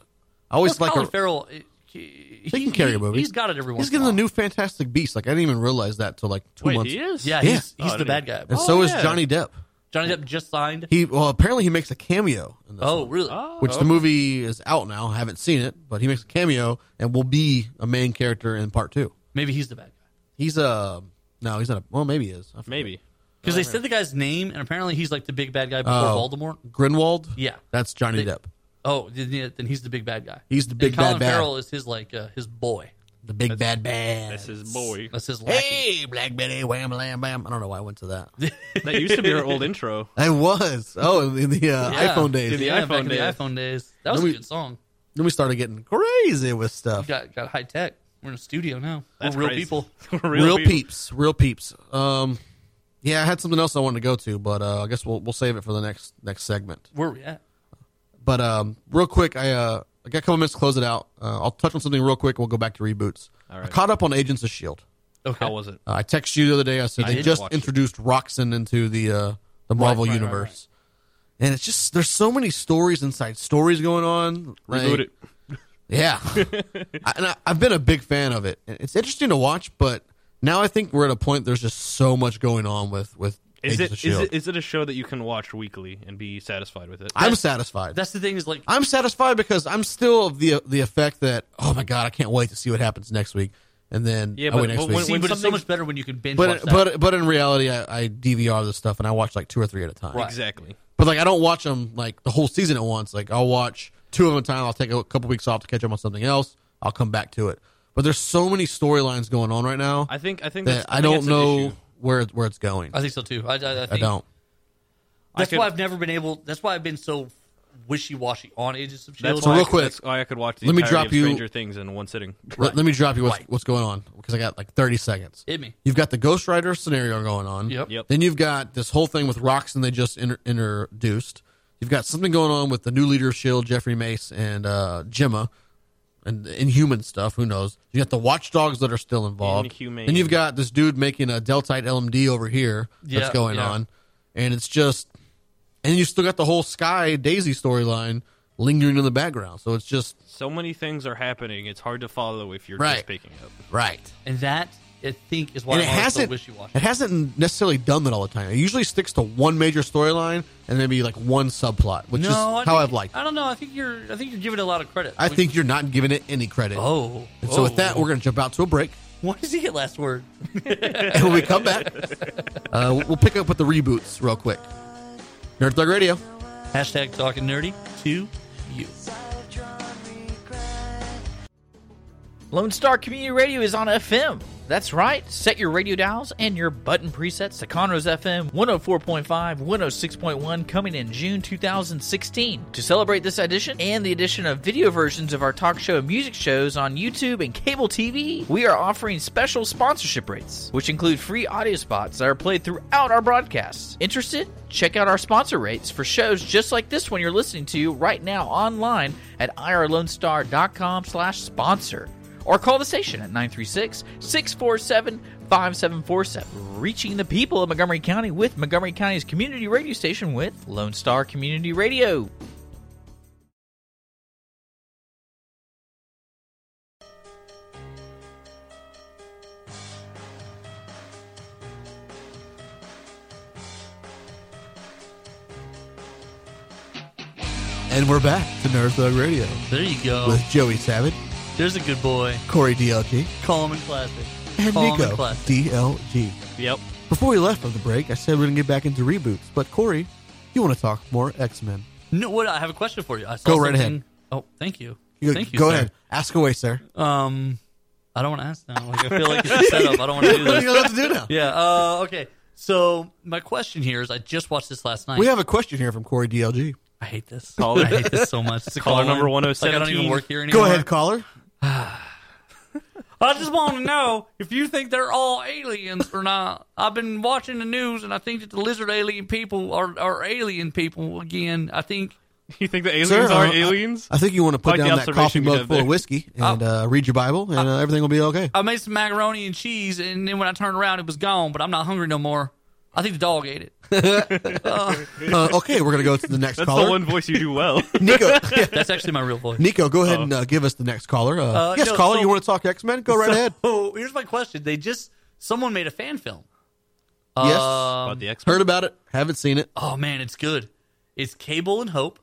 Speaker 1: I always
Speaker 2: Well,
Speaker 1: like
Speaker 2: Colin
Speaker 1: a,
Speaker 2: Farrell. He, he
Speaker 1: can carry a movie.
Speaker 2: He's got it every once.
Speaker 1: he's getting
Speaker 2: in
Speaker 1: the
Speaker 2: a while.
Speaker 1: new Fantastic Beast. Like I didn't even realize that till like two
Speaker 3: Wait,
Speaker 1: months.
Speaker 3: he is.
Speaker 2: Yeah,
Speaker 1: Yeah.
Speaker 2: he's,
Speaker 3: Oh,
Speaker 2: he's
Speaker 3: I
Speaker 2: the
Speaker 3: didn't-
Speaker 2: bad guy.
Speaker 1: And
Speaker 3: Oh,
Speaker 1: so is
Speaker 3: yeah.
Speaker 1: Johnny Depp.
Speaker 2: Johnny Depp just signed.
Speaker 1: He well, apparently he makes a cameo. In this
Speaker 2: Oh,
Speaker 1: one,
Speaker 2: really?
Speaker 3: Oh,
Speaker 1: which the movie is out now. I haven't seen it, but he makes a cameo and will be a main character in part two.
Speaker 2: Maybe he's the bad guy.
Speaker 1: He's a no, he's not. A, well, maybe he is. I forget.
Speaker 3: maybe.
Speaker 2: Because they said the guy's name, and apparently he's like the big bad guy before
Speaker 1: Oh.
Speaker 2: Voldemort.
Speaker 1: Grinwald.
Speaker 2: Yeah.
Speaker 1: that's Johnny
Speaker 2: They-
Speaker 1: Depp.
Speaker 2: Oh, then yeah, then he's the big bad guy.
Speaker 1: He's the big
Speaker 2: and Colin
Speaker 1: bad bad.
Speaker 2: Farrell is his like uh, his boy.
Speaker 1: The big bad man.
Speaker 3: That's his boy.
Speaker 2: That's his lackey.
Speaker 1: Hey, Black Betty, wham, lam, bam. I don't know why I went to that.
Speaker 3: that used to be our old intro.
Speaker 1: I was. Oh, in the uh,
Speaker 2: Yeah.
Speaker 1: iPhone days.
Speaker 3: In the
Speaker 2: yeah,
Speaker 3: iPhone
Speaker 2: back in the
Speaker 3: days.
Speaker 2: iPhone days. That was
Speaker 1: Then
Speaker 2: a
Speaker 1: we-
Speaker 2: good song.
Speaker 1: Then we started getting crazy with stuff.
Speaker 2: Got got high tech. We're in a studio now.
Speaker 3: That's
Speaker 2: We're real
Speaker 3: crazy.
Speaker 2: people.
Speaker 1: real, peeps, real peeps. Um, yeah, I had something else I wanted to go to, but uh, I guess we'll we'll save it for the next next segment.
Speaker 2: Where we at?
Speaker 1: But um, real quick, I uh, I got a couple minutes to close it out. Uh, I'll touch on something real quick. We'll go back to reboots.
Speaker 3: All right.
Speaker 1: I caught up on Agents of Shield.
Speaker 2: Okay.
Speaker 3: How was it?
Speaker 1: Uh, I texted you the other day. I said
Speaker 3: I
Speaker 1: they
Speaker 3: did
Speaker 1: just
Speaker 3: watch it.
Speaker 1: introduced Roxanne into the uh, the Marvel
Speaker 2: right, right, right.
Speaker 1: universe, and it's just there's so many stories inside stories going on. like-
Speaker 3: Reboot it.
Speaker 1: yeah, I, and I, I've been a big fan of it. And It's interesting to watch, but now I think we're at a point. There's just so much going on with with
Speaker 3: Is
Speaker 1: Agents
Speaker 3: it,
Speaker 1: of
Speaker 3: is
Speaker 1: Shield.
Speaker 3: it is it a show that you can watch weekly and be satisfied with it?
Speaker 1: I'm satisfied.
Speaker 2: That's the thing is like
Speaker 1: I'm satisfied because I'm still of the the effect that oh my god, I can't wait to see what happens next week, and then
Speaker 3: Yeah,
Speaker 1: oh,
Speaker 3: but-
Speaker 1: wait, next
Speaker 3: but
Speaker 1: week.
Speaker 3: when-
Speaker 2: see,
Speaker 3: when
Speaker 2: but it's so
Speaker 3: something-
Speaker 2: much better when you can binge watch
Speaker 1: but
Speaker 2: that.
Speaker 1: but but in reality, I, I DVR this stuff and I watch like two or three at a time.
Speaker 2: Right.
Speaker 3: Exactly.
Speaker 1: But like I don't watch them like the whole season at once. Like I'll watch two of them at a time. I'll take a couple weeks off to catch up on something else. I'll come back to it. But there's so many storylines going on right now
Speaker 3: I think I think that's,
Speaker 1: that I
Speaker 3: think
Speaker 1: don't
Speaker 3: that's an
Speaker 1: know
Speaker 3: issue.
Speaker 1: where it- where it's going.
Speaker 2: I think so too. I, I, I, think
Speaker 1: I don't.
Speaker 2: That's
Speaker 3: I could-
Speaker 2: why I've never been able. That's why I've been so wishy washy on Agents of Shield.
Speaker 3: That's
Speaker 1: So
Speaker 3: why
Speaker 1: real
Speaker 3: I,
Speaker 1: quick,
Speaker 3: that's why I could watch the
Speaker 1: let me
Speaker 3: entirety
Speaker 1: drop
Speaker 3: of
Speaker 1: you-
Speaker 3: Stranger Things in one sitting.
Speaker 1: Let, let me drop you what's, what's going on because I got like 30 seconds.
Speaker 2: Hit me.
Speaker 1: You've got the Ghost Rider scenario going on.
Speaker 2: Yep.
Speaker 3: Yep.
Speaker 1: Then you've got this whole thing with Roxanne they just inter- introduced. You've got something going on with the new leader of Shield, E Jeffrey Mace and uh, Gemma, and the Inhuman stuff. Who knows? You got the Watchdogs that are still involved.
Speaker 3: Inhumane.
Speaker 1: Then you've got this dude making a Deltite LMD over here
Speaker 2: Yeah,
Speaker 1: that's going
Speaker 2: yeah.
Speaker 1: on, and it's just, and you still got the whole Sky Daisy storyline lingering in the background. So it's just
Speaker 3: So many things are happening. It's hard to follow if you're
Speaker 1: Right.
Speaker 3: just picking up.
Speaker 1: right.
Speaker 2: and that I think is why
Speaker 1: and it
Speaker 2: I'm always so
Speaker 1: hasn't
Speaker 2: wishy washy.
Speaker 1: it hasn't necessarily done that all the time. It usually sticks to one major storyline and maybe like one subplot, which
Speaker 2: no,
Speaker 1: is
Speaker 2: I
Speaker 1: how
Speaker 2: think-
Speaker 1: I've liked.
Speaker 2: I
Speaker 1: it.
Speaker 2: don't know. I think you're. I think you're giving it a lot of credit.
Speaker 1: I
Speaker 2: We-
Speaker 1: think you're not giving it any credit.
Speaker 2: Oh.
Speaker 1: and so with that, we're going to jump out to a break,
Speaker 2: What does he get last word?
Speaker 1: and when we come back, uh, we'll pick up with the reboots real quick. Nerd Thug Radio.
Speaker 2: Hashtag talking nerdy to you.
Speaker 6: Lone Star Community Radio is on FM. That's right. Set your radio dials and your button presets to Conroe's FM 104.5, 106.1 coming in June 2016. To celebrate this edition and the addition of video versions of our talk show and music shows on YouTube and cable TV, we are offering special sponsorship rates, which include free audio spots that are played throughout our broadcasts. Interested? Check out our sponsor rates for shows just like this one you're listening to right now online at irlonestar.com slash sponsor or call the station at 936 647 5747. Reaching the people of Montgomery County with Montgomery County's community radio station with Lone Star Community Radio.
Speaker 1: And we're back to Nerd Thug Radio
Speaker 2: There you go.
Speaker 1: with Joey Savage,
Speaker 2: There's a good boy.
Speaker 1: Corey DLG,
Speaker 2: Calm and classic.
Speaker 1: and
Speaker 2: Calm
Speaker 1: Nico
Speaker 2: and classic.
Speaker 1: DLG.
Speaker 3: Yep.
Speaker 1: Before we left on the break, I said we're going to get back into reboots, but Corey, you want to talk more X Men?
Speaker 2: No, what? I have a question for you. I saw
Speaker 1: Go right
Speaker 2: something-
Speaker 1: ahead.
Speaker 2: Oh, thank you.
Speaker 1: You
Speaker 2: thank you.
Speaker 1: Go
Speaker 2: sir.
Speaker 1: ahead, ask away, sir.
Speaker 2: Um, I don't want to ask now. Like, I feel like it's a setup. I don't want to
Speaker 1: What
Speaker 2: do
Speaker 1: do
Speaker 2: this.
Speaker 1: you have to do now?
Speaker 2: Yeah. Uh, okay. So my question here is, I just watched this last night.
Speaker 1: We have a question here from Corey DLG.
Speaker 2: I hate this.
Speaker 3: Caller-
Speaker 2: I hate this so much. It's a
Speaker 3: Caller
Speaker 2: call-in.
Speaker 3: number
Speaker 2: Like, I don't even
Speaker 3: 1017.
Speaker 2: work here anymore.
Speaker 1: Go ahead, caller.
Speaker 2: I just want to know if you think they're all aliens or not. I've been watching the news, and I think that the lizard alien people are, are alien people again. I think
Speaker 3: You think the aliens
Speaker 1: Sir,
Speaker 3: are
Speaker 1: uh,
Speaker 3: aliens?
Speaker 1: I think you want to put
Speaker 3: Like the
Speaker 1: down that
Speaker 3: observation
Speaker 1: coffee
Speaker 3: you
Speaker 1: mug
Speaker 3: have
Speaker 1: full of
Speaker 3: there. Oh.
Speaker 1: whiskey and uh, read your Bible, and uh, everything will be okay.
Speaker 2: I made some macaroni and cheese, and then when I turned around, it was gone. But I'm not hungry no more. I think the dog ate it.
Speaker 1: Uh, okay, we're gonna go to the next
Speaker 3: That's
Speaker 1: caller.
Speaker 3: the one voice you do well.
Speaker 1: Nico, yeah,
Speaker 2: That's actually my real voice.
Speaker 1: Nico, go ahead and
Speaker 3: Oh.
Speaker 1: uh, give us the next caller. Uh, yes,
Speaker 2: no,
Speaker 1: caller,
Speaker 2: so-
Speaker 1: you want to talk X Men? Go right ahead.
Speaker 2: So here's my question: They just someone made a fan film
Speaker 1: Yes.
Speaker 3: about the X.
Speaker 1: Heard about it. Haven't seen it.
Speaker 2: uh, Oh man, it's good. It's Cable and Hope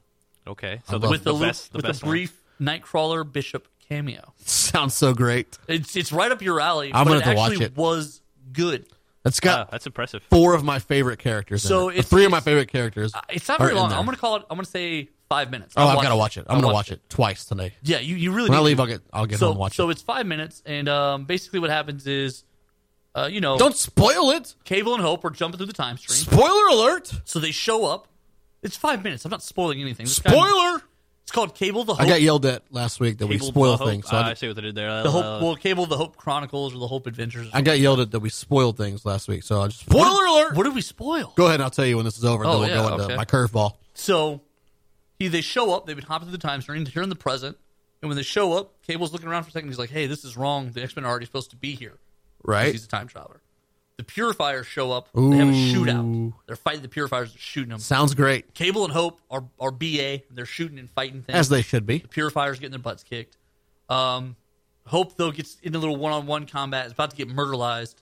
Speaker 3: Okay, so
Speaker 1: I
Speaker 3: the,
Speaker 1: love
Speaker 2: with
Speaker 3: the
Speaker 2: a little-
Speaker 3: best, the
Speaker 2: with
Speaker 3: best
Speaker 2: a brief Nightcrawler Bishop cameo.
Speaker 1: Sounds so great.
Speaker 2: It's it's right up your alley.
Speaker 1: I'm
Speaker 2: but
Speaker 1: gonna
Speaker 2: it
Speaker 1: have to watch
Speaker 2: actually
Speaker 1: it.
Speaker 2: Was good.
Speaker 1: It's
Speaker 3: One.
Speaker 1: got
Speaker 3: Wow, Ah, that's impressive.
Speaker 1: four of my favorite characters.
Speaker 2: Uh. So
Speaker 1: So in it. Or
Speaker 2: it's-
Speaker 1: three of my
Speaker 2: it's-
Speaker 1: favorite characters.
Speaker 2: It's not
Speaker 1: Are
Speaker 2: very
Speaker 1: in
Speaker 2: long.
Speaker 1: there.
Speaker 2: I'm gonna call it. I'm gonna say five minutes.
Speaker 1: oh,
Speaker 2: I'll
Speaker 1: I've got to watch it. I'm
Speaker 2: I'll
Speaker 1: gonna watch it. twice tonight.
Speaker 2: Yeah, you, you really.
Speaker 1: When I
Speaker 2: need
Speaker 1: leave,
Speaker 2: to.
Speaker 1: I'll get I'll get
Speaker 2: so,
Speaker 1: home and watch
Speaker 2: so
Speaker 1: it.
Speaker 2: it's five minutes, and um, basically what happens is, uh, you know,
Speaker 1: Don't spoil it.
Speaker 2: Cable and Hope are jumping through the time stream,
Speaker 1: Spoiler alert.
Speaker 2: so they show up. It's five minutes. I'm not spoiling anything. This guy-
Speaker 1: Spoiler.
Speaker 2: it's called Cable the Hope.
Speaker 1: I got yelled at last week that we
Speaker 3: Cable
Speaker 1: spoil
Speaker 3: Hope.
Speaker 1: things. So
Speaker 3: Ah,
Speaker 1: I,
Speaker 3: I see what they did there.
Speaker 2: the Hope. Well, Cable the Hope Chronicles or the Hope Adventures.
Speaker 1: I got yelled at that we spoiled things last week. So I just spoiler alert.
Speaker 2: What did we spoil?
Speaker 1: Go ahead and I'll tell you when this is over. and then
Speaker 2: Oh,
Speaker 1: we'll
Speaker 2: yeah,
Speaker 1: go into
Speaker 2: okay.
Speaker 1: my curveball.
Speaker 2: So he, they show up. They've been hopping through the time stream. They're in the present. And when they show up, Cable's looking around for a second. He's like, hey, this is wrong. The X Men are already supposed to be here. 'cause
Speaker 1: Right.
Speaker 2: He's a time traveler. The Purifiers show up. They have a shootout. They're fighting the Purifiers. They're shooting them.
Speaker 1: Sounds great.
Speaker 2: Cable and Hope are, are BA. They're shooting and fighting things.
Speaker 1: As they should be.
Speaker 2: the Purifiers getting their butts kicked. Um, Hope, though, gets in a little one on one combat. Is about to get murderized.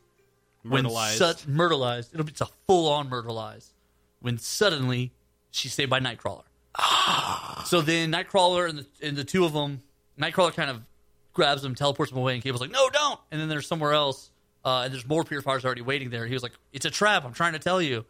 Speaker 2: When
Speaker 3: Myrtleized.
Speaker 2: sud- murderized. It'll be, it's a full on murderized. When suddenly she's saved by Nightcrawler.
Speaker 3: Ah.
Speaker 2: so then Nightcrawler and the, and the two of them, Nightcrawler kind of grabs them, teleports them away, and Cable's like, no, don't. And then they're somewhere else, uh, and there's more Purifiers already waiting there. He was like, it's a trap. I'm trying to tell you.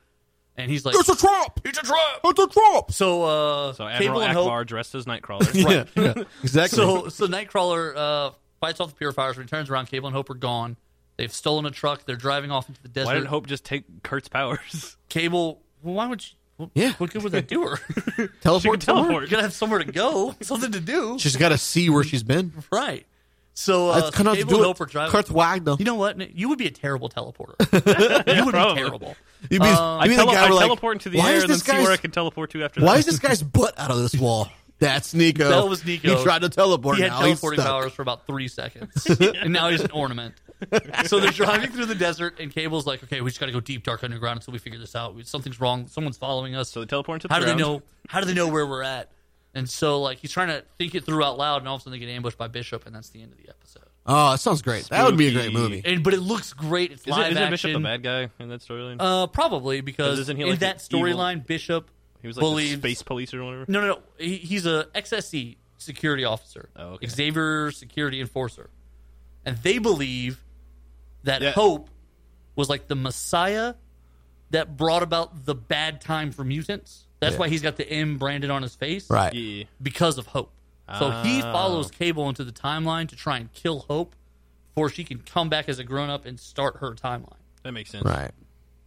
Speaker 2: And he's like,
Speaker 1: It's a trap.
Speaker 2: it's a trap.
Speaker 1: It's a trap.
Speaker 2: So, uh,
Speaker 3: so
Speaker 2: Cable
Speaker 3: Admiral
Speaker 2: and
Speaker 3: Akbar
Speaker 2: Hope.
Speaker 3: dressed as Nightcrawler.
Speaker 1: Yeah, yeah, exactly.
Speaker 2: So, so Nightcrawler uh, fights off the Purifiers, returns around. Cable and Hope are gone. They've stolen a truck. They're driving off into the desert.
Speaker 3: Why didn't Hope just take Kurt's powers?
Speaker 2: Cable. Well, why would you? Well,
Speaker 1: Yeah.
Speaker 2: What good would that do her?
Speaker 1: teleport.
Speaker 3: tell-
Speaker 1: somewhere?
Speaker 3: Teleport.
Speaker 2: You're gonna have somewhere to go, something to do.
Speaker 1: She's got to see where she's been.
Speaker 2: Right. So uh,
Speaker 1: That's kind of
Speaker 2: Cable and
Speaker 1: do it.
Speaker 2: Hope are driving.
Speaker 1: Kurt Wagner.
Speaker 2: you know what? Nick? You would be a terrible teleporter. you would be
Speaker 3: Probably.
Speaker 2: terrible.
Speaker 1: You'd be,
Speaker 2: Uh,
Speaker 3: I,
Speaker 1: you'd be the
Speaker 3: tele-
Speaker 1: guy
Speaker 3: I
Speaker 1: where, like,
Speaker 3: teleport into the
Speaker 1: why
Speaker 3: air
Speaker 1: is
Speaker 3: and then
Speaker 1: this
Speaker 3: see where I
Speaker 1: guy's-
Speaker 3: can teleport to after
Speaker 1: Why
Speaker 3: that.
Speaker 1: is this guy's butt out of this wall? That's Nico.
Speaker 2: That was Nico.
Speaker 1: He tried to teleport.
Speaker 2: He had
Speaker 1: now. He's
Speaker 2: teleporting
Speaker 1: stuck.
Speaker 2: powers for about three seconds, and now he's an ornament. So they're driving through the desert, and Cable's like, "Okay, we just got to go deep, dark underground until we figure this out. Something's wrong. Someone's following us.
Speaker 3: So they teleport into the
Speaker 2: how do they
Speaker 3: ground.
Speaker 2: know? How do they know where we're at?" And so, like, he's trying to think it through out loud, and all of a sudden they get ambushed by Bishop, and that's the end of the episode.
Speaker 1: Oh, that sounds great. That would be a great
Speaker 3: Spooky.
Speaker 1: movie.
Speaker 2: And but it looks great. It's
Speaker 3: Is
Speaker 2: live
Speaker 3: it, isn't Bishop
Speaker 2: action.
Speaker 3: the bad guy in that storyline?
Speaker 2: Uh, probably because
Speaker 3: Isn't he,
Speaker 2: in
Speaker 3: like,
Speaker 2: that
Speaker 3: the evil-
Speaker 2: storyline, Bishop
Speaker 3: he was like
Speaker 2: believes-
Speaker 3: the space police or whatever.
Speaker 2: No, no, no. He, he's a XSE security officer.
Speaker 3: Oh, okay.
Speaker 2: Xavier security enforcer, and they believe that
Speaker 3: Yeah.
Speaker 2: Hope was like the Messiah that brought about the bad time for mutants. That's why he's got the M branded on his face,
Speaker 1: Right.
Speaker 3: Yeah.
Speaker 2: Because of Hope. So he
Speaker 3: Ah.
Speaker 2: follows Cable into the timeline to try and kill Hope before she can come back as a grown up and start her timeline
Speaker 3: That makes sense.
Speaker 1: Right.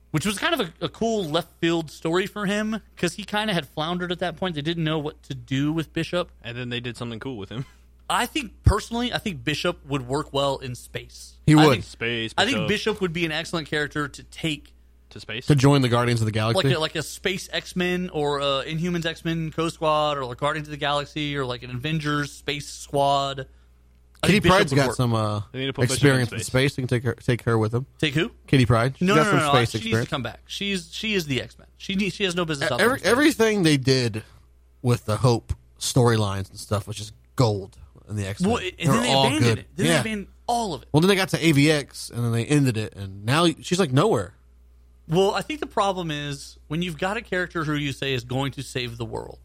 Speaker 2: which was kind of a, a cool left field story for him because he kind of had floundered at that point. They didn't know what to do with Bishop.
Speaker 3: And then they did something cool with him.
Speaker 2: I think personally, I think Bishop would work well in space.
Speaker 1: He
Speaker 2: I
Speaker 1: would.
Speaker 2: think,
Speaker 3: Space.
Speaker 2: I think Bishop would be an excellent character to take,
Speaker 3: to space.
Speaker 1: To join the Guardians of the Galaxy.
Speaker 2: like a, like a space X Men or a Inhumans X Men Co Squad or like Guardians of the Galaxy or like an Avengers Space Squad. I
Speaker 1: Kitty
Speaker 2: think Bishop
Speaker 1: Pride's
Speaker 2: would
Speaker 1: got
Speaker 2: work.
Speaker 1: some uh,
Speaker 3: They need to put Bishop
Speaker 1: experience
Speaker 3: in
Speaker 1: in
Speaker 3: space.
Speaker 1: space. They can take her, take her with him.
Speaker 2: Take who?
Speaker 1: Kitty Pride. She's
Speaker 2: No,
Speaker 1: got
Speaker 2: no, no,
Speaker 1: some
Speaker 2: no.
Speaker 1: space
Speaker 2: she needs
Speaker 1: experience.
Speaker 2: to come back. She's she is the X Men. She needs, she has no business. out
Speaker 1: E-,
Speaker 2: there
Speaker 1: Every,
Speaker 2: in space.
Speaker 1: everything they did with the Hope storylines and stuff was just gold in the X Men.
Speaker 2: well, and then they
Speaker 1: all
Speaker 2: abandoned
Speaker 1: good.
Speaker 2: it. Then
Speaker 1: yeah.
Speaker 2: they abandoned all of it.
Speaker 1: well, then they got to AVX and then they ended it, and now she's like nowhere.
Speaker 2: Well, I think the problem is when you've got a character who you say is going to save the world,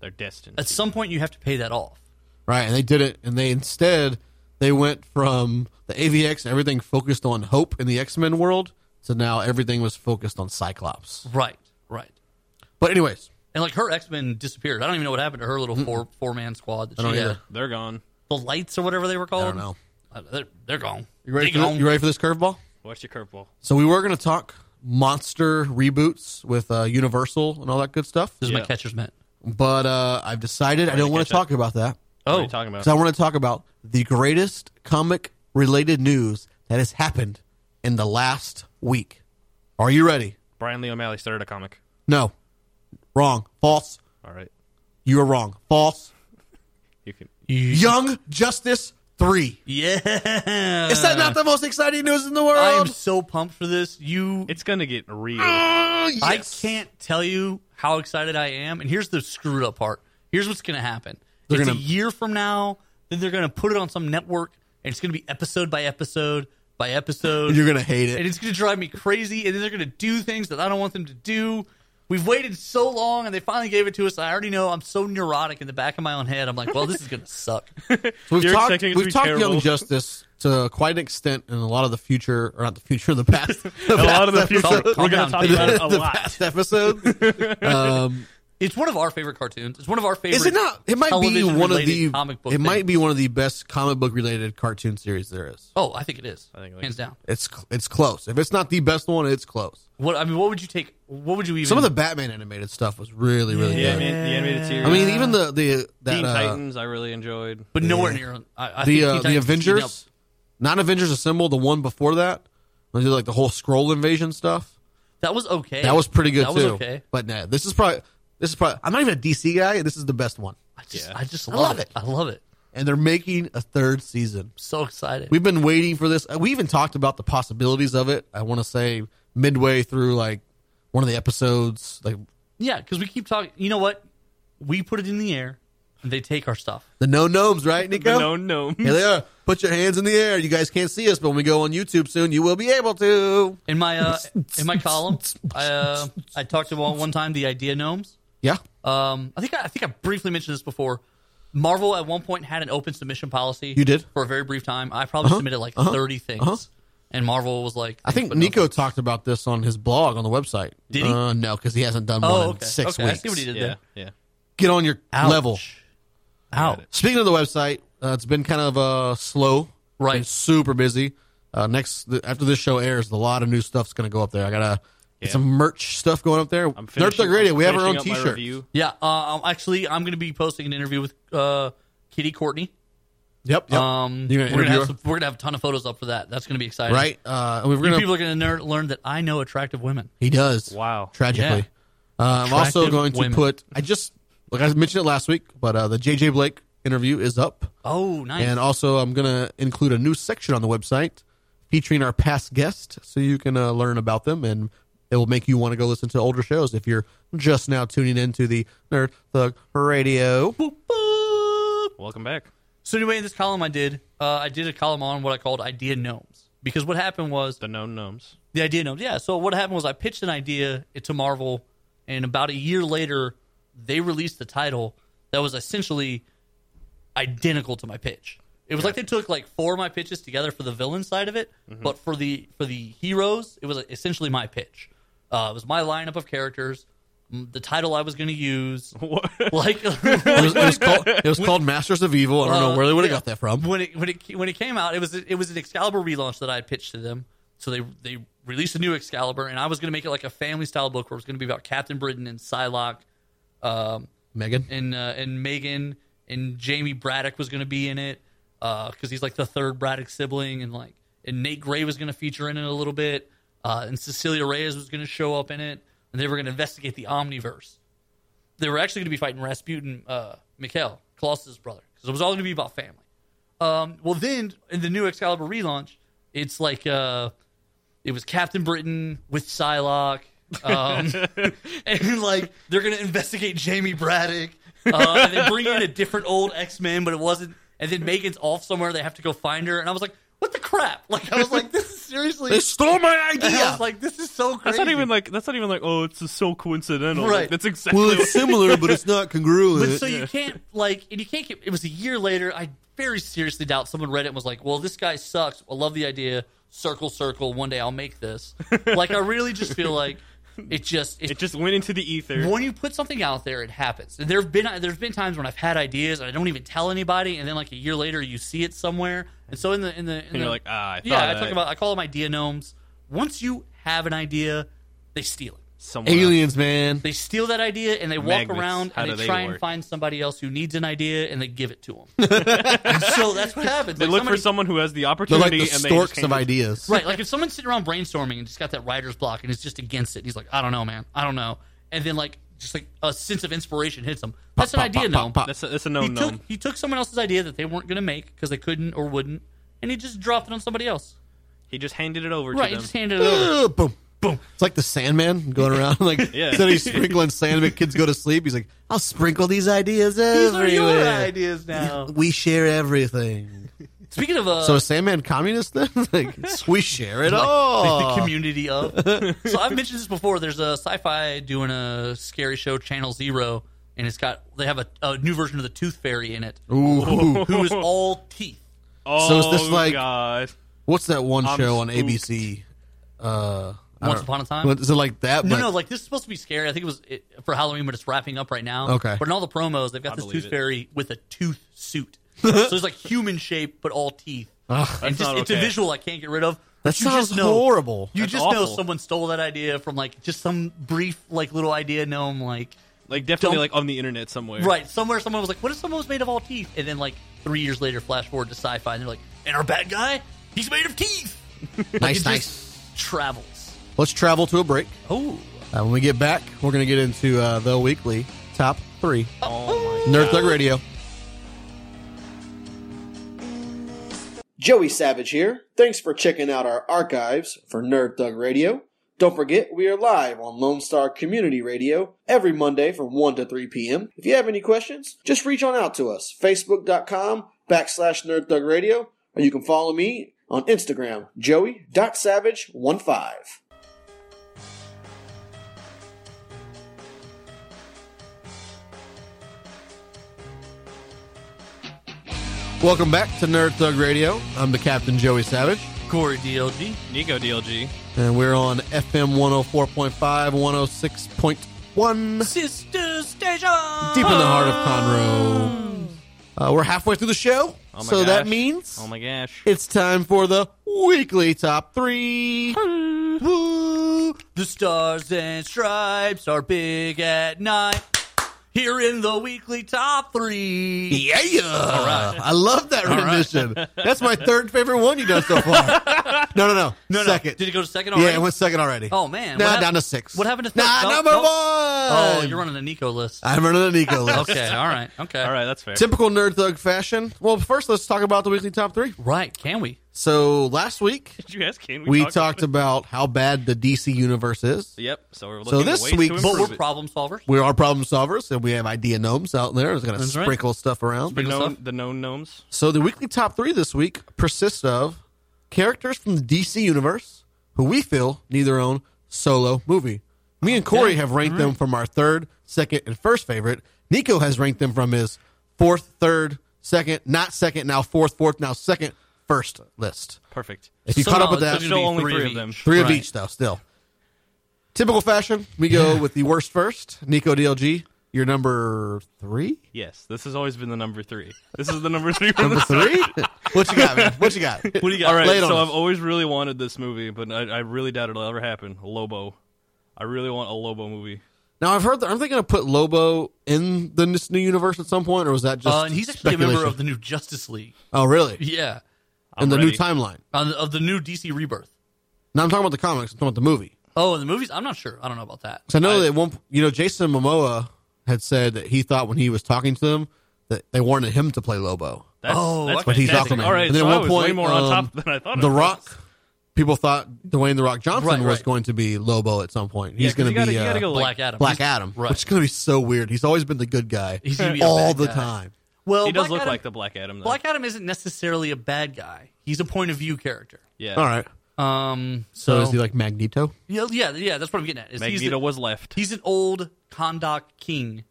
Speaker 3: They're destined.
Speaker 2: at some point you have to pay that off.
Speaker 1: Right, and they did it, and they instead they went from the AVX and everything focused on Hope in the X Men world to now everything was focused on Cyclops.
Speaker 2: Right, right.
Speaker 1: But anyways,
Speaker 2: And like her X Men disappeared. I don't even know what happened to her little four four man squad that
Speaker 1: I don't
Speaker 2: she had.
Speaker 1: either.
Speaker 3: They're gone.
Speaker 2: The lights or whatever they were
Speaker 1: I
Speaker 2: called.
Speaker 1: don't know.
Speaker 2: Uh, They're, they're gone.
Speaker 1: You ready?
Speaker 2: They
Speaker 1: For
Speaker 2: gone.
Speaker 1: this, you ready for this curveball?
Speaker 3: Watch your curveball.
Speaker 1: So we were going to talk monster reboots with uh, Universal and all that good stuff,
Speaker 2: This is my
Speaker 3: Yeah.
Speaker 2: catcher's mitt.
Speaker 1: but uh, I've decided I don't want to
Speaker 3: catch up.
Speaker 1: talk about that
Speaker 3: What are you talking about?
Speaker 1: because I want to talk about the greatest comic related news that has happened in the last week. Are you ready?
Speaker 3: Brian Lee O'Malley started a comic.
Speaker 1: No, wrong, false.
Speaker 3: All right.
Speaker 1: You are wrong. False.
Speaker 3: You can.
Speaker 1: Young Justice 3.
Speaker 2: Yeah.
Speaker 1: Is that not the most exciting news in the world?
Speaker 2: I am so pumped for this. You
Speaker 3: It's gonna get real.
Speaker 1: Oh,
Speaker 2: I can't tell you how excited I am. And here's the screwed up part. Here's what's going to happen.
Speaker 1: They're
Speaker 2: it's
Speaker 1: gonna-
Speaker 2: a year from now. Then they're going to put it on some network, and it's going to be episode by episode. by episode.
Speaker 1: You're gonna hate it.
Speaker 2: and it's going to drive me crazy. And then they're going to do things that I don't want them to do. We've waited so long, and they finally gave it to us. I already know I'm so neurotic in the back of my own head. I'm like, well, this is going to suck.
Speaker 1: We've
Speaker 3: You're
Speaker 1: talked,
Speaker 3: expecting it to
Speaker 1: we've
Speaker 3: be
Speaker 1: talked
Speaker 3: terrible.
Speaker 1: Young Justice to quite an extent in a lot of the future, or not the future, the past. the
Speaker 3: A lot of the
Speaker 1: past
Speaker 3: future,
Speaker 1: episode-
Speaker 3: we're going to
Speaker 2: down,
Speaker 3: talk
Speaker 2: dude.
Speaker 3: about it a
Speaker 1: the
Speaker 3: lot.
Speaker 1: past episode. Um,
Speaker 2: It's one of our favorite cartoons. It's one of our favorite.
Speaker 1: is it not? It might be
Speaker 2: television-related
Speaker 1: one of the.
Speaker 2: comic book.
Speaker 1: It might
Speaker 2: things.
Speaker 1: be one of the best comic book related cartoon series there is.
Speaker 2: Oh, I think it is. I
Speaker 3: think
Speaker 2: think
Speaker 3: it is.
Speaker 2: hands down.
Speaker 1: It's cl- it's close. If it's not the best one, it's close.
Speaker 2: What I mean, what would you take? What would you even?
Speaker 1: Some of the Batman animated stuff was really really
Speaker 3: The,
Speaker 1: good.
Speaker 3: anima- the animated series.
Speaker 1: I mean, even the the that
Speaker 3: Teen
Speaker 1: uh,
Speaker 3: Titans, I really enjoyed.
Speaker 2: but nowhere near. I,
Speaker 1: the uh,
Speaker 2: I think Teen
Speaker 1: the
Speaker 2: Titans is eating up.
Speaker 1: Avengers, not Avengers Assemble, the one before that. When they did like the whole scroll invasion stuff.
Speaker 2: That was okay.
Speaker 1: That was pretty good
Speaker 2: That
Speaker 1: too.
Speaker 2: was okay.
Speaker 1: But nah, this is probably this is probably I'm not even a DC guy. This is the best one.
Speaker 2: I just,
Speaker 3: Yeah.
Speaker 2: I just
Speaker 1: I
Speaker 2: love,
Speaker 1: love it.
Speaker 2: it. I love it.
Speaker 1: And they're making a third season.
Speaker 2: So excited.
Speaker 1: We've been waiting for this. We even talked about the possibilities of it. I want to say midway through like one of the episodes, like
Speaker 2: yeah, because we keep talking. You know what? We put it in the air, and they take our stuff.
Speaker 1: the no gnomes, right, Nico?
Speaker 3: No, no.
Speaker 1: Here they are. Put your hands in the air. You guys can't see us, but when we go on YouTube soon, you will be able to.
Speaker 2: In my uh, in my column, I uh, I talked about one time the idea gnomes.
Speaker 1: Yeah.
Speaker 2: Um, I think I, I think I briefly mentioned this before. Marvel at one point had an open submission policy.
Speaker 1: You did? Uh-huh.
Speaker 2: for a very brief time. I probably submitted like thirty things, and Marvel was like,
Speaker 1: I think Nico talked about this on his blog on the website.
Speaker 2: Did he?
Speaker 1: Uh, no, because he hasn't done one
Speaker 2: "Oh,
Speaker 1: in
Speaker 2: okay,
Speaker 1: six
Speaker 2: okay,
Speaker 1: weeks.
Speaker 2: I see what he did
Speaker 3: Yeah,
Speaker 2: there."
Speaker 3: yeah.
Speaker 1: Get on your
Speaker 2: Ouch.
Speaker 1: level.
Speaker 2: Ouch.
Speaker 1: Speaking of the website, uh, it's been kind of uh, slow.
Speaker 2: Right.
Speaker 1: Been super busy. Uh, next th- after this show airs, a lot of new stuff's going to go up there. I gotta get
Speaker 3: Yeah.
Speaker 1: some merch stuff going up there.
Speaker 3: I'm
Speaker 1: Nerd Thug
Speaker 3: finishing-
Speaker 1: Radio. We have our
Speaker 3: finishing
Speaker 1: own
Speaker 3: up my
Speaker 1: T-shirt.
Speaker 3: review.
Speaker 2: Yeah, uh, um, actually, I'm going to be posting an interview with uh, Kitty Courtney.
Speaker 1: Yep. yep.
Speaker 2: Um,
Speaker 1: You're
Speaker 2: we're
Speaker 1: gonna
Speaker 2: gonna
Speaker 1: interview
Speaker 2: have
Speaker 1: her,
Speaker 2: some, we're gonna have a ton of photos up for that. That's gonna be exciting,
Speaker 1: right? Uh, and we're
Speaker 2: You
Speaker 1: gonna.
Speaker 2: people are gonna ner- learn that I know attractive women.
Speaker 1: he does.
Speaker 3: Wow.
Speaker 1: Tragically, uh, I'm also
Speaker 2: Attractive
Speaker 1: going to
Speaker 2: women.
Speaker 1: put. I just like I mentioned it last week, but uh, the JJ Blake interview is up.
Speaker 2: Oh, nice.
Speaker 1: And also, I'm going to include a new section on the website featuring our past guests so you can uh, learn about them and it will make you want to go listen to older shows if you're just now tuning into the Nerd Thug Radio.
Speaker 3: Welcome back.
Speaker 2: so anyway, in this column I did, uh, I did a column on what I called idea gnomes because what happened was
Speaker 3: The known gnomes.
Speaker 2: The idea knows, yeah. So what happened was I pitched an idea to Marvel, and about a year later, they released the title that was essentially identical to my pitch. It was like they took like four of my pitches together for the villain side of it, but for the for the heroes, it was essentially my pitch. Uh, it was my lineup of characters, m- the title I was going to use,
Speaker 3: What?
Speaker 2: like
Speaker 1: It was, it was called, it was called Masters of Evil. I don't know
Speaker 2: uh,
Speaker 1: where they would have
Speaker 2: yeah.
Speaker 1: got that from.
Speaker 2: When it when it when it came out, it was it was an Excalibur relaunch that I had pitched to them. So they they released a new Excalibur, and I was going to make it like a family style book where it was going to be about Captain Britain and Psylocke, um,
Speaker 1: Megan.
Speaker 2: and uh, and Megan and Jamie Braddock was going to be in it because he's like the third Braddock sibling, and like and Nate Gray was going to feature in it a little bit, uh, and Cecilia Reyes was going to show up in it, and they were going to investigate the Omniverse. They were actually going to be fighting Rasputin, uh, Mikhail Colossus' brother, because it was all going to be about family. Um, well, then in the new Excalibur relaunch, it's like uh, it was Captain Britain with Psylocke. Um, and like they're gonna investigate Jamie Braddock, uh, and they bring in a different old X Men, but it wasn't. And then Megan's off somewhere; they have to go find her. And I was like, "What the crap?" Like I was like, "This is seriously."
Speaker 1: They stole my
Speaker 2: and I
Speaker 1: idea.
Speaker 2: was like, "This is so crazy."
Speaker 3: That's not even like. That's not even like. Oh, it's just so coincidental. Like,
Speaker 2: Right.
Speaker 3: that's exactly.
Speaker 1: well, it's similar, but it's not congruent.
Speaker 2: But so you can't like, and you can't. Get, it was a year later. I very seriously doubt someone read it and was like, "Well, this guy sucks. I love the idea. Circle, circle. One day I'll make this." like I really just feel like it just it,
Speaker 3: It just went into the ether.
Speaker 2: when you put something out there, it happens. And there've been there's been times when I've had ideas and I don't even tell anybody, and then like a year later you see it somewhere. And so in the in the, in
Speaker 3: And you're
Speaker 2: the-
Speaker 3: like, ah, I
Speaker 2: yeah,
Speaker 3: thought
Speaker 2: I
Speaker 3: of
Speaker 2: talk
Speaker 3: that.
Speaker 2: about I call them idea gnomes. Once you have an idea, they steal it.
Speaker 3: Someone else.
Speaker 1: Aliens, man.
Speaker 2: They steal that idea and they walk
Speaker 3: Magnets.
Speaker 2: around
Speaker 3: How
Speaker 2: and
Speaker 3: do
Speaker 2: they
Speaker 3: they
Speaker 2: try and
Speaker 3: work?
Speaker 2: find somebody else who needs an idea and they give it to them. so that's what happens.
Speaker 3: They
Speaker 2: Like,
Speaker 3: look
Speaker 2: somebody-
Speaker 3: for someone who has the
Speaker 1: They're like
Speaker 3: opportunity,
Speaker 1: the
Speaker 3: and they just
Speaker 1: storks
Speaker 3: came
Speaker 1: of
Speaker 3: to-
Speaker 1: ideas.
Speaker 2: Right. Like if someone's sitting around brainstorming and just got that writer's block and is just against it, and he's like, I don't know, man. I don't know. And then like just like a sense of inspiration hits him. That's an
Speaker 1: pop,
Speaker 2: idea
Speaker 1: pop,
Speaker 2: gnome.
Speaker 1: pop,
Speaker 3: That's a, that's a
Speaker 2: He
Speaker 3: known
Speaker 2: took
Speaker 3: gnome.
Speaker 2: he took someone else's idea that they weren't going to make because they couldn't or wouldn't, and he just dropped it on somebody else.
Speaker 3: He just handed it over
Speaker 2: Right.
Speaker 3: to
Speaker 2: He
Speaker 3: them.
Speaker 2: just handed it over.
Speaker 1: Uh, boom, boom. It's like the Sandman going around. Like
Speaker 3: Yeah.
Speaker 1: instead of sprinkling sand, make kids go to sleep. He's like, I'll sprinkle these ideas
Speaker 2: These are
Speaker 1: everywhere.
Speaker 2: your ideas now.
Speaker 1: We share everything.
Speaker 2: Speaking of uh,
Speaker 1: So is Sandman communist then? like, we share it
Speaker 2: like,
Speaker 1: all.
Speaker 2: the community of. so I've mentioned this before. There's a sci-fi doing a scary show, Channel Zero, and it's got they have a, a new version of the Tooth Fairy in it,
Speaker 1: Ooh.
Speaker 2: who is all teeth.
Speaker 3: Oh,
Speaker 1: So is this like-
Speaker 3: God.
Speaker 1: What's that one
Speaker 3: I'm
Speaker 1: show on
Speaker 3: spooked.
Speaker 1: ABC? Uh, I
Speaker 2: Once
Speaker 1: don't-
Speaker 2: upon a time.
Speaker 1: What- Is it like that?
Speaker 2: No,
Speaker 1: but-
Speaker 2: no, like this is supposed to be scary. I think it was it, for Halloween, but it's wrapping up right now.
Speaker 1: Okay.
Speaker 2: But in all the promos, they've got
Speaker 3: I
Speaker 2: this
Speaker 3: believe
Speaker 2: tooth
Speaker 3: it.
Speaker 2: fairy with a tooth suit. so it's like human shape, but all teeth. and
Speaker 3: That's
Speaker 2: just,
Speaker 3: not
Speaker 2: it's a
Speaker 3: okay.
Speaker 2: visual I can't get rid of.
Speaker 1: that
Speaker 2: But you just
Speaker 1: sounds
Speaker 2: know-
Speaker 1: horrible.
Speaker 2: You
Speaker 3: That's
Speaker 2: just know
Speaker 3: awful.
Speaker 2: someone stole that idea from like just some brief like little idea gnome like
Speaker 3: Like definitely
Speaker 2: Don't-
Speaker 3: like on the internet somewhere.
Speaker 2: right somewhere someone was like what if someone was made of all teeth and then like three years later flash forward to sci-fi and they're like and our bad guy he's made of teeth
Speaker 1: nice,
Speaker 2: It
Speaker 1: nice.
Speaker 2: just travels
Speaker 1: Let's travel to a break.
Speaker 2: oh
Speaker 1: Uh, when we get back, we're going to get into uh, the weekly top three.
Speaker 3: Oh my
Speaker 1: Nerd Thug Radio.
Speaker 7: Joey Savage here. Thanks for checking out our archives for Nerd Thug Radio. Don't forget, we are live on Lone Star Community Radio every Monday from 1 to 3 p.m. If you have any questions, just reach on out to us, facebook.com backslash Nerd Thug Radio, or you can follow me on Instagram, joey.savage15.
Speaker 1: Welcome back to Nerd Thug Radio. I'm the Captain Joey Savage,
Speaker 2: Corey DLG
Speaker 3: Nico DLG.
Speaker 1: and we're on FM 104.5, 106.1.
Speaker 2: sister station
Speaker 1: Deep in the heart of Conroe. Uh, we're halfway through the show,
Speaker 3: Oh my
Speaker 1: so that
Speaker 3: gosh.
Speaker 1: means
Speaker 3: Oh my gosh.
Speaker 1: it's time for the weekly top three.
Speaker 2: the stars and stripes are big at night here in the weekly top three
Speaker 1: Yeah, I love that rendition. That's my third favorite one you've done so far. no, no, no,
Speaker 2: no, no.
Speaker 1: second.
Speaker 2: did it go to second
Speaker 1: yeah,
Speaker 2: already
Speaker 1: it went second already.
Speaker 2: oh man
Speaker 1: nah,
Speaker 2: What hap-
Speaker 1: down to six.
Speaker 2: what happened to third?
Speaker 1: nah,
Speaker 2: Don't-
Speaker 1: number
Speaker 2: don't-
Speaker 1: one?
Speaker 2: oh you're running a Nico list
Speaker 1: I'm running an ego list.
Speaker 2: okay all right okay
Speaker 3: All right, that's fair.
Speaker 1: Typical nerd thug fashion. Well, first let's talk about the weekly top three.
Speaker 2: Right, can we?
Speaker 1: So last week
Speaker 3: Did you ask? Can we?
Speaker 1: we
Speaker 3: talk
Speaker 1: talked
Speaker 3: About
Speaker 1: about how bad the DC universe is.
Speaker 3: it? Yep. So we're looking
Speaker 1: So
Speaker 3: at
Speaker 1: this
Speaker 3: ways to
Speaker 1: week-
Speaker 3: improve
Speaker 1: But
Speaker 2: But we're
Speaker 3: it.
Speaker 2: problem solvers.
Speaker 1: We are problem solvers, and we have idea gnomes out there. It's going to
Speaker 2: That's right.
Speaker 1: sprinkle stuff around.
Speaker 3: the known,
Speaker 2: stuff.
Speaker 3: the known gnomes.
Speaker 1: So the weekly top three this week consists of characters from the DC universe who we feel need their own solo movie. Me and Corey have ranked them from our third, second, and first favorite. Nico has ranked them from his fourth, third, second, not second, now fourth, fourth, now second, first list.
Speaker 3: Perfect.
Speaker 1: If you
Speaker 2: So
Speaker 1: caught
Speaker 2: no,
Speaker 1: up with
Speaker 2: it's
Speaker 1: that,
Speaker 2: just
Speaker 3: Still
Speaker 2: be
Speaker 3: only
Speaker 2: three
Speaker 3: three,
Speaker 2: of
Speaker 3: of them.
Speaker 2: each.
Speaker 1: Three of
Speaker 2: Right.
Speaker 1: each, though, still. Typical fashion, we go with the worst first. Nico DLG, your number three?
Speaker 3: Yes, this has always been the number three. This is the number three. from
Speaker 1: Number
Speaker 3: the start.
Speaker 1: three? what you got, man? What you got?
Speaker 3: What do you got? All right,
Speaker 1: Lay it on
Speaker 3: so
Speaker 1: us.
Speaker 3: I've always really wanted this movie, but I, I really doubt it'll ever happen. Lobo. I really want a Lobo movie.
Speaker 1: Now, I've heard that. Aren't they going to put Lobo in the this new universe at some point, or was that just.
Speaker 2: Uh, and he's actually a member
Speaker 1: speculation?
Speaker 2: of the new Justice League.
Speaker 1: Oh, really?
Speaker 2: Yeah,
Speaker 1: In the new
Speaker 3: ready.
Speaker 1: timeline.
Speaker 2: On the, of the new DC Rebirth.
Speaker 1: Now, I'm talking about the comics, I'm talking about the movie.
Speaker 2: Oh, in the movies, I'm not sure. I don't know about that.
Speaker 1: 'Cause I know that one, you know, Jason Momoa had said that he thought when he was talking to them that they wanted him to play Lobo.
Speaker 3: That's,
Speaker 2: Oh,
Speaker 3: that's
Speaker 2: but
Speaker 1: he's
Speaker 3: fantastic.
Speaker 1: Aquaman.
Speaker 3: All right,
Speaker 1: And then
Speaker 3: so
Speaker 1: at
Speaker 3: I
Speaker 1: one
Speaker 3: was way
Speaker 1: point,
Speaker 3: more on
Speaker 1: um,
Speaker 3: top than I thought.
Speaker 1: The
Speaker 3: I was.
Speaker 1: Rock. People thought Dwayne the Rock Johnson
Speaker 2: Right,
Speaker 1: was
Speaker 2: right.
Speaker 1: going to be Lobo at some point.
Speaker 3: Yeah,
Speaker 1: He's
Speaker 3: 'cause
Speaker 1: going
Speaker 3: you
Speaker 1: to
Speaker 3: gotta-
Speaker 1: be
Speaker 3: you gotta
Speaker 1: uh,
Speaker 3: go, like,
Speaker 2: Black Adam.
Speaker 1: Black
Speaker 2: He's-
Speaker 1: Adam,
Speaker 2: Right.
Speaker 1: which is going to be so weird. He's always been the good guy
Speaker 2: He's gonna be a
Speaker 1: all
Speaker 2: bad
Speaker 1: the
Speaker 2: guy.
Speaker 1: time.
Speaker 2: Well,
Speaker 3: He does
Speaker 2: Black
Speaker 3: look
Speaker 2: Adam-
Speaker 3: like uh, the Black Adam. Though.
Speaker 2: Black Adam isn't necessarily a bad guy. He's a point of view character.
Speaker 3: Yeah.
Speaker 1: All right.
Speaker 2: Um.
Speaker 1: So
Speaker 2: So,
Speaker 1: is he like Magneto?
Speaker 2: yeah, yeah, yeah. That's what I'm getting at. is he's
Speaker 3: Magneto
Speaker 2: the-
Speaker 3: was left.
Speaker 2: He's an old Kondak king,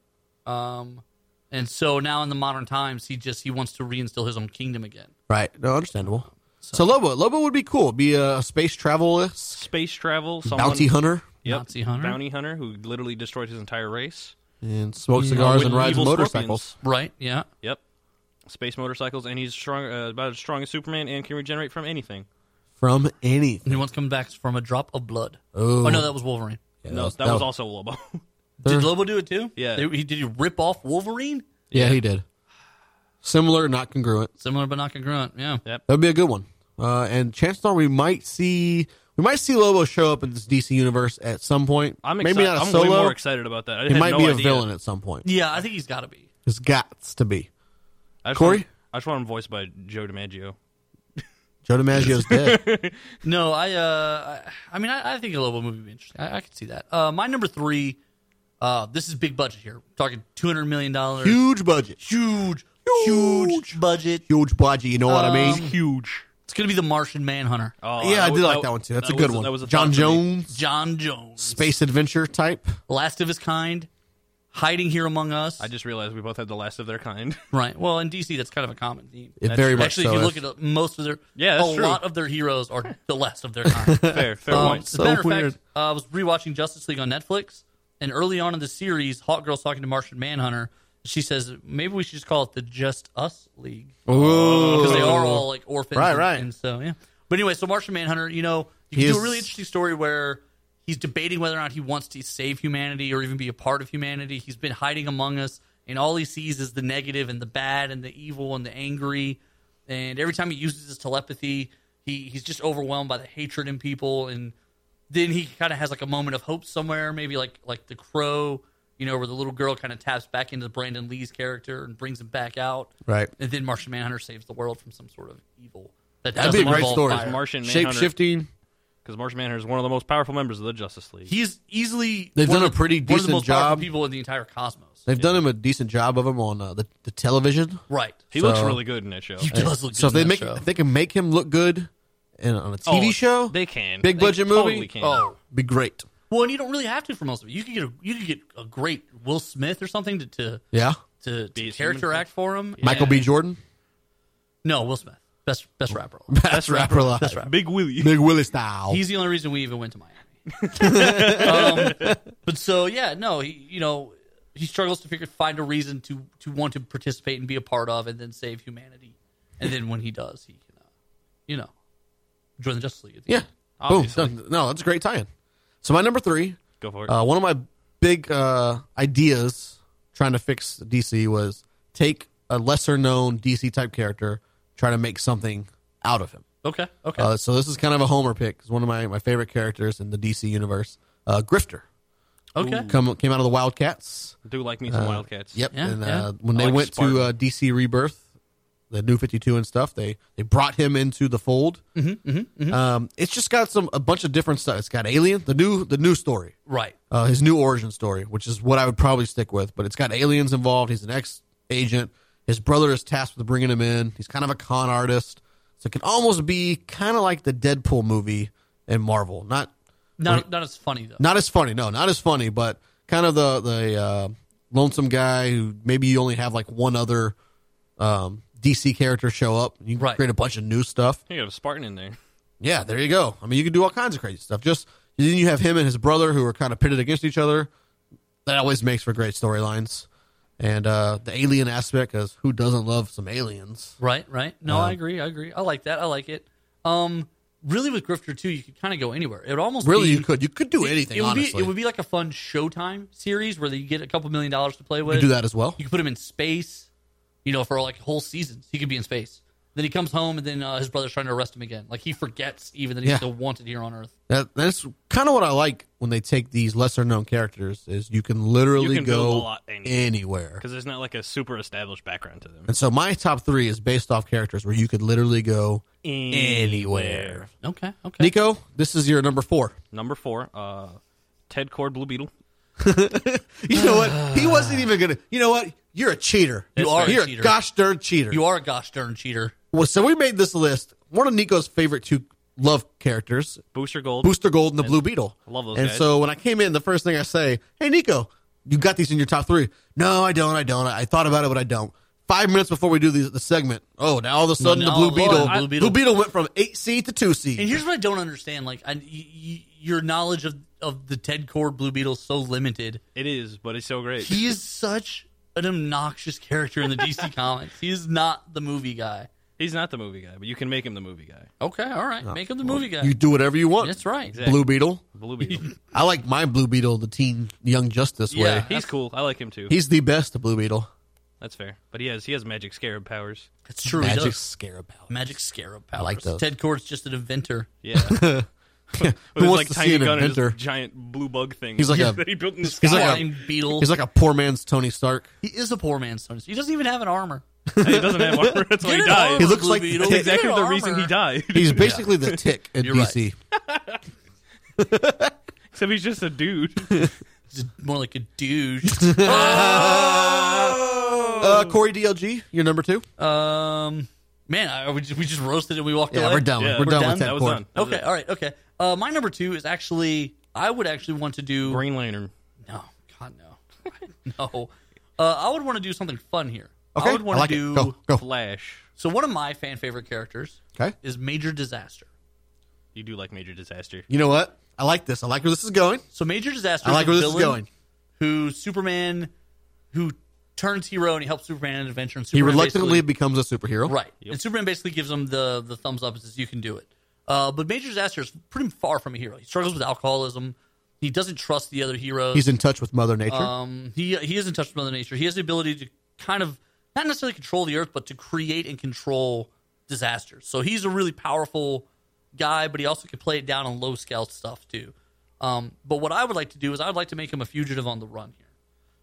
Speaker 2: um, and so now in the modern times, he just he wants to reinstill his own kingdom again.
Speaker 1: Right. No, understandable. So, Lobo, Lobo would be cool. Be a space travelist,
Speaker 3: Space travel. Someone,
Speaker 1: bounty hunter,
Speaker 3: Yep.
Speaker 2: Nazi hunter.
Speaker 3: Bounty hunter who literally destroyed his entire race.
Speaker 1: and smokes cigars
Speaker 3: with
Speaker 1: and rides
Speaker 3: evil
Speaker 1: motorcycles.
Speaker 3: scorpions.
Speaker 2: Right. Yeah.
Speaker 3: Yep. Space motorcycles, and he's strong, uh, about as strong as Superman, and can regenerate from anything.
Speaker 1: From any.
Speaker 2: And he wants to come back from a drop of blood.
Speaker 1: Ooh.
Speaker 2: Oh no, that was Wolverine.
Speaker 1: Yeah,
Speaker 3: no, that, was also Lobo.
Speaker 2: Did Lobo do it too?
Speaker 3: Yeah.
Speaker 2: Did he, did he rip off Wolverine?
Speaker 1: Yeah, he did. Similar, not congruent.
Speaker 2: Similar but not congruent. Yeah.
Speaker 3: Yep.
Speaker 1: That would be a good one. Uh, and chances are we might see we might see Lobo show up in this DC universe at some point.
Speaker 3: I'm
Speaker 1: maybe
Speaker 3: excited.
Speaker 1: not a
Speaker 3: I'm
Speaker 1: solo.
Speaker 3: way more excited about that. I
Speaker 1: He
Speaker 3: had
Speaker 1: might
Speaker 3: no
Speaker 1: be a
Speaker 3: idea.
Speaker 1: villain at some point.
Speaker 2: Yeah, I think he's got to be.
Speaker 1: It's got to be.
Speaker 3: I just
Speaker 1: Corey?
Speaker 3: want- I just want him voiced by Joe DiMaggio.
Speaker 1: Joe DiMaggio's dead.
Speaker 2: No, I. Uh, I I mean, I, I think a Lobo movie would be interesting. I, I could see that. Uh, my number three. Uh, this is big budget here. We're talking two hundred million dollars.
Speaker 1: Huge budget.
Speaker 2: Huge, huge budget.
Speaker 1: Huge budget, you know what I mean?
Speaker 3: Um, Huge.
Speaker 2: It's gonna be the Martian Manhunter,
Speaker 3: Oh,
Speaker 1: yeah, I,
Speaker 3: w-
Speaker 1: did like
Speaker 3: w-
Speaker 1: that one too. That's
Speaker 3: that
Speaker 1: a good
Speaker 3: was-
Speaker 1: one.
Speaker 3: That was a
Speaker 1: John
Speaker 3: thought for me.
Speaker 1: Jones,
Speaker 2: John Jones,
Speaker 1: space adventure type.
Speaker 2: last of his kind, hiding here among us.
Speaker 3: I just realized we both had the last of their kind.
Speaker 2: right. Well, in DC, that's kind of a common theme.
Speaker 1: It very much
Speaker 2: Actually,
Speaker 1: so
Speaker 2: if you
Speaker 1: is.
Speaker 2: look at uh, most of their,
Speaker 3: Yeah, that's
Speaker 2: a
Speaker 3: true.
Speaker 2: lot of their heroes are the last of their kind.
Speaker 3: Fair, fair
Speaker 2: Um,
Speaker 3: point.
Speaker 2: as
Speaker 1: so
Speaker 2: a matter of
Speaker 1: weird.
Speaker 2: fact, uh, I was rewatching Justice League on Netflix, and early on in the series, Hot Girl's talking to Martian Manhunter. She says, "Maybe we should just call it the Just Us League
Speaker 3: Oh,
Speaker 2: because they are all like orphans,
Speaker 1: Right,
Speaker 2: and-
Speaker 1: right.
Speaker 2: And so, yeah. But anyway, so Martian Manhunter, you know, you
Speaker 1: He
Speaker 2: can do
Speaker 1: is-
Speaker 2: a really interesting story where he's debating whether or not he wants to save humanity or even be a part of humanity. He's been hiding among us, and all he sees is the negative and the bad and the evil and the angry. And every time he uses his telepathy, he he's just overwhelmed by the hatred in people and then he kind of has like a moment of hope somewhere, maybe like like the crow, you know, where the little girl kind of taps back into Brandon Lee's character and brings him back out.
Speaker 1: Right.
Speaker 2: And then Martian Manhunter saves the world from some sort of evil. That
Speaker 1: That'd be a
Speaker 2: doesn't
Speaker 1: great
Speaker 2: involve
Speaker 1: story.
Speaker 2: fire.
Speaker 3: Martian
Speaker 1: Shape
Speaker 3: Manhunter.
Speaker 1: shifting.
Speaker 3: Because Martian Manhunter is one of the most powerful members of the Justice League.
Speaker 2: He's easily
Speaker 1: They've
Speaker 2: one
Speaker 1: done
Speaker 2: of
Speaker 1: a
Speaker 2: the-
Speaker 1: pretty
Speaker 2: one of
Speaker 1: decent
Speaker 2: the most powerful
Speaker 1: job.
Speaker 2: people in the entire cosmos.
Speaker 1: They've done him a decent job of him on uh, the, the television.
Speaker 2: Right.
Speaker 3: He looks
Speaker 1: So-
Speaker 3: really good in that show.
Speaker 2: He does look good.
Speaker 1: So if
Speaker 2: in
Speaker 1: they
Speaker 2: that
Speaker 1: make
Speaker 2: show.
Speaker 1: if they can make him look good in, on a
Speaker 3: Oh,
Speaker 1: TV show,
Speaker 3: They can.
Speaker 1: big
Speaker 3: They
Speaker 1: budget
Speaker 3: totally
Speaker 1: movie?
Speaker 3: Can.
Speaker 2: oh
Speaker 1: be great.
Speaker 2: well, and you don't really have to for most of it. You could get a, you could get a great Will Smith or something to to,
Speaker 1: Yeah.
Speaker 2: to, to
Speaker 3: Be his
Speaker 2: character
Speaker 3: human-
Speaker 2: act for him.
Speaker 1: Michael B.
Speaker 2: And-
Speaker 1: Jordan,
Speaker 2: No, Will Smith, best best rapper.
Speaker 1: best rapper alive.
Speaker 2: Best rapper.
Speaker 3: Big Willie.
Speaker 1: Big Willie style.
Speaker 2: He's the only reason we even went to Miami. um, but so yeah, no, he you know he struggles to figure find a reason to to want to participate and be a part of, and then save humanity. And then when he does, he can, uh, you know, join the Justice League. at the
Speaker 1: yeah.
Speaker 2: end.
Speaker 1: Boom.
Speaker 3: Obviously.
Speaker 1: Done. No, that's a great tie-in. So my number three,
Speaker 3: Go for it.
Speaker 1: uh, one of my big uh, ideas trying to fix DC was take a lesser-known DC type character, try to make something out of him.
Speaker 2: Okay. Okay.
Speaker 1: Uh, so this is kind of a Homer pick. It's one of my, my favorite characters in the DC universe. Uh, Grifter
Speaker 2: okay.
Speaker 1: come came out of the Wildcats.
Speaker 3: Do like me some Wildcats.
Speaker 1: Yep.
Speaker 2: Yeah,
Speaker 1: and uh,
Speaker 2: yeah.
Speaker 1: when
Speaker 3: I
Speaker 1: they
Speaker 3: like
Speaker 1: went
Speaker 3: Spartan.
Speaker 1: to uh, DC Rebirth, the New Fifty Two and stuff, they they brought him into the fold. Mm-hmm, Um, it's just got some a bunch of different stuff. It's got Alien, the new the new story,
Speaker 2: Right.
Speaker 1: uh, his new origin story, which is what I would probably stick with. But it's got aliens involved. He's an ex agent. His brother is tasked with bringing him in. He's kind of a con artist, so it can almost be kind of like the Deadpool movie in Marvel. Not
Speaker 2: Not not as funny though.
Speaker 1: not as funny, no, not as funny, but kind of the the uh, lonesome guy who maybe you only have like one other um, DC character show up. You can
Speaker 2: Right.
Speaker 1: create a bunch of new stuff.
Speaker 3: You got a Spartan in there.
Speaker 1: Yeah, there you go. I mean, you can do all kinds of crazy stuff. Just then you have him and his brother who are kind of pitted against each other. That always makes for great storylines. And uh, the alien aspect, because who doesn't love some aliens?
Speaker 2: Right, right. No,
Speaker 1: Uh-huh.
Speaker 2: I agree. I agree. I like that. I like it. Um, really, with Grifter too, you could kind of go anywhere. It would almost
Speaker 1: Really,
Speaker 2: be-
Speaker 1: you could. You could do anything,
Speaker 2: It would
Speaker 1: honestly.
Speaker 2: be it would be like a fun Showtime series where you get a couple million dollars to play with.
Speaker 1: you do that as well.
Speaker 2: You could put him in space, you know, for like whole seasons. He could be in space. Then he comes home, and then uh, his brother's trying to arrest him again. Like he forgets even that he's
Speaker 1: Yeah.
Speaker 2: still wanted here on Earth.
Speaker 1: That, that's kind of what I like when they take these lesser known characters is you can literally
Speaker 3: You can build
Speaker 1: go
Speaker 3: a lot anywhere.
Speaker 1: anywhere.
Speaker 3: Because there's not like a super established background to them.
Speaker 1: And so my top three is based off characters where you could literally go
Speaker 3: Anywhere.
Speaker 1: anywhere.
Speaker 2: Okay, okay.
Speaker 1: Nico, this is your number four.
Speaker 3: Number four, uh, Ted Cord Blue Beetle.
Speaker 1: You know what? He wasn't even gonna. You know what? You're a cheater.
Speaker 2: You are a
Speaker 1: You're
Speaker 2: cheater.
Speaker 1: a gosh darn cheater.
Speaker 2: you are a gosh darn cheater.
Speaker 1: Well, so we made this list. One of Nico's favorite two love characters,
Speaker 3: Booster Gold.
Speaker 1: Booster Gold and the Blue Beetle.
Speaker 3: I love those
Speaker 1: And
Speaker 3: guys.
Speaker 1: so when I came in, the first thing I say, "Hey, Nico, you got these in your top three? No, I don't. I don't. I, I thought about it, but I don't. Five minutes before we do the, the segment, oh, now all of a sudden the
Speaker 2: now
Speaker 1: Blue
Speaker 2: all of a
Speaker 1: Beetle,
Speaker 2: sudden, Blue
Speaker 1: Blue
Speaker 2: Beetle.
Speaker 1: Beetle, went from eight C to two C.
Speaker 2: And here's what I don't understand: like I, y- y- your knowledge of of the Ted Cord Blue Beetle is so limited.
Speaker 3: It is, but it's so great.
Speaker 2: he is such an obnoxious character in the DC comics. He is not the movie guy.
Speaker 3: He's not the movie guy, but you can make him the movie guy.
Speaker 2: Okay, all right. Make him the movie guy.
Speaker 1: You do whatever you want.
Speaker 2: That's right.
Speaker 3: Exactly.
Speaker 1: Blue Beetle.
Speaker 3: Blue Beetle.
Speaker 1: I like my Blue Beetle, the Teen Young Justice
Speaker 2: Yeah.
Speaker 1: way.
Speaker 3: He's cool. I like him too.
Speaker 1: He's the best Blue Beetle.
Speaker 3: That's fair. But he has he has magic scarab powers.
Speaker 2: That's true. Magic, he
Speaker 1: Magic
Speaker 2: does.
Speaker 1: Scarab. Power.
Speaker 2: Magic Scarab powers.
Speaker 1: like those.
Speaker 2: Ted Cord's just an inventor.
Speaker 3: Yeah. Who
Speaker 1: Who wants to see an inventor?
Speaker 3: giant blue bug thing.
Speaker 1: He's like a-
Speaker 3: that he built in the
Speaker 1: he's like
Speaker 3: sky.
Speaker 1: a-
Speaker 2: Flying beetle.
Speaker 1: He's like a poor man's Tony Stark.
Speaker 2: he is a poor man's son. He doesn't even have an armor.
Speaker 3: he doesn't have armor. That's why
Speaker 2: Get
Speaker 3: he
Speaker 2: an
Speaker 3: died.
Speaker 2: armor,
Speaker 1: He looks
Speaker 2: Blue
Speaker 1: like-
Speaker 2: Beetle.
Speaker 1: That's
Speaker 2: Get
Speaker 3: exactly
Speaker 2: an
Speaker 3: the
Speaker 2: armor.
Speaker 3: reason he died.
Speaker 1: He's basically the tick in
Speaker 2: You're right.
Speaker 1: DC.
Speaker 3: Except he's just a dude.
Speaker 2: He's more like a douche.
Speaker 1: Uh, Corey DLG, you're number two.
Speaker 2: Um, man, I, we, just, we just roasted and we walked
Speaker 1: Yeah,
Speaker 2: away.
Speaker 1: we're done. with
Speaker 3: Yeah,
Speaker 1: we're,
Speaker 3: we're
Speaker 1: done,
Speaker 2: done?
Speaker 1: with that,
Speaker 3: That was
Speaker 1: Corey.
Speaker 3: done. That was
Speaker 2: Okay,
Speaker 3: it.
Speaker 2: all right, okay. Uh, my number two is actually I would actually want to do
Speaker 3: Green Lantern.
Speaker 2: no, God no, no. Uh, I would want to do something fun here.
Speaker 1: Okay,
Speaker 2: I would want
Speaker 1: like
Speaker 2: to
Speaker 1: it.
Speaker 2: do
Speaker 1: Go, go.
Speaker 3: Flash.
Speaker 2: so. One of my fan favorite characters
Speaker 1: Okay.
Speaker 2: is Major Disaster.
Speaker 3: You do like Major Disaster.
Speaker 1: You know what? I like this. I like where this is going.
Speaker 2: So Major Disaster.
Speaker 1: I like
Speaker 2: is a
Speaker 1: where this is
Speaker 2: villain
Speaker 1: going.
Speaker 2: Who Superman, who turns hero and he helps Superman in an adventure. And
Speaker 1: He
Speaker 2: Superman
Speaker 1: reluctantly
Speaker 2: basically-
Speaker 1: becomes a superhero.
Speaker 2: Right. And Superman basically gives him the the thumbs up and says, "You can do it." Uh, but Major Disaster is pretty far from a hero. He struggles with alcoholism. He doesn't trust the other heroes.
Speaker 1: He's in touch with Mother Nature.
Speaker 2: um, he he is in touch with Mother Nature. He has the ability to kind of not necessarily control the Earth, but to create and control disasters. So he's a really powerful guy, but he also can play it down on low scale stuff too. Um, but what I would like to do is I would like to make him a fugitive on the run here.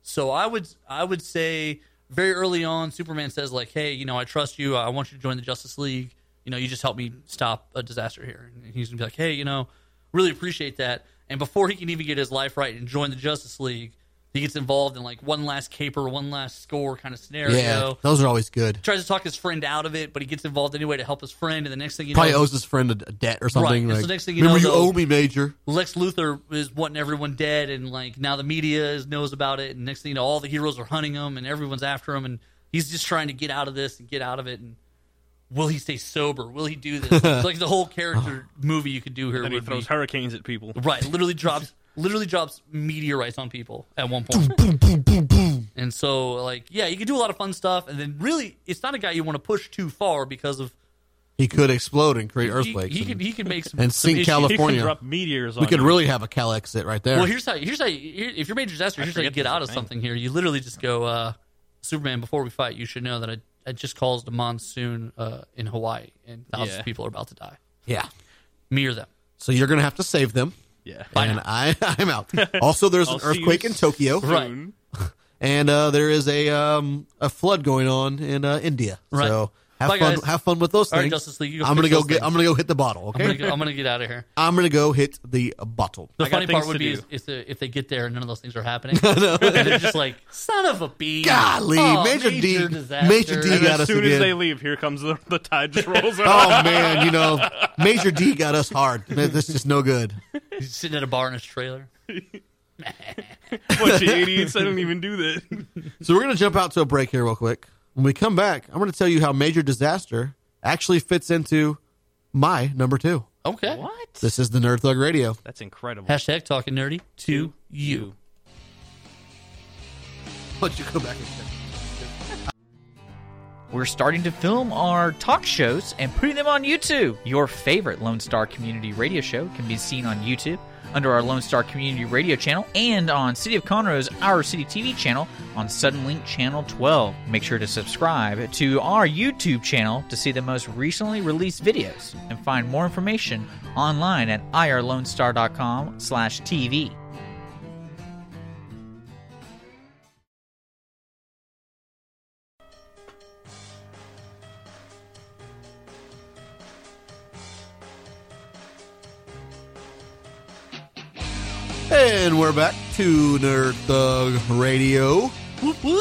Speaker 2: So I would I would say very early on, Superman says like, "Hey, you know, I trust you. I want you to join the Justice League. You know, you just help me stop a disaster here." And he's gonna be like, "Hey, you know, really appreciate that." And before he can even get his life right and join the Justice League, he gets involved in like one last caper, one last score kind of scenario.
Speaker 1: yeah, those are always good.
Speaker 2: Tries to talk his friend out of it, but he gets involved anyway to help his friend. And the next thing you
Speaker 1: Probably
Speaker 2: know,
Speaker 1: owes his friend a, a debt or something.
Speaker 2: Right. It's
Speaker 1: Like,
Speaker 2: the next thing you
Speaker 1: remember,
Speaker 2: know,
Speaker 1: you
Speaker 2: though-
Speaker 1: owe me, Major.
Speaker 2: Lex Luthor is wanting everyone dead, and like now the media is, knows about it. And next thing you know, all the heroes are hunting him, and everyone's after him, and he's just trying to get out of this and get out of it. And will he stay sober? Will he do this? it's like the whole character movie you could do here.
Speaker 3: Then he
Speaker 2: Would be,
Speaker 3: throws hurricanes at people.
Speaker 2: right, literally drops, literally drops meteorites on people at one point.
Speaker 1: Boom, boom, boom, boom.
Speaker 2: And so, like, yeah, you can do a lot of fun stuff, and then really, it's not a guy you want to push too far because of
Speaker 1: He could explode and create
Speaker 2: he,
Speaker 1: earthquakes.
Speaker 2: he
Speaker 1: and
Speaker 2: can he can make some
Speaker 1: and
Speaker 2: some
Speaker 1: sink
Speaker 2: issues.
Speaker 1: Calif-
Speaker 3: He can
Speaker 1: California.
Speaker 3: drop meteors on
Speaker 1: we could
Speaker 3: you.
Speaker 1: really have a Cal exit right there.
Speaker 2: Well, here's how. Here's how. You, here, if you're major disaster, here's how you
Speaker 3: forget
Speaker 2: get
Speaker 3: this
Speaker 2: out
Speaker 3: is
Speaker 2: of
Speaker 3: a thing.
Speaker 2: something. Here, you literally just go, uh, Superman. Before we fight, you should know that I, I just caused a monsoon uh, in Hawaii, and thousands
Speaker 3: Yeah.
Speaker 2: of people are about to die.
Speaker 1: yeah.
Speaker 2: Me or them.
Speaker 1: So you're going to have to save them.
Speaker 3: Yeah.
Speaker 1: And I, I'm out. Also, there's an
Speaker 3: I'll see you
Speaker 1: earthquake in Tokyo,
Speaker 2: Right.
Speaker 1: and uh, there is a um, a flood going on in uh, India.
Speaker 2: Right.
Speaker 1: So have
Speaker 2: Bye,
Speaker 1: fun.
Speaker 2: guys.
Speaker 1: Have fun with those
Speaker 2: All right,
Speaker 1: things.
Speaker 2: Justice League, you go
Speaker 1: I'm gonna
Speaker 2: fix
Speaker 1: go
Speaker 2: those
Speaker 1: get.
Speaker 2: things.
Speaker 1: I'm gonna go hit the bottle.
Speaker 2: I'm
Speaker 1: Okay.
Speaker 2: gonna, go, I'm gonna get out of here.
Speaker 1: I'm gonna go hit the uh, bottle.
Speaker 2: The
Speaker 3: I got
Speaker 2: funny part would
Speaker 3: things to
Speaker 2: be
Speaker 3: do.
Speaker 2: is, is the, if they get there and none of those things are happening. and they're just like, son of a bee.
Speaker 1: Golly,
Speaker 2: Oh,
Speaker 1: Major D-
Speaker 2: disaster.
Speaker 1: Major D
Speaker 3: And
Speaker 1: got
Speaker 3: as
Speaker 1: us
Speaker 3: soon
Speaker 1: again.
Speaker 3: as they leave, here comes the, the tide just rolls out.
Speaker 1: Oh man, you know, Major D got us hard. Man, This is no good.
Speaker 2: He's sitting at a bar in his trailer.
Speaker 3: bunch of idiots. I didn't even do that.
Speaker 1: So we're gonna jump out to a break here real quick. When we come back, I'm gonna tell you how Major Disaster actually fits into my number two.
Speaker 2: Okay.
Speaker 1: This is the Nerd Thug Radio.
Speaker 3: That's incredible.
Speaker 2: Hashtag talking nerdy to you.
Speaker 1: Why don't you go back and check?
Speaker 6: We're starting to film our talk shows and putting them on YouTube. Your favorite Lone Star Community Radio show can be seen on YouTube under our Lone Star Community Radio channel and on City of Conroe's Our City TV channel on Suddenlink Channel 12. Make sure to subscribe to our YouTube channel to see the most recently released videos and find more information online at irlonestar.com slash TV.
Speaker 1: And we're back to Nerd Thug Radio.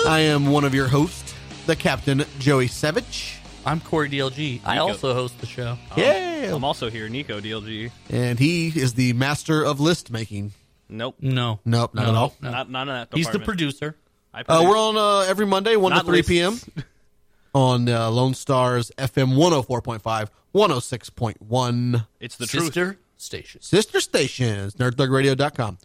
Speaker 1: I am one of your hosts, the Captain Joey Savage.
Speaker 2: I'm Corey DLG. I
Speaker 3: Nico.
Speaker 2: also host the show.
Speaker 1: yeah.
Speaker 3: I'm also here, Nico DLG.
Speaker 1: And he is the master of list making.
Speaker 3: Nope.
Speaker 2: No.
Speaker 1: Nope, not at all.
Speaker 2: No.
Speaker 3: Not not in that department.
Speaker 2: He's the producer.
Speaker 3: I
Speaker 1: Uh,
Speaker 3: produce-
Speaker 1: we're on uh, every Monday, 1
Speaker 3: Not
Speaker 1: to 3
Speaker 3: lists.
Speaker 1: p.m. on uh, Lone Stars FM 104.5, 106.1.
Speaker 3: It's the truth.
Speaker 2: sister station.
Speaker 1: Sister stations, nerdthugradio.com.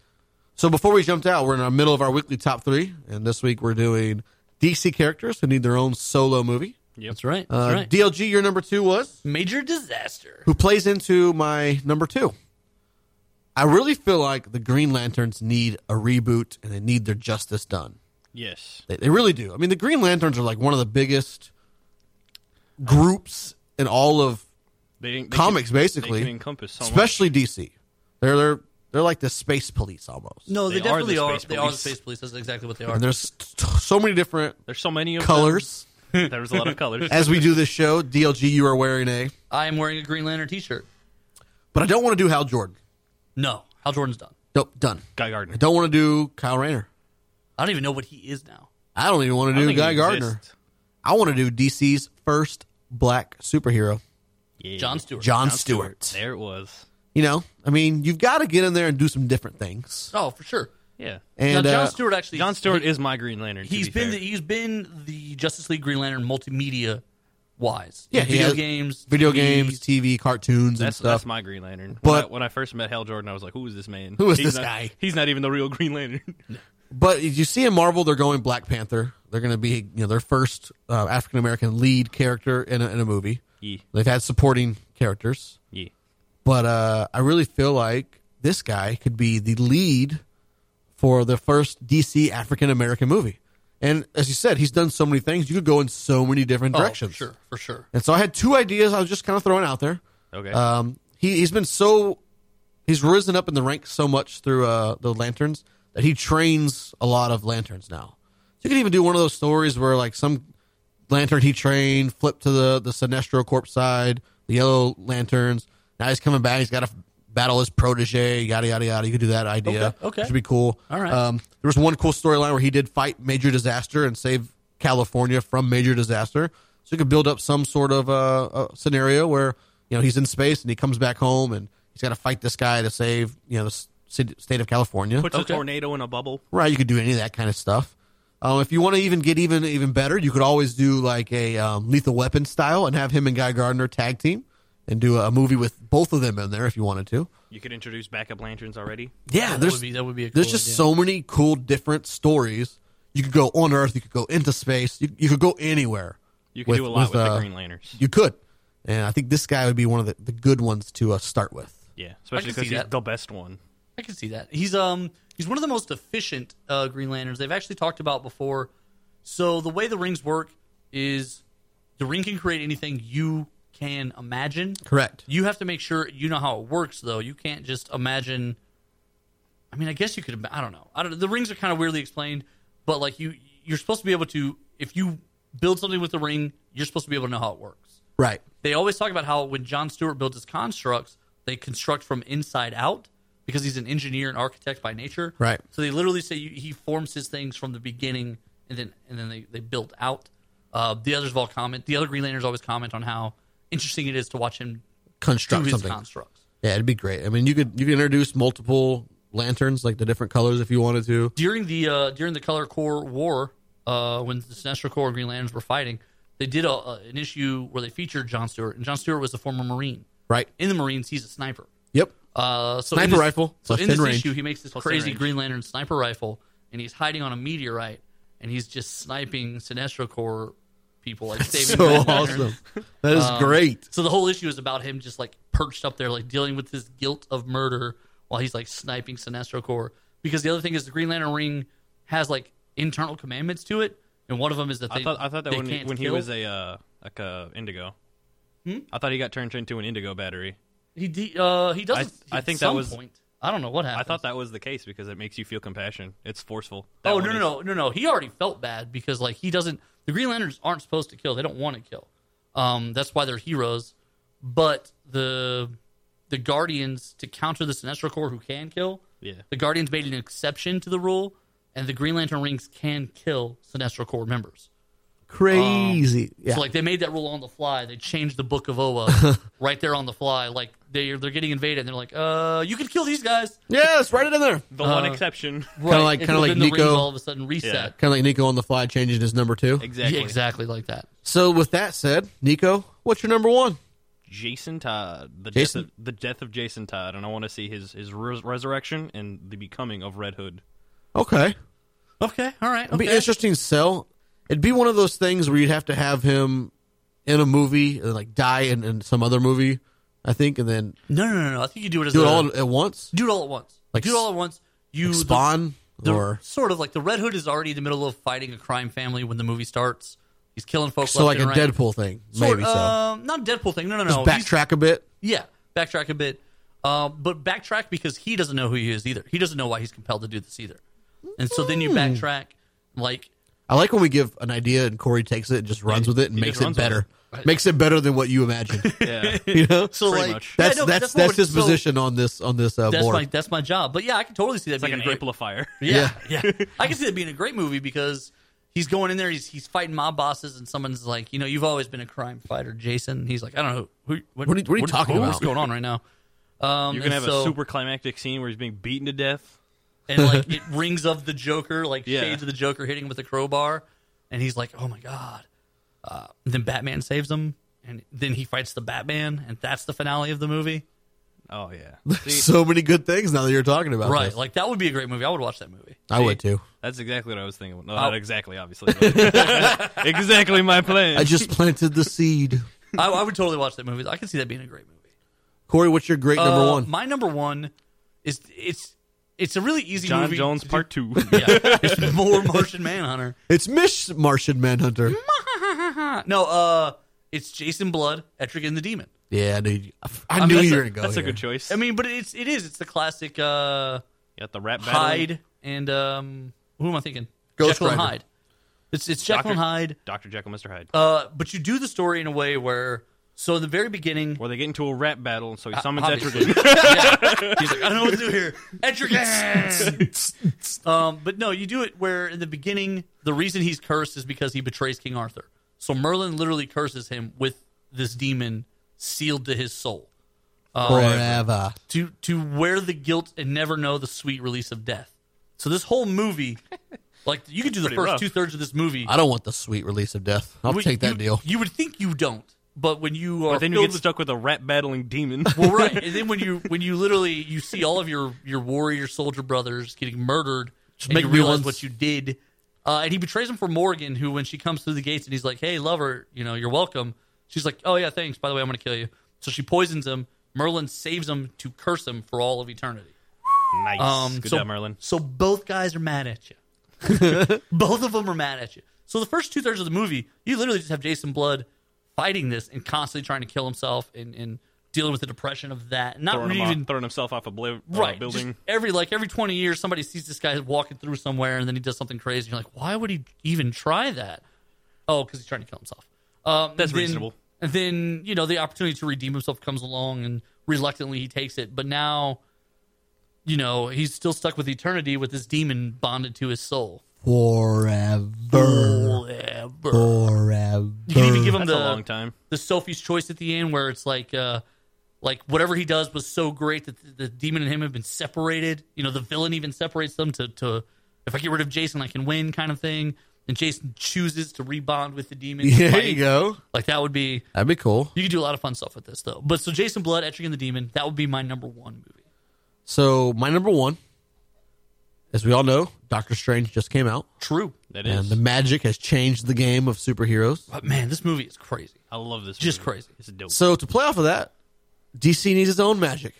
Speaker 1: So before we jumped out, we're in our middle of our weekly top three. And this week we're doing DC characters who need their own solo movie.
Speaker 2: That's right. That's
Speaker 1: Uh,
Speaker 2: right.
Speaker 1: DLG, your number two was?
Speaker 2: Major disaster.
Speaker 1: who plays into my number two. I really feel like the Green Lanterns need a reboot and they need their justice done.
Speaker 3: Yes.
Speaker 1: They, they really do. I mean, the Green Lanterns are like one of the biggest groups in all of,
Speaker 3: They, they can-
Speaker 1: Comics, basically.
Speaker 3: They can encompass so much.
Speaker 1: especially DC. They're they're they're like the space police almost.
Speaker 2: No, they,
Speaker 3: They are
Speaker 2: definitely
Speaker 3: the
Speaker 2: are.
Speaker 3: space
Speaker 2: They are the
Speaker 3: police.
Speaker 2: space police. That's exactly what they are.
Speaker 1: And there's so many different
Speaker 3: There's so many of them.
Speaker 1: colors.
Speaker 3: There's a lot of colors.
Speaker 1: As we do this show, DLG, you are wearing a,
Speaker 2: I am wearing a Green Lantern T-shirt.
Speaker 1: but I don't want to do Hal Jordan.
Speaker 2: No, Hal Jordan's done.
Speaker 1: Nope, done.
Speaker 3: Guy
Speaker 1: I
Speaker 3: Gardner.
Speaker 1: don't want to do Kyle Rayner.
Speaker 2: I don't even know what he is now.
Speaker 1: I don't even want
Speaker 3: I
Speaker 1: to do
Speaker 3: think it
Speaker 1: Guy Gardner.
Speaker 3: exists.
Speaker 1: I want to do DC's first black superhero,
Speaker 3: Yeah.
Speaker 2: John Stewart.
Speaker 1: John Stewart.
Speaker 3: There it was.
Speaker 1: You know, I mean, you've got to get in there and do some different things.
Speaker 2: Oh, for sure.
Speaker 3: Yeah.
Speaker 1: And
Speaker 2: now, John
Speaker 1: uh,
Speaker 2: Stewart actually.
Speaker 3: John Stewart is my Green Lantern.
Speaker 2: He's
Speaker 3: He's
Speaker 2: been the, he's been the Justice League Green Lantern multimedia wise.
Speaker 1: Yeah, he
Speaker 2: video
Speaker 1: has-
Speaker 2: games, Oh,
Speaker 1: video
Speaker 2: TVs.
Speaker 1: games, TV, cartoons, and
Speaker 3: that's
Speaker 1: stuff.
Speaker 3: that's my Green Lantern. But when I,
Speaker 1: But-
Speaker 3: when I first met Hal Jordan, I was like, "Who is this man?
Speaker 1: Who is
Speaker 3: he's
Speaker 1: this
Speaker 3: not-
Speaker 1: guy?"
Speaker 3: He's not even the real Green Lantern."
Speaker 1: But if you see in Marvel, they're going Black Panther. They're going to be you know their first uh, African American lead character in a, in a movie.
Speaker 3: yeah,
Speaker 1: They've had supporting characters,
Speaker 3: yeah.
Speaker 1: but uh, I really feel like this guy could be the lead for the first DC African American movie. And as you said, he's done so many things. You could go in so many different
Speaker 2: Oh,
Speaker 1: directions.
Speaker 2: for sure, for sure.
Speaker 1: And so I had two ideas I was just kind of throwing out there.
Speaker 3: Okay.
Speaker 1: Um, he he's been so he's risen up in the ranks so much through uh, the lanterns that he trains a lot of lanterns now. So you can even do one of those stories where like some lantern he trained flipped to the the Sinestro Corp side, the Yellow Lanterns. Now he's coming back. He's got to battle his protege. Yada yada yada. You could do that idea.
Speaker 2: Okay, okay.
Speaker 1: which would be cool.
Speaker 2: All right.
Speaker 1: Um, there was one cool storyline where he did fight major disaster and save California from major disaster. So you could build up some sort of uh, uh scenario where you know he's in space and he comes back home and he's got to fight this guy to save you know the s- city- state of California.
Speaker 3: Puts
Speaker 2: okay.
Speaker 3: a tornado in a bubble.
Speaker 1: Right, you could do any of that kind of stuff. Um, if you want to even get even even better, you could always do like a um, Lethal Weapon style and have him and Guy Gardner tag team and do a movie with both of them in there if you wanted to.
Speaker 3: You could introduce backup lanterns already.
Speaker 1: Yeah,
Speaker 2: that
Speaker 1: there's
Speaker 2: would be that would be a cool
Speaker 1: there's just
Speaker 2: idea.
Speaker 1: so many cool different stories. You could go on Earth, you could go into space, you, you could go anywhere. uh,
Speaker 3: You could do a lot with, the Green Lanterns.
Speaker 1: You could, and I think this guy would be one of the, the good ones to uh, start with.
Speaker 3: Yeah, especially
Speaker 2: I can
Speaker 3: because
Speaker 2: see
Speaker 3: he's
Speaker 2: that.
Speaker 3: the best one.
Speaker 2: I can see that. He's um he's one of the most efficient uh, Green Lanterns they've actually talked about before. So the way the rings work is the ring can create anything you can imagine.
Speaker 1: Correct.
Speaker 2: You have to make sure you know how it works though. You can't just imagine. I mean, I guess you could. ima- I don't know. I don't. The rings are kind of weirdly explained, but like you, you're supposed to be able to. If you build something with the ring, you're supposed to be able to know how it works
Speaker 1: Right.
Speaker 2: they always talk about how when John Stewart builds his constructs, they construct from inside out because he's an engineer and architect by nature.
Speaker 1: Right.
Speaker 2: So they literally say you, he forms his things from the beginning and then and then they, they build out. Uh, the others all comment. The other Green Lanterns always comment on how interesting it is to watch him do
Speaker 1: Construct
Speaker 2: his
Speaker 1: something.
Speaker 2: constructs.
Speaker 1: Yeah, it'd be great. I mean, you could you could introduce multiple lanterns, like the different colors, if you wanted to.
Speaker 2: during the uh, during the Color Core War, uh, when the Sinestro Corps and Green Lanterns were fighting, they did a, a, an issue where they featured John Stewart, and John Stewart was a former Marine.
Speaker 1: Right.
Speaker 2: In the Marines, he's a sniper.
Speaker 1: Yep.
Speaker 2: Uh, so in
Speaker 1: Sniper
Speaker 2: this-
Speaker 1: rifle,
Speaker 2: So
Speaker 1: plus
Speaker 2: in
Speaker 1: 10
Speaker 2: this
Speaker 1: range.
Speaker 2: issue, he makes this
Speaker 3: ten
Speaker 2: crazy
Speaker 3: range.
Speaker 2: Green Lantern sniper rifle, and he's hiding on a meteorite, and he's just sniping Sinestro Corps people, like saving
Speaker 1: So
Speaker 2: Green Lantern.
Speaker 1: awesome. That is
Speaker 3: Um,
Speaker 1: great.
Speaker 2: So the whole issue is about him just like perched up there, like dealing with his guilt of murder while he's like sniping Sinestro Corps. Because the other thing is the Green Lantern ring has like internal commandments to it, and one of them is that they
Speaker 3: I thought I thought that
Speaker 2: they
Speaker 3: when he,
Speaker 2: can't
Speaker 3: when he
Speaker 2: kill.
Speaker 3: was a uh, like a indigo,
Speaker 1: Hmm?
Speaker 3: I thought he got turned into an indigo battery.
Speaker 2: he de- uh he doesn't.
Speaker 3: I
Speaker 2: at
Speaker 3: think
Speaker 2: some
Speaker 3: that was-
Speaker 2: point. I don't know what happened.
Speaker 3: I thought that was the case because it makes you feel compassion. It's forceful. That
Speaker 2: Oh
Speaker 3: one
Speaker 2: no no
Speaker 3: is-
Speaker 2: no no no! He already felt bad because like he doesn't. The Green Lanterns aren't supposed to kill. They don't want to kill. Um, that's why they're heroes. But the the Guardians to counter the Sinestro Corps who can kill.
Speaker 3: Yeah.
Speaker 2: The Guardians made an exception to the rule, and the Green Lantern rings can kill Sinestro Corps members.
Speaker 1: Crazy. yeah.
Speaker 2: So like they made that rule on the fly. They changed the Book of Oa right there on the fly. Like they they're getting invaded. and They're like, uh, you can kill these guys.
Speaker 1: yes, right it in there.
Speaker 3: The one exception.
Speaker 2: Right.
Speaker 1: like-
Speaker 2: And
Speaker 1: kinda
Speaker 2: so
Speaker 1: like
Speaker 2: then the
Speaker 1: Nico-
Speaker 2: rings all of a sudden reset.
Speaker 3: Yeah.
Speaker 1: Kind of like Nico on the fly changing his number two.
Speaker 3: Exactly.
Speaker 2: Yeah, exactly like that.
Speaker 1: So with that said, Nico, what's your number one?
Speaker 3: Jason Todd. The
Speaker 1: Jason-
Speaker 3: death of the death of Jason Todd, and I want to see his his res- resurrection and the becoming of Red Hood.
Speaker 1: Okay.
Speaker 2: Okay, all right.
Speaker 1: It'd be
Speaker 2: okay.
Speaker 1: interesting sell. It'd be one of those things where you'd have to have him in a movie and like die in, in some other movie, I think, and then
Speaker 2: No, no, no, no. I think you do it as
Speaker 1: do
Speaker 2: a,
Speaker 1: it all at once.
Speaker 2: do it all at once.
Speaker 1: Like
Speaker 2: do it all at once. You
Speaker 1: Like Spawn
Speaker 2: the, the-
Speaker 1: or
Speaker 2: sort of like the Red Hood is already in the middle of fighting a crime family when the movie starts. He's killing folks.
Speaker 1: so like
Speaker 2: left
Speaker 1: a
Speaker 2: and right.
Speaker 1: Deadpool thing,
Speaker 2: Sort-
Speaker 1: maybe
Speaker 2: um, not a Deadpool thing. No, no,
Speaker 1: so.
Speaker 2: no.
Speaker 1: Just
Speaker 2: He's-
Speaker 1: backtrack a bit.
Speaker 2: Yeah, backtrack a bit. Um, but backtrack because he doesn't know who he is either. He doesn't know why he's compelled to do this either. And so then you
Speaker 1: Hmm.
Speaker 2: backtrack, like
Speaker 1: I like when we give an idea and Corey takes it and just runs with it and
Speaker 3: he
Speaker 1: makes
Speaker 3: just
Speaker 1: it
Speaker 3: runs with
Speaker 1: better. Makes it better than what you imagined.
Speaker 3: Yeah.
Speaker 1: you know?
Speaker 2: so
Speaker 3: Pretty
Speaker 2: like
Speaker 3: much.
Speaker 2: yeah,
Speaker 1: That's
Speaker 2: no,
Speaker 1: that's
Speaker 2: what
Speaker 1: that's
Speaker 2: it-
Speaker 1: his
Speaker 2: so
Speaker 1: position on this on this uh,
Speaker 2: That's
Speaker 1: board.
Speaker 2: my that's my job. But yeah, I can totally see that
Speaker 3: It's like
Speaker 2: being
Speaker 3: an
Speaker 2: a great
Speaker 3: amplifier.
Speaker 2: Yeah, yeah. I can see it being a great movie because he's going in there. He's he's fighting mob bosses, and someone's like, you know, you've always been a crime fighter, Jason. And he's like, I don't know who.
Speaker 1: What are you- what are you talking
Speaker 2: What's
Speaker 1: about?
Speaker 2: going on right now? Um, and
Speaker 3: You're gonna have
Speaker 2: so-
Speaker 3: a super climactic scene where he's being beaten to death.
Speaker 2: and like it rings of the Joker, like
Speaker 3: Yeah.
Speaker 2: shades of the Joker hitting him with a crowbar, and he's like, "Oh my god!" Uh, then Batman saves him, and then he fights the Batman, and that's the finale of the movie.
Speaker 3: Oh yeah, See,
Speaker 1: So many good things now that you're talking about.
Speaker 2: right?
Speaker 1: this.
Speaker 2: Like that would be a great movie. I would watch that movie.
Speaker 1: I would too.
Speaker 3: that's exactly what I was thinking. No,
Speaker 2: Oh.
Speaker 3: not exactly, obviously. but- exactly my plan.
Speaker 1: I just planted the seed.
Speaker 2: I, I would totally watch that movie. I could see that being a great movie.
Speaker 1: Corey, what's your great number
Speaker 2: Uh,
Speaker 1: one?
Speaker 2: My number one is it's it's a really easy
Speaker 3: John
Speaker 2: movie.
Speaker 3: Jones
Speaker 2: to do-
Speaker 3: Part Two.
Speaker 2: Yeah, it's more Martian Manhunter.
Speaker 1: It's Mish Martian Manhunter.
Speaker 2: No, uh, it's Jason Blood, Etrigan and the Demon.
Speaker 1: Yeah, dude. I, I
Speaker 3: mean,
Speaker 1: knew
Speaker 3: that's
Speaker 1: you
Speaker 3: a-
Speaker 1: were gonna go.
Speaker 3: That's
Speaker 1: here.
Speaker 3: a good choice.
Speaker 2: I mean, but it's it is it's the classic. uh
Speaker 3: you got the rap battle.
Speaker 2: Hyde and um, who am I thinking?
Speaker 1: Ghost
Speaker 2: Jekyll and
Speaker 1: Rider.
Speaker 2: Hyde. It's it's Jekyll and
Speaker 3: Doctor-
Speaker 2: Hyde.
Speaker 3: Dr. Jekyll, Mr. Hyde.
Speaker 2: Uh, but you do the story in a way where so in the very beginning.
Speaker 3: Where they get into a rap battle, and so he summons
Speaker 2: uh, obviously.
Speaker 3: Etrigan.
Speaker 2: yeah. He's like, I don't know what to do here. Etrigan. um, but no, you do it where in the beginning, the reason he's cursed is because he betrays King Arthur. So Merlin literally curses him with this demon sealed to his soul.
Speaker 1: Uh, Forever.
Speaker 2: to to wear the guilt and never know the sweet release of death. So this whole movie, like you could do the
Speaker 3: Pretty
Speaker 2: first
Speaker 3: rough.
Speaker 2: two thirds of this movie.
Speaker 1: I don't want the sweet release of death. I'll
Speaker 2: you-
Speaker 1: take that
Speaker 2: you-
Speaker 1: deal.
Speaker 2: You would think you don't, but when you are
Speaker 3: But then you
Speaker 2: filled
Speaker 3: get
Speaker 2: with-
Speaker 3: stuck with a rap battling demon.
Speaker 2: well, right, and then when you when you literally you see all of your your warrior soldier brothers getting murdered, and
Speaker 1: make
Speaker 2: you
Speaker 1: me
Speaker 2: realize
Speaker 1: once-
Speaker 2: what you did, uh, and he betrays him for Morgan, who when she comes through the gates and he's like, "Hey, lover, you know you're welcome." She's like, "Oh yeah, thanks. By the way, I'm gonna kill you." So she poisons him. Merlin saves him to curse him for all of eternity.
Speaker 3: nice.
Speaker 2: Um,
Speaker 3: Good
Speaker 2: so,
Speaker 3: job, Merlin.
Speaker 2: So both guys are mad at you. both of them are mad at you. So the first two thirds of the movie, you literally just have Jason Blood fighting this and constantly trying to kill himself and, and dealing with the depression of that. Not
Speaker 3: Throwing,
Speaker 2: really
Speaker 3: him off-
Speaker 2: even
Speaker 3: throwing himself off a, bli- uh,
Speaker 2: right just
Speaker 3: building.
Speaker 2: every like every twenty years, somebody sees this guy walking through somewhere and then he does something crazy. You're like, why would he even try that? Oh, because he's trying to kill himself. Um,
Speaker 3: That's
Speaker 2: then-
Speaker 3: reasonable.
Speaker 2: And then you know the opportunity to redeem himself comes along, and reluctantly he takes it. But now, you know, he's still stuck with eternity with this demon bonded to his soul.
Speaker 1: Forever.
Speaker 2: Forever.
Speaker 1: Forever.
Speaker 2: You can even give him
Speaker 3: That's
Speaker 2: the
Speaker 3: a long time.
Speaker 2: the Sophie's Choice at the end, where it's like, uh, like whatever he does was so great that the, the demon and him have been separated. You know, the villain even separates them to, to if I get rid of Jason, I can win, kind of thing. And Jason chooses to rebond with the demon. to
Speaker 1: There
Speaker 2: fight.
Speaker 1: you go.
Speaker 2: Like that would be
Speaker 1: That'd be cool.
Speaker 2: you could do a lot of fun stuff with this though. But so Jason Blood, Etrigan and the Demon, that would be my number one movie.
Speaker 1: So my number one, as we all know, Doctor Strange just came out,
Speaker 2: True,
Speaker 3: That
Speaker 1: and
Speaker 3: is.
Speaker 1: the magic has changed the game of superheroes.
Speaker 2: but man, this movie is crazy.
Speaker 3: I love this.
Speaker 2: Just
Speaker 3: movie.
Speaker 2: crazy.
Speaker 3: It's dope.
Speaker 1: So to play off of that, DC needs its own magic,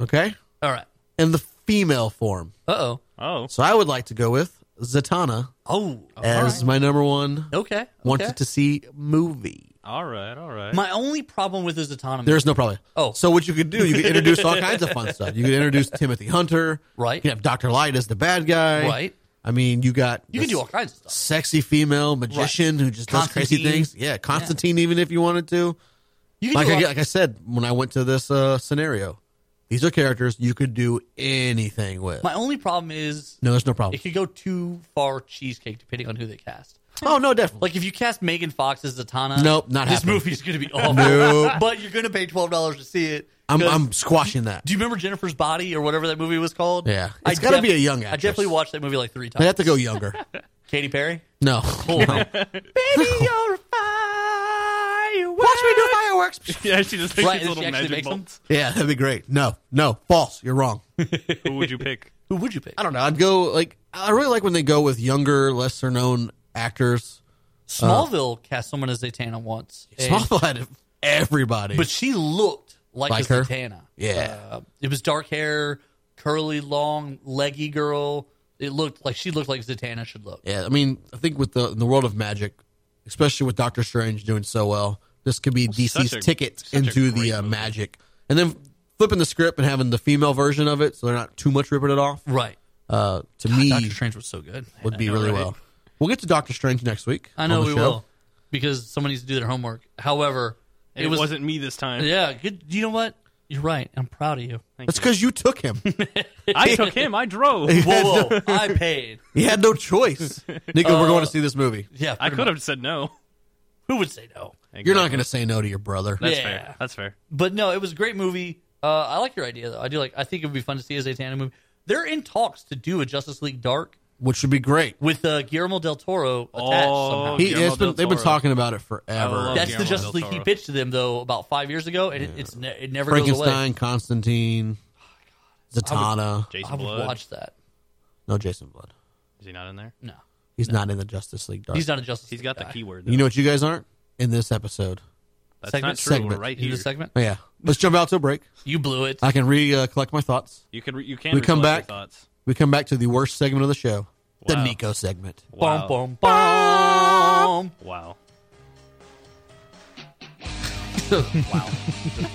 Speaker 1: okay,
Speaker 2: All right.
Speaker 1: and the female form.
Speaker 2: Uh oh.
Speaker 3: Oh,
Speaker 1: So I would like to go with Zatanna
Speaker 2: Oh.
Speaker 1: as my number one
Speaker 2: Okay. okay.
Speaker 1: Uh, wanted to see movie.
Speaker 3: all right, all right.
Speaker 2: My only problem with his autonomy.
Speaker 1: There's no problem.
Speaker 2: Oh.
Speaker 1: so what you could do, you could introduce all kinds of fun stuff. You could introduce Timothy Hunter,
Speaker 2: Right.
Speaker 1: You could have Doctor Light as the bad guy,
Speaker 2: Right.
Speaker 1: I mean, you got
Speaker 2: you can
Speaker 1: this-
Speaker 2: do all kinds of stuff.
Speaker 1: sexy female magician who just does crazy
Speaker 2: Constantine.
Speaker 1: things. Yeah, Constantine, even if you wanted to.
Speaker 2: You can
Speaker 1: Like
Speaker 2: do all-
Speaker 1: I, like I said, when I went to this uh, scenario, these are characters you could do anything with.
Speaker 2: My only problem is
Speaker 1: no, there's no problem.
Speaker 2: it could go too far cheesecake depending on who they cast.
Speaker 1: oh no, definitely.
Speaker 2: Like if you cast Megan Fox as Zatanna,
Speaker 1: Nope, not
Speaker 2: this
Speaker 1: happening.
Speaker 2: movie's going to be awful.
Speaker 1: Nope.
Speaker 2: But you're going to pay twelve dollars to see it.
Speaker 1: I'm,
Speaker 2: 'cause-
Speaker 1: I'm squashing that.
Speaker 2: do you remember Jennifer's Body or whatever that movie was called?
Speaker 1: Yeah.
Speaker 2: I
Speaker 1: It's gotta be a young
Speaker 2: I
Speaker 1: actress.
Speaker 2: definitely watched that movie like three
Speaker 1: I'd
Speaker 2: times.
Speaker 1: have to go younger.
Speaker 2: Katy Perry.
Speaker 1: No, No.
Speaker 2: Baby, you're a firework.
Speaker 1: watch me do fireworks.
Speaker 3: yeah, she just takes
Speaker 2: Right, and she
Speaker 3: these little
Speaker 2: actually
Speaker 3: magic
Speaker 2: makes them?
Speaker 3: bolts.
Speaker 1: Yeah, that'd be great. No, no, false. You're wrong.
Speaker 3: Who would you pick?
Speaker 2: Who would you pick?
Speaker 1: I don't know. I'd go like I really like when they go with younger, lesser known actors.
Speaker 2: Uh, Smallville cast someone as Zatanna once, and-
Speaker 1: Smallville had everybody.
Speaker 2: but she looked like,
Speaker 1: Like
Speaker 2: a
Speaker 1: her?
Speaker 2: Zatanna.
Speaker 1: Yeah.
Speaker 2: Uh, it was dark hair, curly, long, leggy girl. It looked like she looked like Zatanna should look.
Speaker 1: Yeah, I mean, I think with the in the world of magic, especially with Doctor Strange doing so well, this could be DC's
Speaker 3: a-
Speaker 1: ticket
Speaker 3: such a
Speaker 1: into
Speaker 3: great
Speaker 1: the uh,
Speaker 3: movie.
Speaker 1: magic. And then flipping the script and having the female version of it, so they're not too much ripping it off.
Speaker 2: Right.
Speaker 1: Uh, to me,
Speaker 2: Doctor Strange was so good.
Speaker 1: would be
Speaker 3: know,
Speaker 1: really
Speaker 3: right?
Speaker 1: well. We'll get to Doctor Strange next week.
Speaker 2: I know
Speaker 1: on the
Speaker 2: we
Speaker 1: show.
Speaker 2: will because someone needs to do their homework. However,
Speaker 3: It,
Speaker 2: it was
Speaker 3: wasn't me this time.
Speaker 2: yeah. Good. You know what? You're right. I'm proud of you.
Speaker 1: It's because you took him.
Speaker 3: I took him. I drove.
Speaker 2: Whoa, whoa. I paid.
Speaker 1: You had no choice. Nico, we're
Speaker 2: Oh.
Speaker 1: going to see this movie.
Speaker 2: Yeah,
Speaker 3: I
Speaker 2: pretty
Speaker 3: could
Speaker 2: much.
Speaker 3: have said no.
Speaker 2: Who would say no?
Speaker 1: You're not going to say no to your brother.
Speaker 3: That's
Speaker 2: Yeah.
Speaker 3: fair. That's fair.
Speaker 2: But no, it was a great movie. Uh, I like your idea though. I do like. I think it would be fun to see as a Zatanna movie. They're in talks to do a Justice League Dark
Speaker 1: Which would be great.
Speaker 2: with uh, Guillermo del Toro attached
Speaker 3: Oh,
Speaker 2: somehow.
Speaker 1: He,
Speaker 3: Guillermo
Speaker 1: it's been,
Speaker 3: del
Speaker 1: they've been
Speaker 3: Toro.
Speaker 1: talking about it
Speaker 3: I
Speaker 1: forever.
Speaker 3: love
Speaker 2: That's the
Speaker 3: Guillermo
Speaker 2: Justice
Speaker 3: del
Speaker 2: League he
Speaker 3: Toro.
Speaker 2: pitched to them though about five years ago, and it, it's ne- it never goes away. Oh
Speaker 1: Frankenstein, Constantine, Zatanna.
Speaker 3: Jason
Speaker 2: I would
Speaker 3: Blood.
Speaker 2: watch that.
Speaker 1: No, Jason Blood.
Speaker 3: Is he not in there?
Speaker 2: No,
Speaker 1: He's not in the Justice League Dark.
Speaker 2: he's not a Justice.
Speaker 3: He's
Speaker 2: League
Speaker 3: got the
Speaker 2: guy.
Speaker 3: keyword. Though.
Speaker 1: you know what you guys aren't? In this episode.
Speaker 3: that's
Speaker 2: segment?
Speaker 3: not true.
Speaker 1: Segment.
Speaker 3: We're right
Speaker 2: in
Speaker 3: here.
Speaker 2: the segment.
Speaker 1: Oh, yeah. Let's jump out to a break.
Speaker 2: You blew it.
Speaker 1: I can re uh, collect my thoughts.
Speaker 3: you could. Re- you can.
Speaker 1: We come
Speaker 3: recollect
Speaker 1: back.
Speaker 3: your Thoughts.
Speaker 1: We come back to the worst segment of the show the
Speaker 3: Wow.
Speaker 1: Nico segment.
Speaker 3: Wow.
Speaker 2: Bum bum
Speaker 3: Wow.
Speaker 2: bum.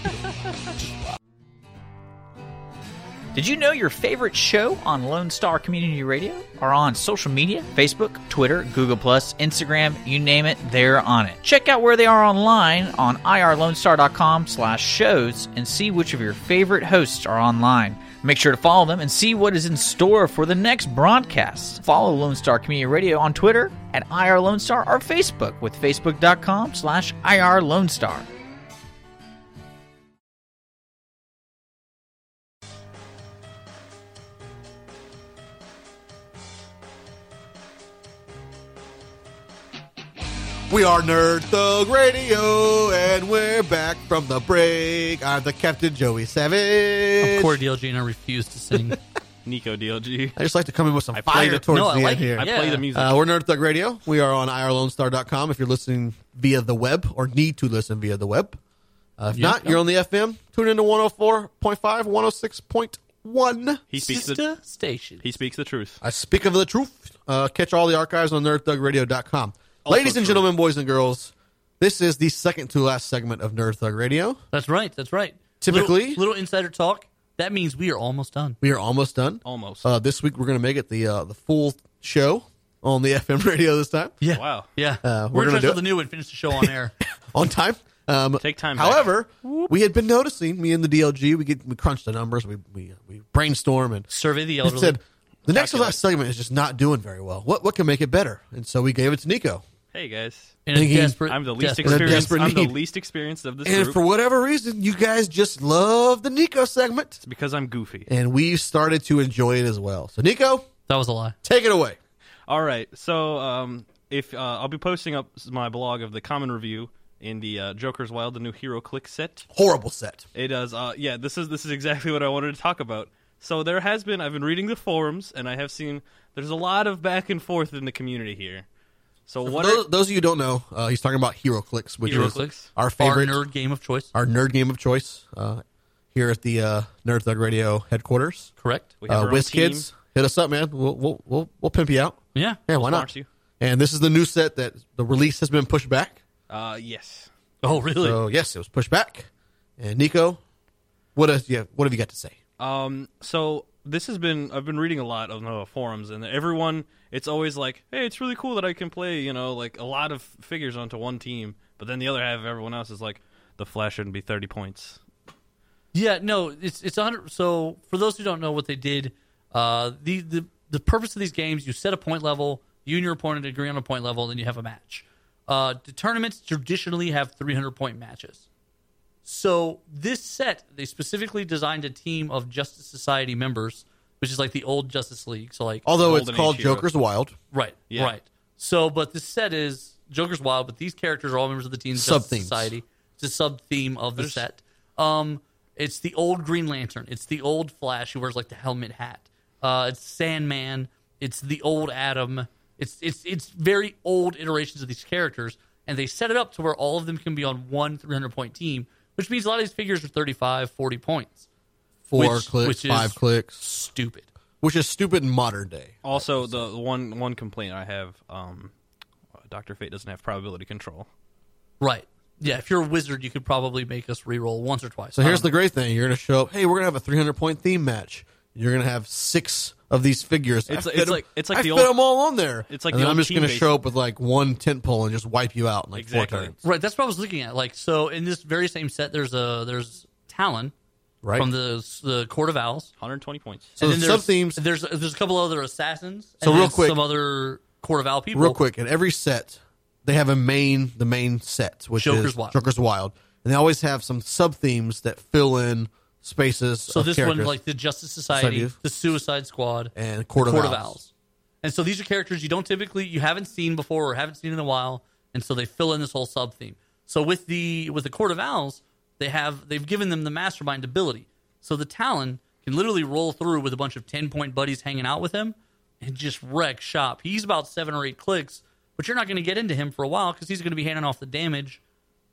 Speaker 6: Did you know your favorite show on Lone Star Community Radio are on social media? Facebook, Twitter, Google+, Instagram, you name it, they're on it. Check out where they are online on irlonestar.com slash shows and see which of your favorite hosts are online. Make sure to follow them and see what is in store for the next broadcast. Follow Lone Star Community Radio on Twitter at irlonestar or Facebook with facebook.com slash irlonestar.
Speaker 1: We are Nerd Thug Radio, and we're back from the break. I'm the Captain Joey Savage.
Speaker 2: I'm Corey DLG and I refuse to sing.
Speaker 3: Nico DLG.
Speaker 1: I just like to come in with some
Speaker 3: I play
Speaker 1: fire
Speaker 3: the-
Speaker 1: towards
Speaker 2: no, I
Speaker 1: the
Speaker 2: like
Speaker 1: end
Speaker 2: it.
Speaker 1: here.
Speaker 3: I
Speaker 2: Yeah.
Speaker 3: play the music.
Speaker 1: Uh, we're Nerd Thug Radio. We are on irlonestar.com if you're listening via the web or need to listen via the web. Uh, if not, you're on the FM. Tune into 104.5, 106.1.
Speaker 3: he speaks the.
Speaker 2: Sister station.
Speaker 3: He speaks the truth.
Speaker 1: I speak of the truth. Uh, catch all the archives on nerdthugradio.com.
Speaker 3: Also
Speaker 1: Ladies and
Speaker 3: true.
Speaker 1: gentlemen, boys and girls, this is the second to last segment of Nerd Thug Radio.
Speaker 2: That's right. That's right.
Speaker 1: Typically-
Speaker 2: little, little insider talk. That means we are almost done.
Speaker 1: We are almost done.
Speaker 3: Almost.
Speaker 1: Uh, this week, we're going to make it the uh, the full show on the FM radio this time.
Speaker 2: Yeah.
Speaker 3: Wow.
Speaker 2: Yeah.
Speaker 1: Uh, we're
Speaker 2: we're
Speaker 1: gonna
Speaker 2: going to
Speaker 1: do
Speaker 2: do
Speaker 1: it.
Speaker 2: the new and finish the show on air.
Speaker 1: on time. Um,
Speaker 3: Take time back.
Speaker 1: However, we had been noticing me and the DLG. We get we crunch the numbers. We we uh, we brainstorm and
Speaker 2: Survey the
Speaker 1: it
Speaker 2: elderly.
Speaker 1: said the next to last segment is just not doing very well. What what can make it better? And so we gave it to Nico.
Speaker 3: Hey guys.
Speaker 2: in a
Speaker 1: thinking,
Speaker 2: desperate,
Speaker 3: I'm the least
Speaker 2: desperate-
Speaker 3: experienced.
Speaker 1: desperate
Speaker 3: I'm the
Speaker 1: need.
Speaker 3: least experienced of this
Speaker 1: And
Speaker 3: group
Speaker 1: for whatever reason, you guys just love the Nico segment,
Speaker 3: because I'm goofy.
Speaker 1: and we started to enjoy it as well. So Nico,
Speaker 2: That was a lie.
Speaker 1: take it away.
Speaker 3: All right. So um, if uh, I'll be posting up s- my blog of the common review in the uh, Joker's Wild, the new hero click set.
Speaker 1: Horrible set.
Speaker 3: It does. Uh, yeah, this is this is exactly what I wanted to talk about. So there has been. I've been reading the forums, and I have seen there's a lot of back and forth in the community here. So what?
Speaker 1: those,
Speaker 3: are,
Speaker 1: those of you who don't know, uh, he's talking about Hero Clicks, which
Speaker 3: Hero
Speaker 1: is
Speaker 3: Clicks.
Speaker 1: our favorite
Speaker 2: Our nerd game of choice.
Speaker 1: our nerd game of choice uh, here at the uh, Nerd Thug Radio headquarters.
Speaker 2: Correct.
Speaker 3: we have
Speaker 1: Uh,
Speaker 3: our own
Speaker 1: Whiz
Speaker 3: team.
Speaker 1: Kids, hit us up, man. We'll we'll we'll, we'll pimp you out.
Speaker 2: Yeah.
Speaker 1: Yeah, why not?
Speaker 3: sponsor you.
Speaker 1: And this is the new set that the release has been pushed back.
Speaker 3: Uh, yes.
Speaker 2: Oh, really?
Speaker 1: So yes, it was pushed back. And Nico, what has yeah, what have you got to say?
Speaker 3: Um, so this has been I've been reading a lot on the forums, and everyone it's always like, hey, it's really cool that I can play you know like a lot of figures onto one team, but then the other half of everyone else is like, the Flash shouldn't be thirty points.
Speaker 2: Yeah, no, it's it's a hundred. So for those who don't know what they did, uh, the, the the purpose of these games, you set a point level, you and your opponent agree on a point level, then you have a match. Uh, the tournaments traditionally have 300 point matches. So this set, they specifically designed a team of Justice Society members, which is like the old Justice League. So like,
Speaker 1: Although
Speaker 3: Golden
Speaker 1: it's called
Speaker 3: Age hero.
Speaker 1: Joker's Wild,
Speaker 2: right,
Speaker 3: Yeah.
Speaker 2: right. So, but this set is Joker's Wild, but these characters are all members of the Teen Justice
Speaker 1: Sub-themes.
Speaker 2: Society. It's a sub theme of the set. Um, it's the old Green Lantern. It's the old Flash who wears like the helmet hat. Uh, it's Sandman. It's the old Adam. It's it's it's very old iterations of these characters, and they set it up to where all of them can be on one 300 point team, which means a lot of these figures are 35, 40 points.
Speaker 1: four
Speaker 2: Which-
Speaker 1: clicks,
Speaker 2: which is-
Speaker 1: five clicks,
Speaker 2: Stupid.
Speaker 1: which is stupid in modern day.
Speaker 3: Also, the one one complaint I have, um, Doctor Fate doesn't have probability control.
Speaker 2: Right. Yeah. If you're a wizard, you could probably make us re-roll once or twice.
Speaker 1: So here's
Speaker 2: Um,
Speaker 1: the great thing: you're going to show up. Hey, we're going to have a 300 point theme match. You're going to have six of these figures.
Speaker 3: It's-
Speaker 1: I
Speaker 3: it's
Speaker 1: fit 'em-
Speaker 3: like- it's like
Speaker 1: I
Speaker 3: the
Speaker 1: fit
Speaker 3: old-
Speaker 1: them all on there.
Speaker 3: It's like
Speaker 1: And
Speaker 3: the
Speaker 1: then I'm
Speaker 3: old
Speaker 1: just
Speaker 3: team
Speaker 1: going to
Speaker 3: base.
Speaker 1: show up with like one tent pole and just wipe you out in like
Speaker 3: Exactly.
Speaker 1: four turns.
Speaker 2: Right, that's what I was looking at. Like, so in this very same set, there's a there's Talon,
Speaker 1: Right.
Speaker 2: from the the Court of Owls.
Speaker 3: 120 points.
Speaker 1: so
Speaker 2: And then
Speaker 1: the
Speaker 2: there's-
Speaker 1: sub themes.
Speaker 2: There's there's a couple other assassins.
Speaker 1: So
Speaker 2: and
Speaker 1: real
Speaker 2: then
Speaker 1: quick-
Speaker 2: some other Court of Owl people.
Speaker 1: real quick, in every set, they have a main the main set, which
Speaker 2: Joker's
Speaker 1: is
Speaker 2: Wild.
Speaker 1: Joker's Wild, and they always have some sub themes that fill in spaces.
Speaker 2: So
Speaker 1: of
Speaker 2: this
Speaker 1: uh, characters
Speaker 2: one, like the Justice Society,
Speaker 1: Society.
Speaker 2: the Suicide Squad,
Speaker 1: and Court,
Speaker 2: Court
Speaker 1: of
Speaker 2: of
Speaker 1: Owls.
Speaker 2: Owls. And so these are characters you don't typically you haven't seen before or haven't seen in a while, and so they fill in this whole sub theme. So with the with the Court of Owls, they have they've given them the mastermind ability. So the Talon can literally roll through with a bunch of ten point buddies hanging out with him and just wreck shop. He's about seven or eight clicks, but you're not going to get into him for a while because he's going to be handing off the damage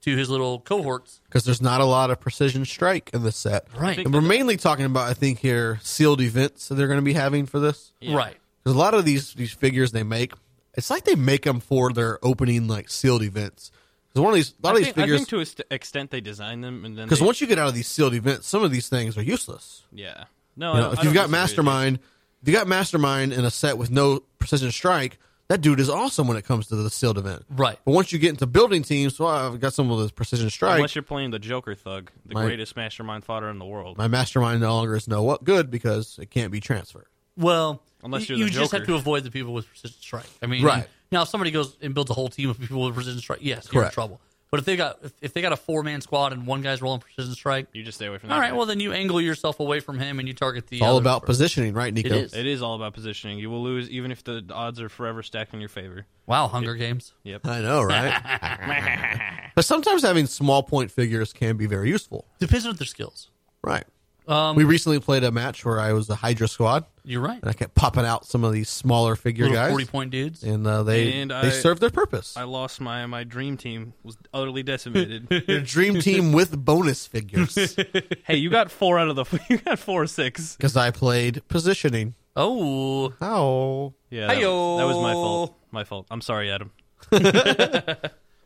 Speaker 2: to his little cohorts.
Speaker 1: because there's not a lot of precision strike in this set.
Speaker 2: Right.
Speaker 1: And we're mainly talking about, I think, here sealed events that they're going to be having for this.
Speaker 2: Right.
Speaker 1: Because a lot of these these figures they make, it's like they make them for their opening like sealed events. Because one of these, a lot
Speaker 3: I
Speaker 1: of
Speaker 3: think,
Speaker 1: these
Speaker 3: I
Speaker 1: figures,
Speaker 3: think to an extent they design them and then
Speaker 1: because
Speaker 3: they-
Speaker 1: once you get out of these sealed events, some of these things are useless.
Speaker 3: yeah no
Speaker 1: You
Speaker 3: I
Speaker 1: know,
Speaker 3: don't- I
Speaker 1: if you've
Speaker 3: don't
Speaker 1: got
Speaker 3: disagree with you.
Speaker 1: mastermind, if you got mastermind in a set with no precision strike, that dude is awesome when it comes to the sealed event.
Speaker 2: Right.
Speaker 1: But once you get into building teams, well, I've got some of those precision strike.
Speaker 3: unless you're playing the Joker thug the
Speaker 1: My-
Speaker 3: greatest mastermind fodder in the world
Speaker 1: my mastermind no longer is no what good because it can't be transferred.
Speaker 2: Well,
Speaker 3: Unless
Speaker 2: y-
Speaker 3: you're
Speaker 2: you
Speaker 3: the
Speaker 2: just
Speaker 3: Joker.
Speaker 2: have to avoid the people with precision strike. I mean,
Speaker 1: Right.
Speaker 2: now if somebody goes and builds a whole team of people with precision strike, yes, you're in
Speaker 1: Correct.
Speaker 2: trouble. But if they got if, if they got a four man squad and one guy's rolling precision strike,
Speaker 3: you just stay away from that
Speaker 2: all right,
Speaker 3: guy.
Speaker 2: well then you angle yourself away from him and you target the
Speaker 1: It's all
Speaker 2: other
Speaker 1: about
Speaker 2: person.
Speaker 1: positioning, right, Nico?
Speaker 2: is.
Speaker 3: it is all about positioning you will lose even if the odds are forever stacked in your favor
Speaker 2: wow Hunger Games.
Speaker 3: yep
Speaker 1: I know, right? but sometimes having small point figures can be very useful,
Speaker 2: Depends on their skills.
Speaker 1: right?
Speaker 2: Um,
Speaker 1: We recently played a match where I was the Hydra squad,
Speaker 2: you're right.
Speaker 1: and I kept popping out some of these smaller figure
Speaker 2: Little
Speaker 1: guys,
Speaker 2: forty point dudes.
Speaker 1: and uh, they
Speaker 3: And
Speaker 1: they
Speaker 3: I-
Speaker 1: served their purpose.
Speaker 3: I lost my my dream team was utterly decimated
Speaker 1: Your dream team with bonus figures
Speaker 3: hey you got four out of the you got four or six
Speaker 1: because I played positioning.
Speaker 2: Oh,
Speaker 1: How?
Speaker 3: yeah that was, that was my fault my fault I'm sorry Adam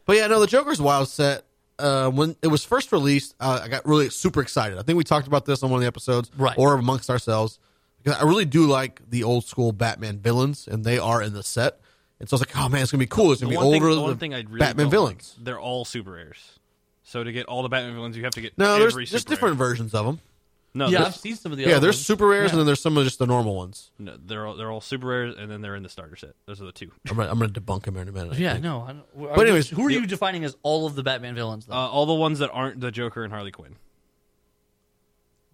Speaker 1: But yeah, no, the Joker's Wild set. Uh, when it was first released, uh, I got really super excited. I think we talked about this on one of the episodes,
Speaker 2: Right.
Speaker 1: Or amongst ourselves, because I really do like the old school Batman villains, and they are in the set. And so I was like, oh man, it's gonna be cool. It's
Speaker 3: the
Speaker 1: gonna be
Speaker 3: one thing,
Speaker 1: older.
Speaker 3: the one
Speaker 1: the
Speaker 3: thing I really
Speaker 1: Batman
Speaker 3: don't like,
Speaker 1: villains.
Speaker 3: they're all super rares so to get all the Batman villains you have to get
Speaker 1: No, there's
Speaker 3: every
Speaker 1: there's
Speaker 3: super
Speaker 1: different
Speaker 3: rare.
Speaker 1: versions of them.
Speaker 3: no
Speaker 2: yeah, I've
Speaker 3: there's-
Speaker 2: seen some of the
Speaker 1: Yeah,
Speaker 2: other
Speaker 1: there's
Speaker 2: ones.
Speaker 1: super rares, and then there's some of just the normal ones.
Speaker 3: no, they're all they're all super rares and then they're in the starter set those are the two
Speaker 1: I'm gonna, I'm gonna debunk them here in a minute. I
Speaker 2: yeah,
Speaker 1: think.
Speaker 2: no. I don't,
Speaker 1: But anyways,
Speaker 2: who are
Speaker 1: the-
Speaker 2: you defining as all of the Batman villains? Though?
Speaker 3: Uh, all the ones that aren't the Joker and Harley Quinn.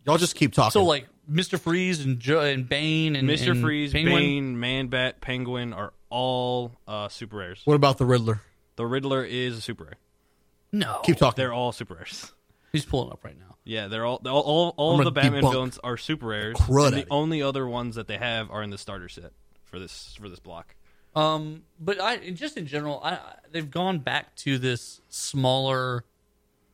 Speaker 1: y'all just keep talking.
Speaker 2: so like Mister Freeze and jo- and Bane and
Speaker 3: Mister
Speaker 2: and
Speaker 3: Freeze,
Speaker 2: Penguin?
Speaker 3: Bane, Man Bat, Penguin are all uh, super rares.
Speaker 1: what about the Riddler?
Speaker 3: The Riddler is a super rare.
Speaker 2: No,
Speaker 1: Keep talking.
Speaker 3: Oh, They're all super rares.
Speaker 2: he's pulling up right now.
Speaker 3: Yeah, they're all they're all all, all
Speaker 1: I'm
Speaker 3: of the
Speaker 1: gonna
Speaker 3: Batman
Speaker 1: debunk
Speaker 3: villains are super rares.
Speaker 1: crud
Speaker 3: and
Speaker 1: out
Speaker 3: the
Speaker 1: of you.
Speaker 3: only other ones that they have are in the starter set for this for this block.
Speaker 2: Um, but I and just in general, I, I- they've gone back to this smaller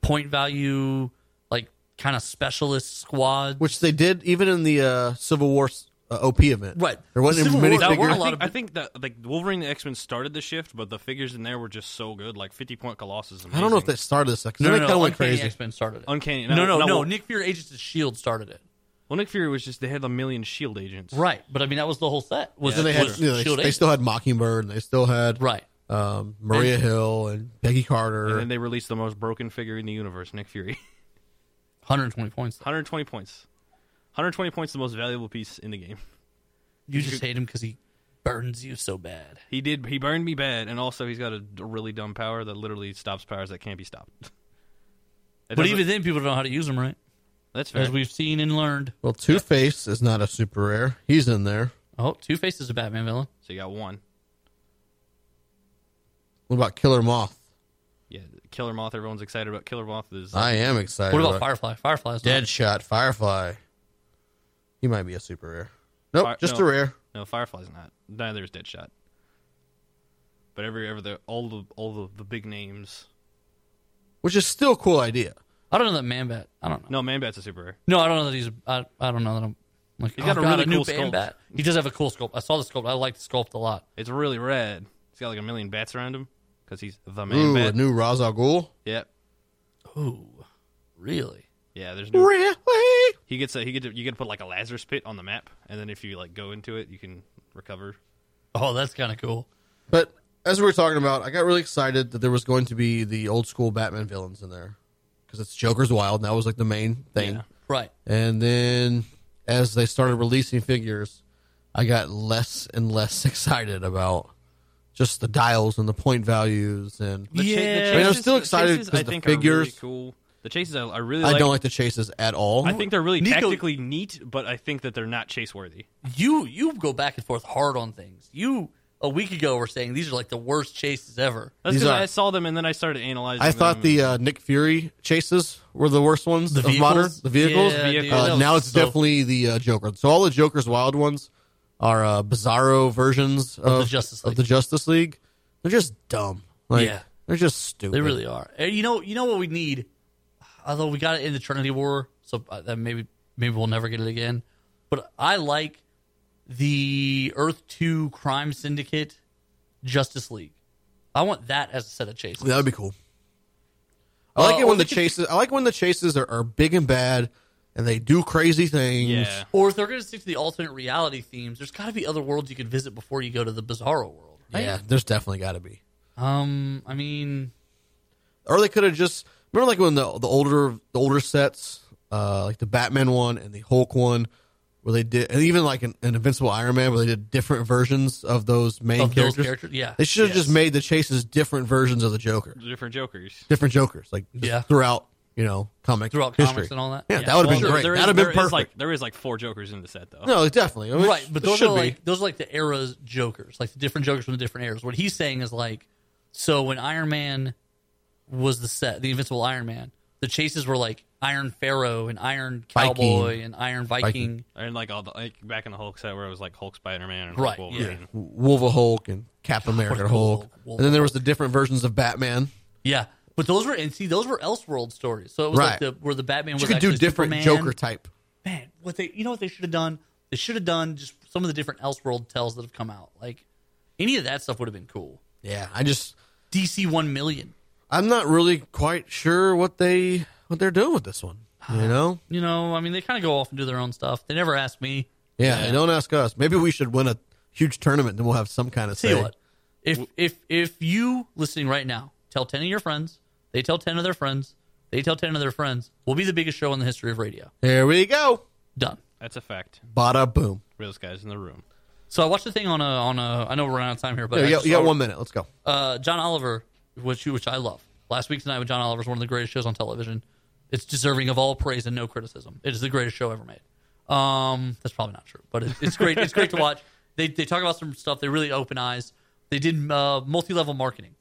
Speaker 2: point value, like kind of specialist squad.
Speaker 1: Which they did even in the uh, Civil War uh, OP event.
Speaker 2: Right.
Speaker 1: There wasn't
Speaker 2: The Civil
Speaker 1: many
Speaker 2: War, that
Speaker 1: figures.
Speaker 2: weren't
Speaker 3: I
Speaker 2: a lot
Speaker 3: think,
Speaker 2: of-
Speaker 3: I think that like Wolverine and X Men started the shift, but the figures in there were just so good. Like fifty point Colossus. Is
Speaker 1: I don't know if they started this. Cause they
Speaker 2: no, no,
Speaker 1: kind
Speaker 2: no,
Speaker 1: of went
Speaker 2: Uncanny
Speaker 1: crazy.
Speaker 2: X Men started it.
Speaker 3: Uncanny.
Speaker 2: no, no, no,
Speaker 3: Well,
Speaker 2: Nick Fury, Agents of Shield E started it.
Speaker 3: well, Nick Fury was just they had a million Shield E agents.
Speaker 2: Right, but I mean that was the whole set. Was
Speaker 1: And they had,
Speaker 2: was
Speaker 1: you know, they,
Speaker 2: Shield
Speaker 1: they
Speaker 2: agents.
Speaker 1: still had Mockingbird, and they still had
Speaker 2: right.
Speaker 1: um, Maria Hill and Peggy Carter.
Speaker 3: And then they released the most broken figure in the universe, Nick Fury.
Speaker 2: 120 points.
Speaker 3: 120 points. 120 points, the most valuable piece in the game.
Speaker 2: You just hate him because he burns you so bad.
Speaker 3: He did. He burned me bad, and also he's got a, d- really dumb power that literally stops powers that can't be stopped.
Speaker 2: But
Speaker 3: It doesn't-
Speaker 2: even then, people don't know how to use him, right?
Speaker 3: that's
Speaker 2: As
Speaker 3: fair.
Speaker 2: we've seen and learned.
Speaker 1: well, Two Face is not a super rare. He's in there.
Speaker 2: Oh, Two Face is a Batman villain.
Speaker 3: so you got one.
Speaker 1: What about Killer Moth?
Speaker 3: Yeah, Killer Moth. Everyone's excited about Killer Moth. Is
Speaker 1: I am excited.
Speaker 2: What about Firefly? Firefly's not-
Speaker 1: Deadshot, Firefly. He might be a super rare. Nope,
Speaker 3: Fire-
Speaker 1: just
Speaker 3: no.
Speaker 1: a rare.
Speaker 3: no Firefly's not. Neither is Deadshot. But every ever the all the all the, the big names.
Speaker 1: Which is still a cool idea.
Speaker 2: I don't know that Man Bat. I don't know.
Speaker 3: No, Man Bat's a super rare.
Speaker 2: No, I don't know that he's. I, I don't know that I'm. Like,
Speaker 3: He's got
Speaker 2: oh,
Speaker 3: a
Speaker 2: God,
Speaker 3: really
Speaker 2: new
Speaker 3: cool
Speaker 2: band
Speaker 3: sculpt.
Speaker 2: bat. He does have a cool sculpt. I saw the sculpt. I like the sculpt a lot.
Speaker 3: It's really rad. He's got like a million bats around him because he's the Man
Speaker 1: Ooh, a
Speaker 3: Bat.
Speaker 1: new Ra's al Ghul.
Speaker 3: yep.
Speaker 2: Ooh, really?
Speaker 3: Yeah, there's no
Speaker 1: Really?
Speaker 3: He gets a he get to, you get to put like a Lazarus pit on the map, and then if you like go into it, you can recover.
Speaker 2: Oh, that's kind of cool.
Speaker 1: But as we were talking about, I got really excited that there was going to be the old school Batman villains in there because it's Joker's Wild, and that was like the main thing.
Speaker 3: Yeah.
Speaker 2: Right.
Speaker 1: And then as they started releasing figures, I got less and less excited about just the dials and the point values and
Speaker 3: The cha- the
Speaker 2: Yeah.
Speaker 1: I mean, I'm
Speaker 3: chases-
Speaker 1: still
Speaker 3: the
Speaker 1: excited
Speaker 3: chases,
Speaker 1: 'cause
Speaker 3: I
Speaker 1: the
Speaker 3: think are really
Speaker 1: figures-
Speaker 3: cool. The chases I, I really
Speaker 1: I
Speaker 3: like.
Speaker 1: don't like the chases at all.
Speaker 3: I think they're really
Speaker 2: Nico-
Speaker 3: tactically neat, but I think that they're not chase worthy.
Speaker 2: You you go back and forth hard on things. You a week ago were saying these are like the worst chases ever.
Speaker 3: That's
Speaker 1: These
Speaker 3: because
Speaker 1: are-
Speaker 3: I saw them and then I started analyzing.
Speaker 1: I thought
Speaker 3: them.
Speaker 1: the uh, Nick Fury chases were the worst ones. The of modern, the vehicles.
Speaker 2: Yeah, dude,
Speaker 1: Uh,
Speaker 2: that
Speaker 1: now
Speaker 2: was
Speaker 1: it's
Speaker 2: so-
Speaker 1: definitely the uh, Joker. So all the Joker's wild ones are uh, bizarro versions of,
Speaker 2: Justice
Speaker 1: of the
Speaker 2: League.
Speaker 1: Justice League. They're just dumb. Like,
Speaker 2: Yeah.
Speaker 1: they're just stupid.
Speaker 2: They really are. And you know, you know what we need. Although we got it in the Trinity War, so uh, that maybe maybe we'll never get it again. But I like the Earth Two Crime Syndicate Justice League. I want that as a set of chases.
Speaker 1: That would be cool. I like
Speaker 2: Uh,
Speaker 1: it
Speaker 2: or
Speaker 1: when
Speaker 2: they
Speaker 1: the
Speaker 2: could-
Speaker 1: chases. I like when the chases are, are big and bad, and they do crazy things.
Speaker 3: yeah.
Speaker 2: Or if they're going to stick to the alternate reality themes, there's got to be other worlds you can visit before you go to the Bizarro world. right?
Speaker 1: Uh, Yeah, there's definitely got to be.
Speaker 2: Um. I mean,
Speaker 1: Or they could have just remember like when the the older the older sets, uh, like the Batman one and the Hulk one, where they did, and even like an, an Invincible Iron Man, where they did different versions of those main
Speaker 2: of those
Speaker 1: characters.
Speaker 2: characters. Yeah.
Speaker 1: They should have just made the chases different versions of the Joker,
Speaker 3: Different Jokers.
Speaker 1: different Jokers, like just
Speaker 2: Yeah.
Speaker 1: throughout you know comic
Speaker 2: throughout
Speaker 1: history.
Speaker 2: comics and all that.
Speaker 1: Yeah, that would have
Speaker 3: Well,
Speaker 1: been
Speaker 3: there-
Speaker 1: great.
Speaker 3: there
Speaker 1: That'd
Speaker 3: is-
Speaker 1: have been
Speaker 3: there is,
Speaker 1: perfect.
Speaker 3: like, there is like four Jokers in the set though.
Speaker 1: no, definitely. I mean,
Speaker 2: right, but
Speaker 1: it
Speaker 2: those
Speaker 1: should
Speaker 2: are
Speaker 1: be.
Speaker 2: like those are like the eras Jokers, like the different Jokers from the different eras. What he's saying is like, so when Iron Man was the set, the Invincible Iron Man, the chases were like Iron Pharaoh and Iron
Speaker 1: Viking.
Speaker 2: Cowboy and Iron Viking.
Speaker 1: Viking.
Speaker 3: And like all the like back in the Hulk set where it was like Hulk Spider Man and
Speaker 2: Right,
Speaker 3: Hulk Wolverine.
Speaker 2: yeah.
Speaker 1: Wolverhulk and Cap America
Speaker 2: cool
Speaker 1: Hulk.
Speaker 2: Wolverhulk.
Speaker 1: And then there was the different versions of Batman.
Speaker 2: Yeah, but those were and see those were Elseworld stories. So it was
Speaker 1: Right.
Speaker 2: like the where the Batman
Speaker 1: You
Speaker 2: was
Speaker 1: could do
Speaker 2: actually
Speaker 1: different
Speaker 2: Superman.
Speaker 1: Joker type.
Speaker 2: man, what they you know what they should have done? They should have done just some of the different Elseworld tells that have come out. Like any of that stuff would have been cool.
Speaker 1: Yeah, I just
Speaker 2: DC One Million,
Speaker 1: I'm not really quite sure what they what they're doing with this one. You know?
Speaker 2: you know, I mean, they kind of go off and do their own stuff. They never ask me.
Speaker 1: Yeah, don't ask us. Maybe we should win a huge tournament, then we'll have some kind of
Speaker 2: Tell
Speaker 1: say.
Speaker 2: you what, if if if you listening right now, tell ten of your friends, they tell ten of their friends, they tell ten of their friends, we'll be the biggest show in the history of radio.
Speaker 1: There we go.
Speaker 2: Done.
Speaker 3: That's a fact.
Speaker 1: Bada boom.
Speaker 3: Those guys in the room.
Speaker 2: So I watched the thing on a on a. I know we're running out of time here, but
Speaker 1: Yeah,
Speaker 2: I
Speaker 1: you, got,
Speaker 2: just
Speaker 1: you got
Speaker 2: saw-
Speaker 1: one minute. Let's go.
Speaker 2: uh, John Oliver, which which I love. Last week tonight with John Oliver is one of the greatest shows on television. It's deserving of all praise and no criticism. It is the greatest show ever made. Um, that's probably not true, but it, it's great. it's great to watch. They they talk about some stuff. They really open eyes. They did uh, multi level marketing.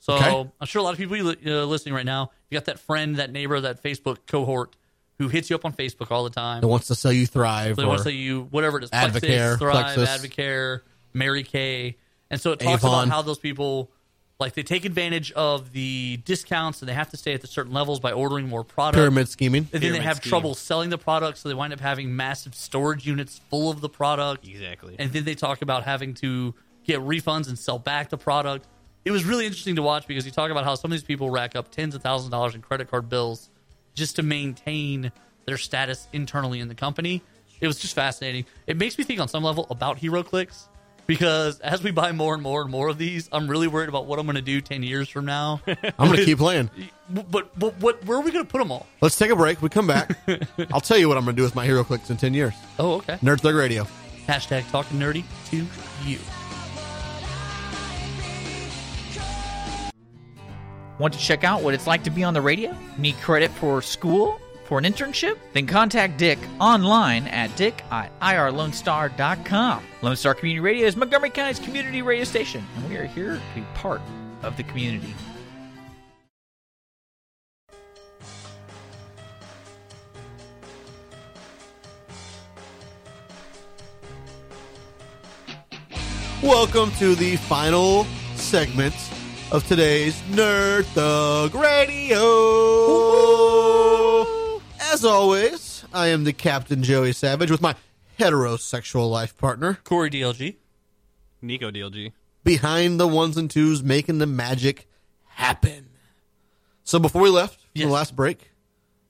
Speaker 2: So
Speaker 1: Okay.
Speaker 2: I'm sure a lot of people you li- uh, listening right now, you got that friend, that neighbor, that Facebook cohort who hits you up on Facebook all the time.
Speaker 1: It wants to sell you thrive.
Speaker 2: They
Speaker 1: or,
Speaker 2: want to say you whatever it is,
Speaker 1: Advocare,
Speaker 2: Plexus, Thrive,
Speaker 1: Plexus.
Speaker 2: Advocare, Mary Kay, and so it talks
Speaker 1: Avon.
Speaker 2: about how those people like they take advantage of the discounts and they have to stay at the certain levels by ordering more product.
Speaker 1: pyramid scheming.
Speaker 2: And then they
Speaker 3: pyramid
Speaker 2: have
Speaker 3: scheme.
Speaker 2: trouble selling the product, so they wind up having massive storage units full of the product.
Speaker 3: Exactly.
Speaker 2: And then they talk about having to get refunds and sell back the product. It was really interesting to watch because you talk about how some of these people rack up tens of thousands of dollars in credit card bills just to maintain their status internally in the company. It was just fascinating. It makes me think on some level about HeroClix because as we buy more and more and more of these, I'm really worried about what I'm going to do 10 years from now.
Speaker 1: I'm going to keep playing.
Speaker 2: but, but what where are we going to put them all?
Speaker 1: Let's take a break. We come back. I'll tell you what I'm going to do with my hero clicks in 10 years.
Speaker 2: Oh, okay.
Speaker 1: Nerd Thug Radio.
Speaker 2: Hashtag talking nerdy to you.
Speaker 6: Want to check out what it's like to be on the radio? Need credit for school? For an internship? Then contact Dick online at dick at irlonestar.com. Lone Star Community Radio is Montgomery County's community radio station, and we are here to be part of the community.
Speaker 1: Welcome to the final segment of today's Nerd Thug Radio. As always, I am the Captain Joey Savage with my heterosexual life partner
Speaker 2: Corey DLG.
Speaker 3: Nico DLG.
Speaker 1: behind the ones and twos making the magic happen. So before we left from
Speaker 2: Yes.
Speaker 1: the last break,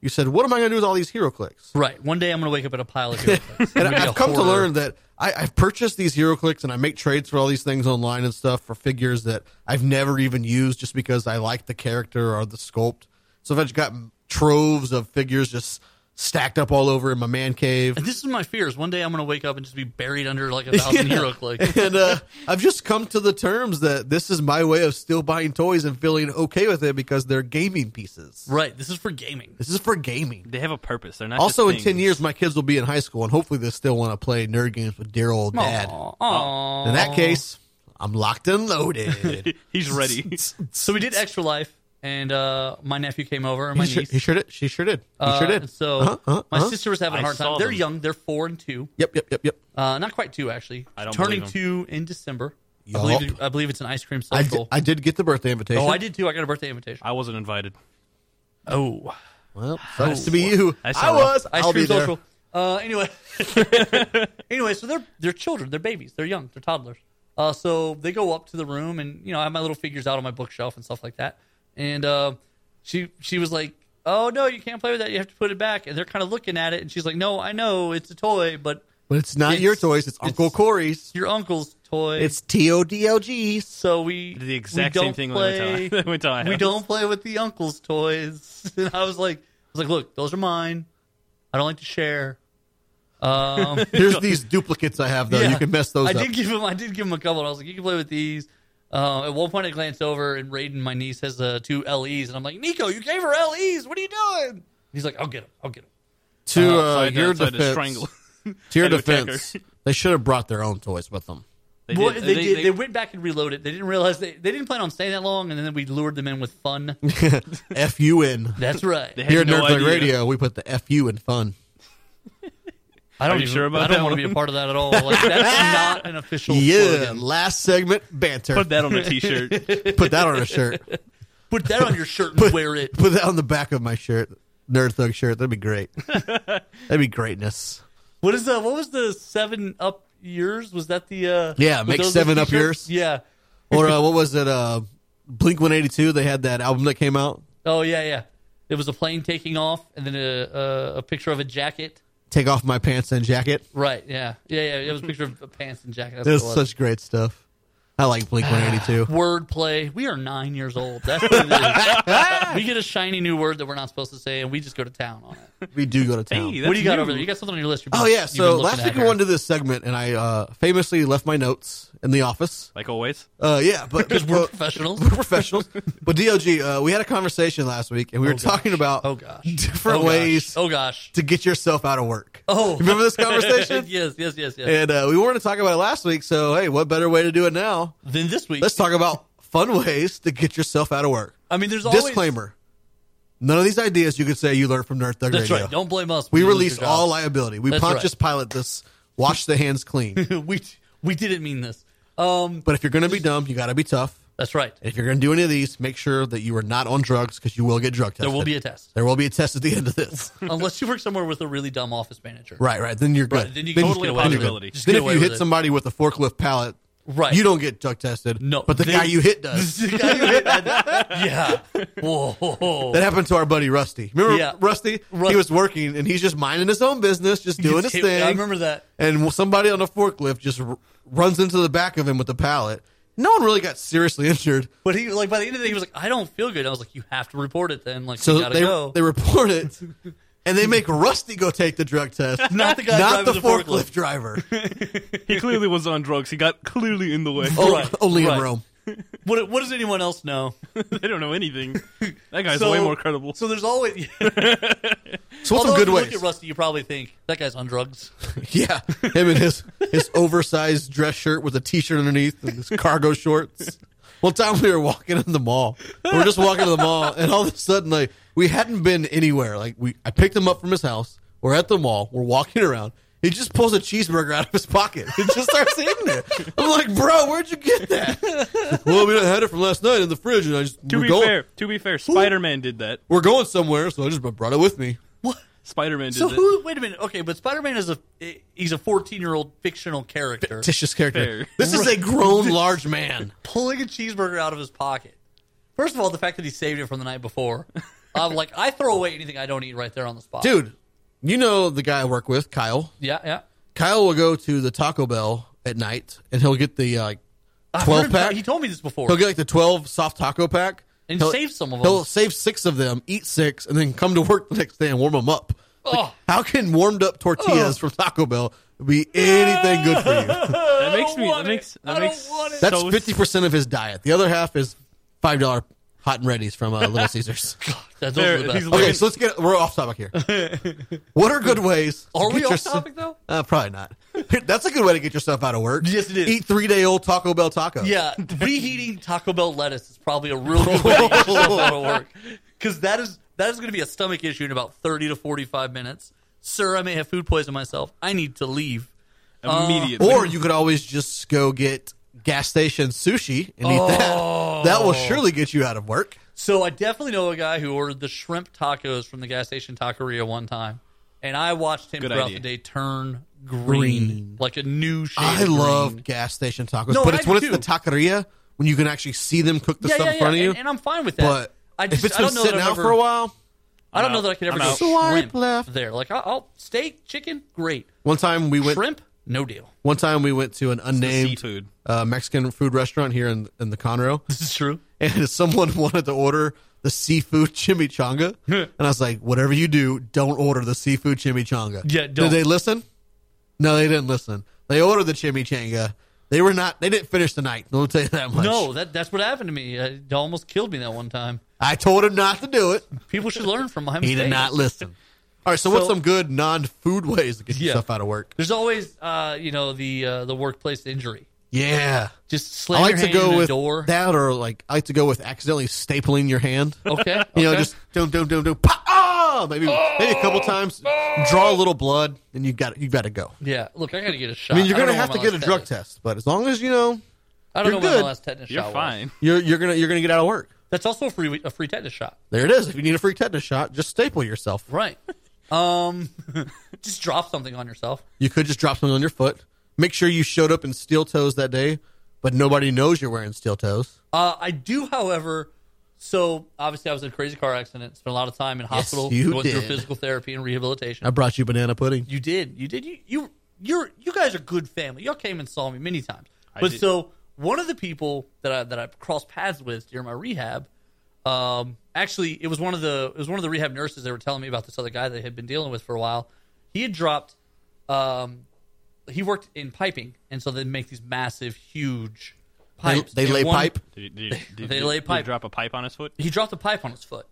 Speaker 1: you said, "What am I going to do with all these hero clicks?"
Speaker 2: Right. One day I'm going to wake up in a pile of hero clicks.
Speaker 1: And
Speaker 2: I'm gonna be
Speaker 1: I've
Speaker 2: a
Speaker 1: come to
Speaker 2: hoarder.
Speaker 1: learn that I, I've purchased these hero clicks and I make trades for all these things online and stuff for figures that I've never even used just because I like the character or the sculpt. So I've just got troves of figures just stacked up all over in my man cave.
Speaker 2: And this is my fears. One day I'm going to wake up and just be buried under like a thousand hero click.
Speaker 1: and uh, I've just come to the terms that this is my way of still buying toys and feeling okay with it because they're gaming pieces.
Speaker 2: Right. This is for gaming.
Speaker 1: This is for gaming.
Speaker 3: They have a purpose. They're not
Speaker 1: Also, in
Speaker 3: just
Speaker 1: 10
Speaker 3: things.
Speaker 1: years, my kids will be in high school, and hopefully, they still want to play nerd games with dear old dad.
Speaker 2: Aw, aw.
Speaker 1: In that case, I'm locked and loaded.
Speaker 3: he's ready.
Speaker 2: So we did extra life, and uh, my nephew came over and my
Speaker 1: he, sure,
Speaker 2: niece.
Speaker 1: he sure did. She sure did. He
Speaker 2: Uh,
Speaker 1: sure did.
Speaker 2: So
Speaker 1: Uh-huh, uh-huh,
Speaker 2: my
Speaker 1: uh-huh.
Speaker 2: sister was having a
Speaker 3: I
Speaker 2: hard time.
Speaker 3: saw
Speaker 2: They're
Speaker 3: them.
Speaker 2: young. They're four and two.
Speaker 1: Yep, yep, yep, yep.
Speaker 2: Uh, not quite two actually.
Speaker 3: I don't
Speaker 2: Turning
Speaker 3: believe
Speaker 2: two in December.
Speaker 1: Yup.
Speaker 2: I believe. I believe it's an ice cream
Speaker 1: I
Speaker 2: social.
Speaker 1: did- I did get the birthday invitation.
Speaker 2: oh, I did too. I got a birthday invitation.
Speaker 3: I wasn't invited.
Speaker 2: oh,
Speaker 1: Well, sucks to be you.
Speaker 3: I saw
Speaker 1: I was.
Speaker 2: ice
Speaker 1: I'll be
Speaker 2: cream
Speaker 1: there.
Speaker 2: social. Uh, anyway, anyway, so they're they're children. They're babies. They're young. They're toddlers. Uh, so they go up to the room, and you know, I have my little figures out on my bookshelf and stuff like that. And uh, she she was like, "Oh no, you can't play with that. You have to put it back." And they're kind of looking at it, and she's like, "No, I know it's a toy, but
Speaker 1: But it's not your
Speaker 2: It's-
Speaker 1: toys. It's
Speaker 2: it's-
Speaker 1: Uncle Corey's.
Speaker 2: it's your uncle's toy."
Speaker 1: It's TODLG's.
Speaker 2: so we
Speaker 3: Did the exact
Speaker 2: we
Speaker 3: same
Speaker 2: don't
Speaker 3: thing
Speaker 2: play,
Speaker 3: with my time.
Speaker 2: we don't play with the uncle's toys. And I was like, I was like, look, those are mine. I don't like to share. Um,
Speaker 1: Here's these duplicates I have though.
Speaker 2: Yeah.
Speaker 1: You can mess those
Speaker 2: I
Speaker 1: up.
Speaker 2: did give him. I did give him a couple. And I was like, you can play with these. Uh, at one point, I glanced over and Raiden, my niece, has uh, two LEs, and I'm like, Nico, you gave her LEs. What are you doing? And he's like, I'll get him. I'll get him.
Speaker 1: to uh,
Speaker 3: So I had to-
Speaker 1: your
Speaker 3: so I had to
Speaker 1: defense,
Speaker 3: strangle.
Speaker 1: to your
Speaker 3: had to attack
Speaker 1: defense,
Speaker 3: her.
Speaker 1: they should have brought their own toys with them.
Speaker 3: They
Speaker 2: Well,
Speaker 3: did-
Speaker 2: they, did, they went back and reloaded. They didn't realize they, they didn't plan on staying that long, and then we lured them in with fun.
Speaker 1: F U in
Speaker 2: That's right.
Speaker 3: They had
Speaker 1: here at
Speaker 3: no
Speaker 1: Nerd Thug
Speaker 3: idea.
Speaker 1: Radio, we put the F U in fun.
Speaker 2: I don't
Speaker 3: Are you
Speaker 2: even-
Speaker 3: sure about
Speaker 2: I don't
Speaker 3: that
Speaker 2: want to be
Speaker 3: one?
Speaker 2: a part of that at all. Like, that's not an official.
Speaker 1: Yeah,
Speaker 2: slogan.
Speaker 1: last segment banter.
Speaker 3: Put that on a t-shirt.
Speaker 1: Put that on a shirt.
Speaker 2: Put that on your shirt and wear it.
Speaker 1: Put that on the back of my shirt, Nerd Thug shirt. That'd be great. That'd be greatness.
Speaker 2: What is that? What was the seven up years? Was that the uh
Speaker 1: Yeah,
Speaker 2: were
Speaker 1: make
Speaker 2: those
Speaker 1: seven
Speaker 2: the
Speaker 1: up
Speaker 2: t-shirts?
Speaker 1: years.
Speaker 2: Yeah.
Speaker 1: Or uh, what was it? Uh, Blink One Eighty Two. They had that album that came out.
Speaker 2: Oh yeah, yeah. It was a plane taking off, and then a a, a picture of a jacket.
Speaker 1: Take off my pants and jacket.
Speaker 2: Right. Yeah. Yeah. Yeah. It was a picture of a pants and jacket. That's
Speaker 1: It was
Speaker 2: what it was.
Speaker 1: such great stuff. I like Blink One Eighty Two.
Speaker 2: Word play. We are nine years old. That's what it is. we get a shiny new word that we're not supposed to say, and we just go to town on it.
Speaker 1: We do go to town.
Speaker 3: hey,
Speaker 2: what do you got
Speaker 3: new.
Speaker 2: over there? You got something on your list? you've been-
Speaker 1: Oh yeah,
Speaker 2: you've
Speaker 1: so
Speaker 2: been looking
Speaker 1: last
Speaker 2: at
Speaker 1: week we
Speaker 2: here.
Speaker 1: went to this segment, and I uh, famously left my notes in the office.
Speaker 3: Like always.
Speaker 1: Uh, yeah, but
Speaker 2: because we're
Speaker 1: but-
Speaker 2: professionals.
Speaker 1: we're professionals. But Dog, uh, we had a conversation last week, and we were talking about
Speaker 2: Oh gosh.
Speaker 1: different
Speaker 2: Oh, gosh.
Speaker 1: ways
Speaker 2: Oh gosh.
Speaker 1: to get yourself out of work.
Speaker 2: Oh.
Speaker 1: You remember this conversation?
Speaker 2: yes. Yes. Yes. Yes.
Speaker 1: And uh, we wanted to talk about it last week, so hey, what better way to do it now?
Speaker 2: Then this week,
Speaker 1: Let's talk about fun ways to get yourself out of work.
Speaker 2: I mean, there's always
Speaker 1: Disclaimer: None of these ideas you could say you learned from Nerd Thug
Speaker 2: That's
Speaker 1: Radio.
Speaker 2: right. Don't blame us.
Speaker 1: we
Speaker 2: when you lose
Speaker 1: release
Speaker 2: your
Speaker 1: all
Speaker 2: job.
Speaker 1: liability. We
Speaker 2: That's
Speaker 1: Pontius
Speaker 2: right.
Speaker 1: Pilate this. Wash the hands clean.
Speaker 2: we we didn't mean this. Um,
Speaker 1: But if you're going to be dumb, you got to be tough.
Speaker 2: that's right.
Speaker 1: If you're going to do any of these, make sure that you are not on drugs because you will get drug tested.
Speaker 2: There will be a test
Speaker 1: There will be a test at the end of this.
Speaker 2: unless you work somewhere with a really dumb office manager.
Speaker 1: right, right. Then you're good.
Speaker 2: Right, then you can
Speaker 1: you're
Speaker 2: totally
Speaker 1: good.
Speaker 2: get
Speaker 1: Then you're
Speaker 3: away with
Speaker 1: good.
Speaker 3: it.
Speaker 2: Just
Speaker 1: Then
Speaker 2: get
Speaker 1: if
Speaker 2: away
Speaker 1: you
Speaker 2: with
Speaker 1: hit
Speaker 2: it.
Speaker 1: somebody with a forklift pallet,
Speaker 2: Right.
Speaker 1: you don't get drug tested.
Speaker 2: No,
Speaker 1: but the
Speaker 2: then-
Speaker 1: guy you hit does.
Speaker 2: The guy who hit that- yeah. Whoa.
Speaker 1: That happened to our buddy Rusty. Remember
Speaker 2: Yeah.
Speaker 1: Rusty?
Speaker 2: Rus-
Speaker 1: He was working and he's just minding his own business, just doing his
Speaker 2: Hey,
Speaker 1: thing.
Speaker 2: I remember that.
Speaker 1: and somebody on a forklift just r- runs into the back of him with a pallet. No one really got seriously injured.
Speaker 2: But he like by the end of the day, he was like, "I don't feel good." I was like, "You have to report it then." Like,
Speaker 1: So
Speaker 2: you gotta
Speaker 1: they
Speaker 2: go.
Speaker 1: they report it, and they make Rusty go take the drug test,
Speaker 2: Not the guy
Speaker 1: not the,
Speaker 2: driving the
Speaker 1: forklift,
Speaker 2: forklift.
Speaker 1: driver.
Speaker 3: He clearly was on drugs. He got clearly in the way.
Speaker 1: O-
Speaker 2: Right,
Speaker 1: Only
Speaker 2: right.
Speaker 1: in Rome.
Speaker 2: what, what does anyone else know?
Speaker 3: they don't know anything. That guy's
Speaker 2: So-
Speaker 3: way more credible.
Speaker 2: So there's always.
Speaker 1: So what's
Speaker 2: Although
Speaker 1: some
Speaker 2: if
Speaker 1: good
Speaker 2: you
Speaker 1: ways?
Speaker 2: look at Rusty, you probably think that guy's on drugs.
Speaker 1: yeah, him and his his oversized dress shirt with a t-shirt underneath and his cargo shorts. One time we were walking in the mall. We were just walking to the mall, and all of a sudden, like we hadn't been anywhere. Like we, I picked him up from his house. We're at the mall. We're walking around. He just pulls a cheeseburger out of his pocket. It just starts eating it. I'm like, bro, where'd you get that? well, we had it from last night in the fridge, and I just
Speaker 3: to
Speaker 1: we're
Speaker 3: be
Speaker 1: going,
Speaker 3: fair, to be fair, Spider Man did that.
Speaker 1: we're going somewhere, so I just brought it with me.
Speaker 2: What?
Speaker 3: Spider Man did
Speaker 2: So
Speaker 3: that.
Speaker 2: who? Wait a minute. Okay, but Spider Man is a he's a fourteen year old fictional character
Speaker 1: Fictitious character.
Speaker 3: Fair.
Speaker 1: This is a grown, large man.
Speaker 2: pulling a cheeseburger out of his pocket. First of all, the fact that he saved it from the night before. I'm like, I throw away anything I don't eat right there on the spot,
Speaker 1: Dude, you know the guy I work with, Kyle.
Speaker 2: Yeah, yeah.
Speaker 1: Kyle will go to the Taco Bell at night, and he'll get the uh,
Speaker 2: I've heard
Speaker 1: twelve
Speaker 2: him-
Speaker 1: pack.
Speaker 2: He told me this before.
Speaker 1: He'll get like the twelve soft taco pack
Speaker 2: And
Speaker 1: He'll-
Speaker 2: save some of
Speaker 1: He'll
Speaker 2: them.
Speaker 1: save six of them, eat six, and then come to work the next day and warm them up. Like, how can warmed up tortillas from Taco Bell be anything good for you?
Speaker 3: That makes me. That makes. That makes.
Speaker 1: That's
Speaker 3: so-
Speaker 1: fifty percent of his diet. The other half is five dollar hot and ready's from uh, Little Caesars.
Speaker 2: That's
Speaker 3: There-
Speaker 2: also the best.
Speaker 3: he's
Speaker 1: Okay,
Speaker 3: looking-
Speaker 1: so let's get. We're off topic here. what are good ways? to
Speaker 2: Are we
Speaker 1: get
Speaker 2: off
Speaker 1: yourself-
Speaker 2: topic though?
Speaker 1: Uh, probably not. That's a good way to get yourself out of work.
Speaker 2: Yes, it is.
Speaker 1: Eat three day old Taco Bell tacos.
Speaker 2: Yeah, reheating Taco Bell lettuce is probably a real good way to get yourself out of work because that is that is going to be a stomach issue in about thirty to forty five minutes. Sir, I may have food poisoned myself. I need to leave.
Speaker 3: immediately.
Speaker 1: uh, Or you could always just go get gas station sushi and eat
Speaker 2: Oh.
Speaker 1: that. That will surely get you out of work.
Speaker 2: So I definitely know a guy who ordered the shrimp tacos from the gas station taqueria one time, and I watched him
Speaker 3: Good
Speaker 2: throughout
Speaker 3: idea.
Speaker 2: the day turn green,
Speaker 1: Green.
Speaker 2: like a new shade.
Speaker 1: I
Speaker 2: of
Speaker 1: love
Speaker 2: green.
Speaker 1: gas station tacos,
Speaker 2: No,
Speaker 1: but
Speaker 2: I
Speaker 1: it's when
Speaker 2: do
Speaker 1: it's the taqueria when you can actually see them cook the
Speaker 2: yeah,
Speaker 1: stuff
Speaker 2: yeah,
Speaker 1: in
Speaker 2: yeah.
Speaker 1: front of you.
Speaker 2: and, and I'm fine with that.
Speaker 1: but
Speaker 2: I just
Speaker 1: if it's
Speaker 2: I
Speaker 1: been
Speaker 2: don't know that
Speaker 1: sitting
Speaker 2: I've
Speaker 1: out
Speaker 2: ever,
Speaker 1: for a while,
Speaker 2: I don't
Speaker 3: I'm
Speaker 2: know
Speaker 3: out.
Speaker 2: that I could ever
Speaker 3: I'm
Speaker 2: go
Speaker 3: out.
Speaker 1: Swipe
Speaker 2: shrimp
Speaker 1: left.
Speaker 2: there. Like I'll, I'll steak, chicken, great.
Speaker 1: one time we went.
Speaker 2: Shrimp, no deal.
Speaker 1: One time we went to an unnamed
Speaker 3: seafood.
Speaker 1: uh, Mexican food restaurant here in in the Conroe,
Speaker 2: This is true.
Speaker 1: and someone wanted to order the seafood chimichanga, and I was like, "Whatever you do, don't order the seafood chimichanga."
Speaker 2: Yeah,
Speaker 1: Did
Speaker 2: don't.
Speaker 1: they listen? No, they didn't listen. They ordered the chimichanga. They were not. They didn't finish the night. I'll tell you that much.
Speaker 2: No, that that's what happened to me. Uh, It almost killed me that one time.
Speaker 1: I told him not to do it.
Speaker 2: People should learn from my
Speaker 1: He
Speaker 2: mistakes.
Speaker 1: did not listen. All right. So, what's some good non-food ways to get
Speaker 2: Yeah.
Speaker 1: yourself out of work?
Speaker 2: There's always, uh, you know, the uh, the workplace injury.
Speaker 1: Yeah.
Speaker 2: Just
Speaker 1: I
Speaker 2: slam
Speaker 1: like
Speaker 2: your
Speaker 1: to
Speaker 2: hand
Speaker 1: go
Speaker 2: in the
Speaker 1: with
Speaker 2: door.
Speaker 1: that, or like I like to go with accidentally stapling your hand.
Speaker 2: okay,
Speaker 1: You know,
Speaker 2: okay. Oh!
Speaker 1: just don't, don't, don't, don't. Ah, maybe, maybe a couple times. Draw a little blood, and you got you got to go.
Speaker 2: yeah. Look, I gotta get a shot.
Speaker 1: I mean, you're
Speaker 2: don't
Speaker 1: gonna
Speaker 2: know
Speaker 1: have to
Speaker 2: when my
Speaker 1: get a
Speaker 2: last
Speaker 1: drug
Speaker 2: tetanus-
Speaker 1: test, but as long as you know
Speaker 2: I don't
Speaker 1: You're
Speaker 2: know when
Speaker 1: good.
Speaker 2: my last tetanus
Speaker 3: You're
Speaker 2: shot was.
Speaker 3: fine.
Speaker 1: you're you're gonna you're gonna get out of work.
Speaker 2: That's also a free a free tetanus shot,
Speaker 1: There it is. If you need a free tetanus shot, just staple yourself.
Speaker 2: right? Um, just drop something on yourself.
Speaker 1: You could just drop something on your foot. Make sure you showed up in steel toes that day, but nobody knows you're wearing steel toes.
Speaker 2: Uh, I do, however. So obviously, I was in a crazy car accident. Spent a lot of time in hospital,
Speaker 1: you
Speaker 2: going through
Speaker 1: did.
Speaker 2: physical therapy and rehabilitation.
Speaker 1: I brought you banana pudding.
Speaker 2: You did. You did. You you you're, you guys are good family. Y'all came and saw me many times. But
Speaker 3: did.
Speaker 2: so one of the people that I that I crossed paths with during my rehab, um, actually it was one of the it was one of the rehab nurses that were telling me about this other guy they had been dealing with for a while. He had dropped. Um, he worked in piping, and so they make these massive, huge pipes.
Speaker 1: They, they
Speaker 2: And
Speaker 1: lay
Speaker 2: one-
Speaker 1: pipe.
Speaker 3: Did, you- did, you- did,
Speaker 2: They
Speaker 3: you-
Speaker 2: lay
Speaker 3: did you
Speaker 2: pipe.
Speaker 3: drop a pipe on his foot.
Speaker 2: He dropped a pipe on his foot,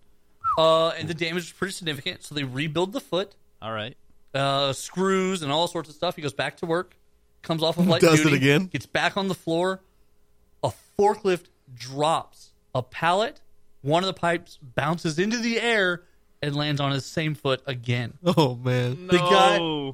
Speaker 2: uh, and the damage was pretty significant. So they rebuild the foot
Speaker 3: All right.
Speaker 2: uh, screws and all sorts of stuff. He goes back to work, comes off of light
Speaker 1: Does it
Speaker 2: duty,
Speaker 1: again?
Speaker 2: gets back on the floor. A forklift drops a pallet. One of the pipes bounces into the air and lands on his same foot again.
Speaker 1: Oh man.
Speaker 2: The
Speaker 3: No.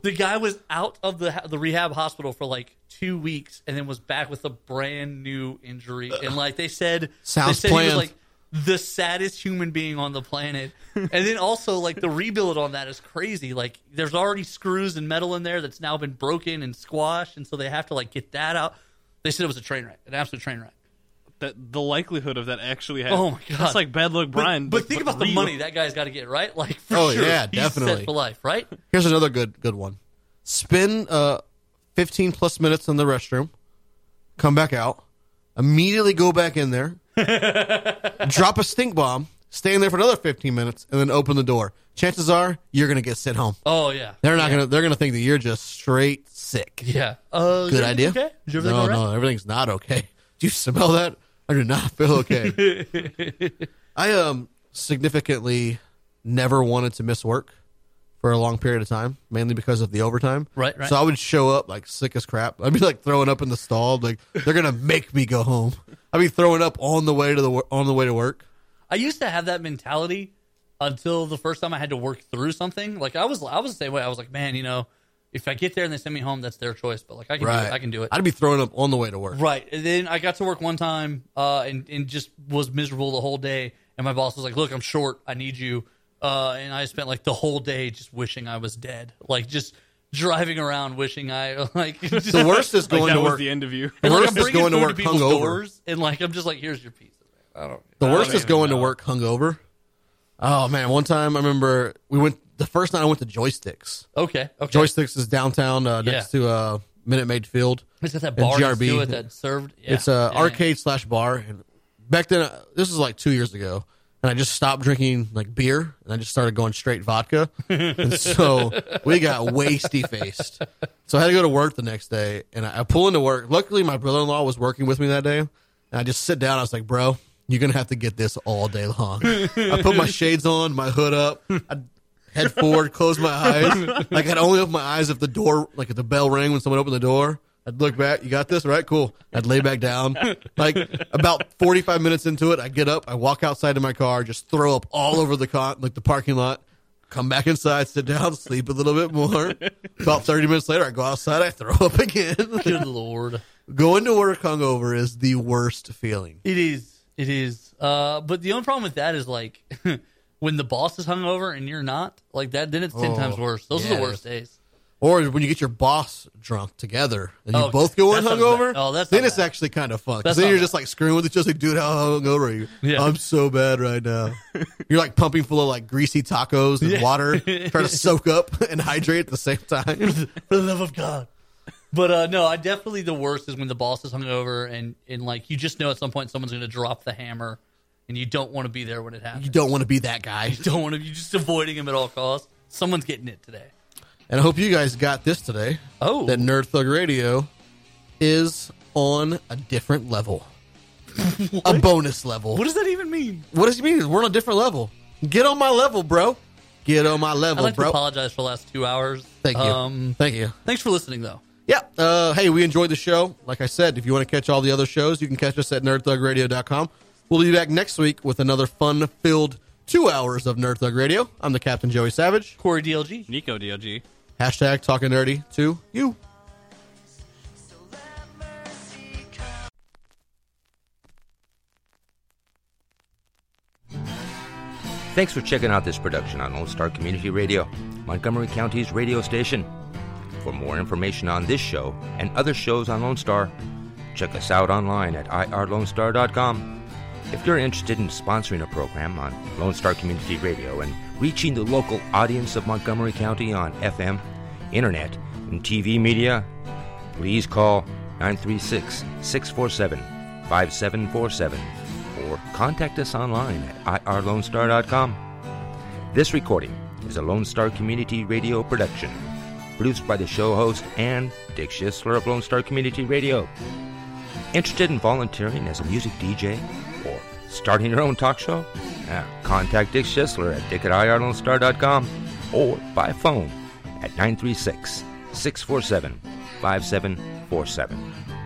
Speaker 2: guy, the guy was out of the the rehab hospital for like two weeks, and then was back with a brand new injury. And like they said,
Speaker 1: Sounds
Speaker 2: they said he was
Speaker 1: planned.
Speaker 2: like the saddest human being on the planet. and then also like the rebuild on that is crazy. Like there's already screws and metal in there that's now been broken and squashed, and so they have to like get that out. They said it was a train wreck, an absolute train wreck.
Speaker 3: That the likelihood of that actually happening.
Speaker 2: Oh my god,
Speaker 3: That's like bad luck, Brian.
Speaker 2: But, but think about the
Speaker 3: real.
Speaker 2: money that guy's got to get, right? Like for
Speaker 1: Oh,
Speaker 2: sure,
Speaker 1: yeah,
Speaker 2: He's set
Speaker 1: definitely.
Speaker 2: for life, right?
Speaker 1: Here's another good good one. Spend uh, 15 plus minutes in the restroom, come back out, immediately go back in there, drop a stink bomb, stay in there for another 15 minutes, and then open the door. Chances are you're gonna get sent home.
Speaker 2: Oh yeah,
Speaker 1: They're not gonna they're gonna think that you're just straight sick.
Speaker 2: Yeah. Uh, is
Speaker 1: Good idea.
Speaker 2: everything Okay? Is everything
Speaker 1: no,
Speaker 2: all right?
Speaker 1: no, everything's not okay. Do you smell that? I do not feel okay. I um significantly never wanted to miss work for a long period of time, mainly because of the overtime.
Speaker 2: Right, right.
Speaker 1: So I would show up like sick as crap. I'd be like throwing up in the stall, like they're gonna make me go home. I'd be throwing up on the way to the wor- on the way to work.
Speaker 2: I used to have that mentality until the first time I had to work through something. Like I was, I was the same way. I was like, man, you know, if I get there and they send me home, that's their choice. But like, I can do it. I can do it.
Speaker 1: I'd be throwing up on the way to work.
Speaker 2: Right. And then I got to work one time uh, and, and just was miserable the whole day. And my boss was like, look, I'm short. I need you. Uh, and I spent like the whole day just wishing I was dead. Like just driving around wishing I, like, just,
Speaker 1: The worst is
Speaker 3: Like
Speaker 1: going
Speaker 3: that
Speaker 1: to
Speaker 3: was
Speaker 1: work.
Speaker 3: the end of you.
Speaker 2: and, like,
Speaker 1: worst
Speaker 2: I'm
Speaker 1: is
Speaker 2: bringing
Speaker 1: going to
Speaker 2: food
Speaker 1: work
Speaker 2: people's
Speaker 1: hungover.
Speaker 2: doors. And like, I'm just like, here's your pizza.
Speaker 1: The
Speaker 3: don't
Speaker 1: worst is
Speaker 3: even
Speaker 1: going to
Speaker 3: know.
Speaker 1: work hungover. Oh man, one time I remember we went the first night I went to Joysticks.
Speaker 2: Okay. Okay.
Speaker 1: Joysticks is downtown uh, next
Speaker 2: Yeah.
Speaker 1: to uh, Minute Maid Field.
Speaker 2: Is that that
Speaker 1: and
Speaker 2: bar next
Speaker 1: GRB.
Speaker 2: to it that served? Yeah.
Speaker 1: It's a
Speaker 2: Yeah.
Speaker 1: uh, arcade slash bar, and back then uh, this is like two years ago. and I just stopped drinking like beer and I just started going straight vodka. and so we got wasty faced. So I had to go to work the next day and I, I pull into work. Luckily, my brother in law was working with me that day. And I just sit down. I was like, bro, you're going to have to get this all day long. I put my shades on, my hood up. I head forward, close my eyes. Like I'd only open my eyes if the door, like if the bell rang when someone opened the door. I'd look back. You got this, right? Cool. I'd lay back down. Like about forty-five minutes into it, I get up. I walk outside to my car, just throw up all over the con, like the parking lot. Come back inside, sit down, sleep a little bit more. About thirty minutes later, I go outside. I throw up again.
Speaker 2: Good lord.
Speaker 1: Going to work hungover is the worst feeling.
Speaker 2: It is. It is. Uh, but the only problem with that is like when the boss is hungover and you're not, like that, then it's ten
Speaker 1: Oh,
Speaker 2: times worse. Those
Speaker 1: yeah,
Speaker 2: are
Speaker 1: it
Speaker 2: the worst
Speaker 1: is.
Speaker 2: days.
Speaker 1: Or when you get your boss drunk together and you
Speaker 2: Oh,
Speaker 1: both go in
Speaker 2: that sounds
Speaker 1: hungover,
Speaker 2: bad. Oh, that's
Speaker 1: then
Speaker 2: not
Speaker 1: it's
Speaker 2: bad.
Speaker 1: actually kind of fun. 'Cause
Speaker 2: That's
Speaker 1: then
Speaker 2: not
Speaker 1: you're
Speaker 2: bad.
Speaker 1: just like screwing with each other, like, dude, how hungover are you?
Speaker 2: Yeah.
Speaker 1: I'm so bad right now. you're like pumping full of like greasy tacos and water, trying to soak up and hydrate at the same time.
Speaker 2: For the love of God. But uh, no, I definitely the worst is when the boss is hungover and and like you just know at some point someone's going to drop the hammer, and you don't want to be there when it happens.
Speaker 1: you don't want to be that guy.
Speaker 2: You don't want to. You're just avoiding him at all costs. Someone's getting it today.
Speaker 1: And I hope you guys got this today.
Speaker 2: Oh.
Speaker 1: That Nerd Thug Radio is on a different level. a bonus level.
Speaker 2: What does that even mean?
Speaker 1: What does he mean? We're on a different level. Get on my level, bro. Get on my
Speaker 2: I'd
Speaker 1: level,
Speaker 2: like to
Speaker 1: bro.
Speaker 2: apologize for the last two hours.
Speaker 1: Thank you.
Speaker 2: Um,
Speaker 1: Thank you.
Speaker 2: thanks for listening, though.
Speaker 1: Yeah. Uh, hey, we enjoyed the show. Like I said, if you want to catch all the other shows, you can catch us at nerdthugradio.com. We'll be back next week with another fun filled two hours of Nerd Thug Radio. I'm the Captain Joey Savage.
Speaker 2: Corey DLG.
Speaker 3: Nico DLG.
Speaker 1: Hashtag talking nerdy to you.
Speaker 4: Thanks for checking out this production on Lone Star Community Radio, Montgomery County's radio station. For more information on this show and other shows on Lone Star, check us out online at irlonestar.com. If you're interested in sponsoring a program on Lone Star Community Radio and reaching the local audience of Montgomery County on FM, internet, and TV media, please call 936 647 5747 or contact us online at irlonestar.com. This recording is a Lone Star Community Radio production, produced by the show host and Dick Schisler of Lone Star Community Radio. Interested in volunteering as a music DJ or starting your own talk show? Yeah, contact Dick Schisler at dick at irlonestar.com or by phone at 936 647 5747.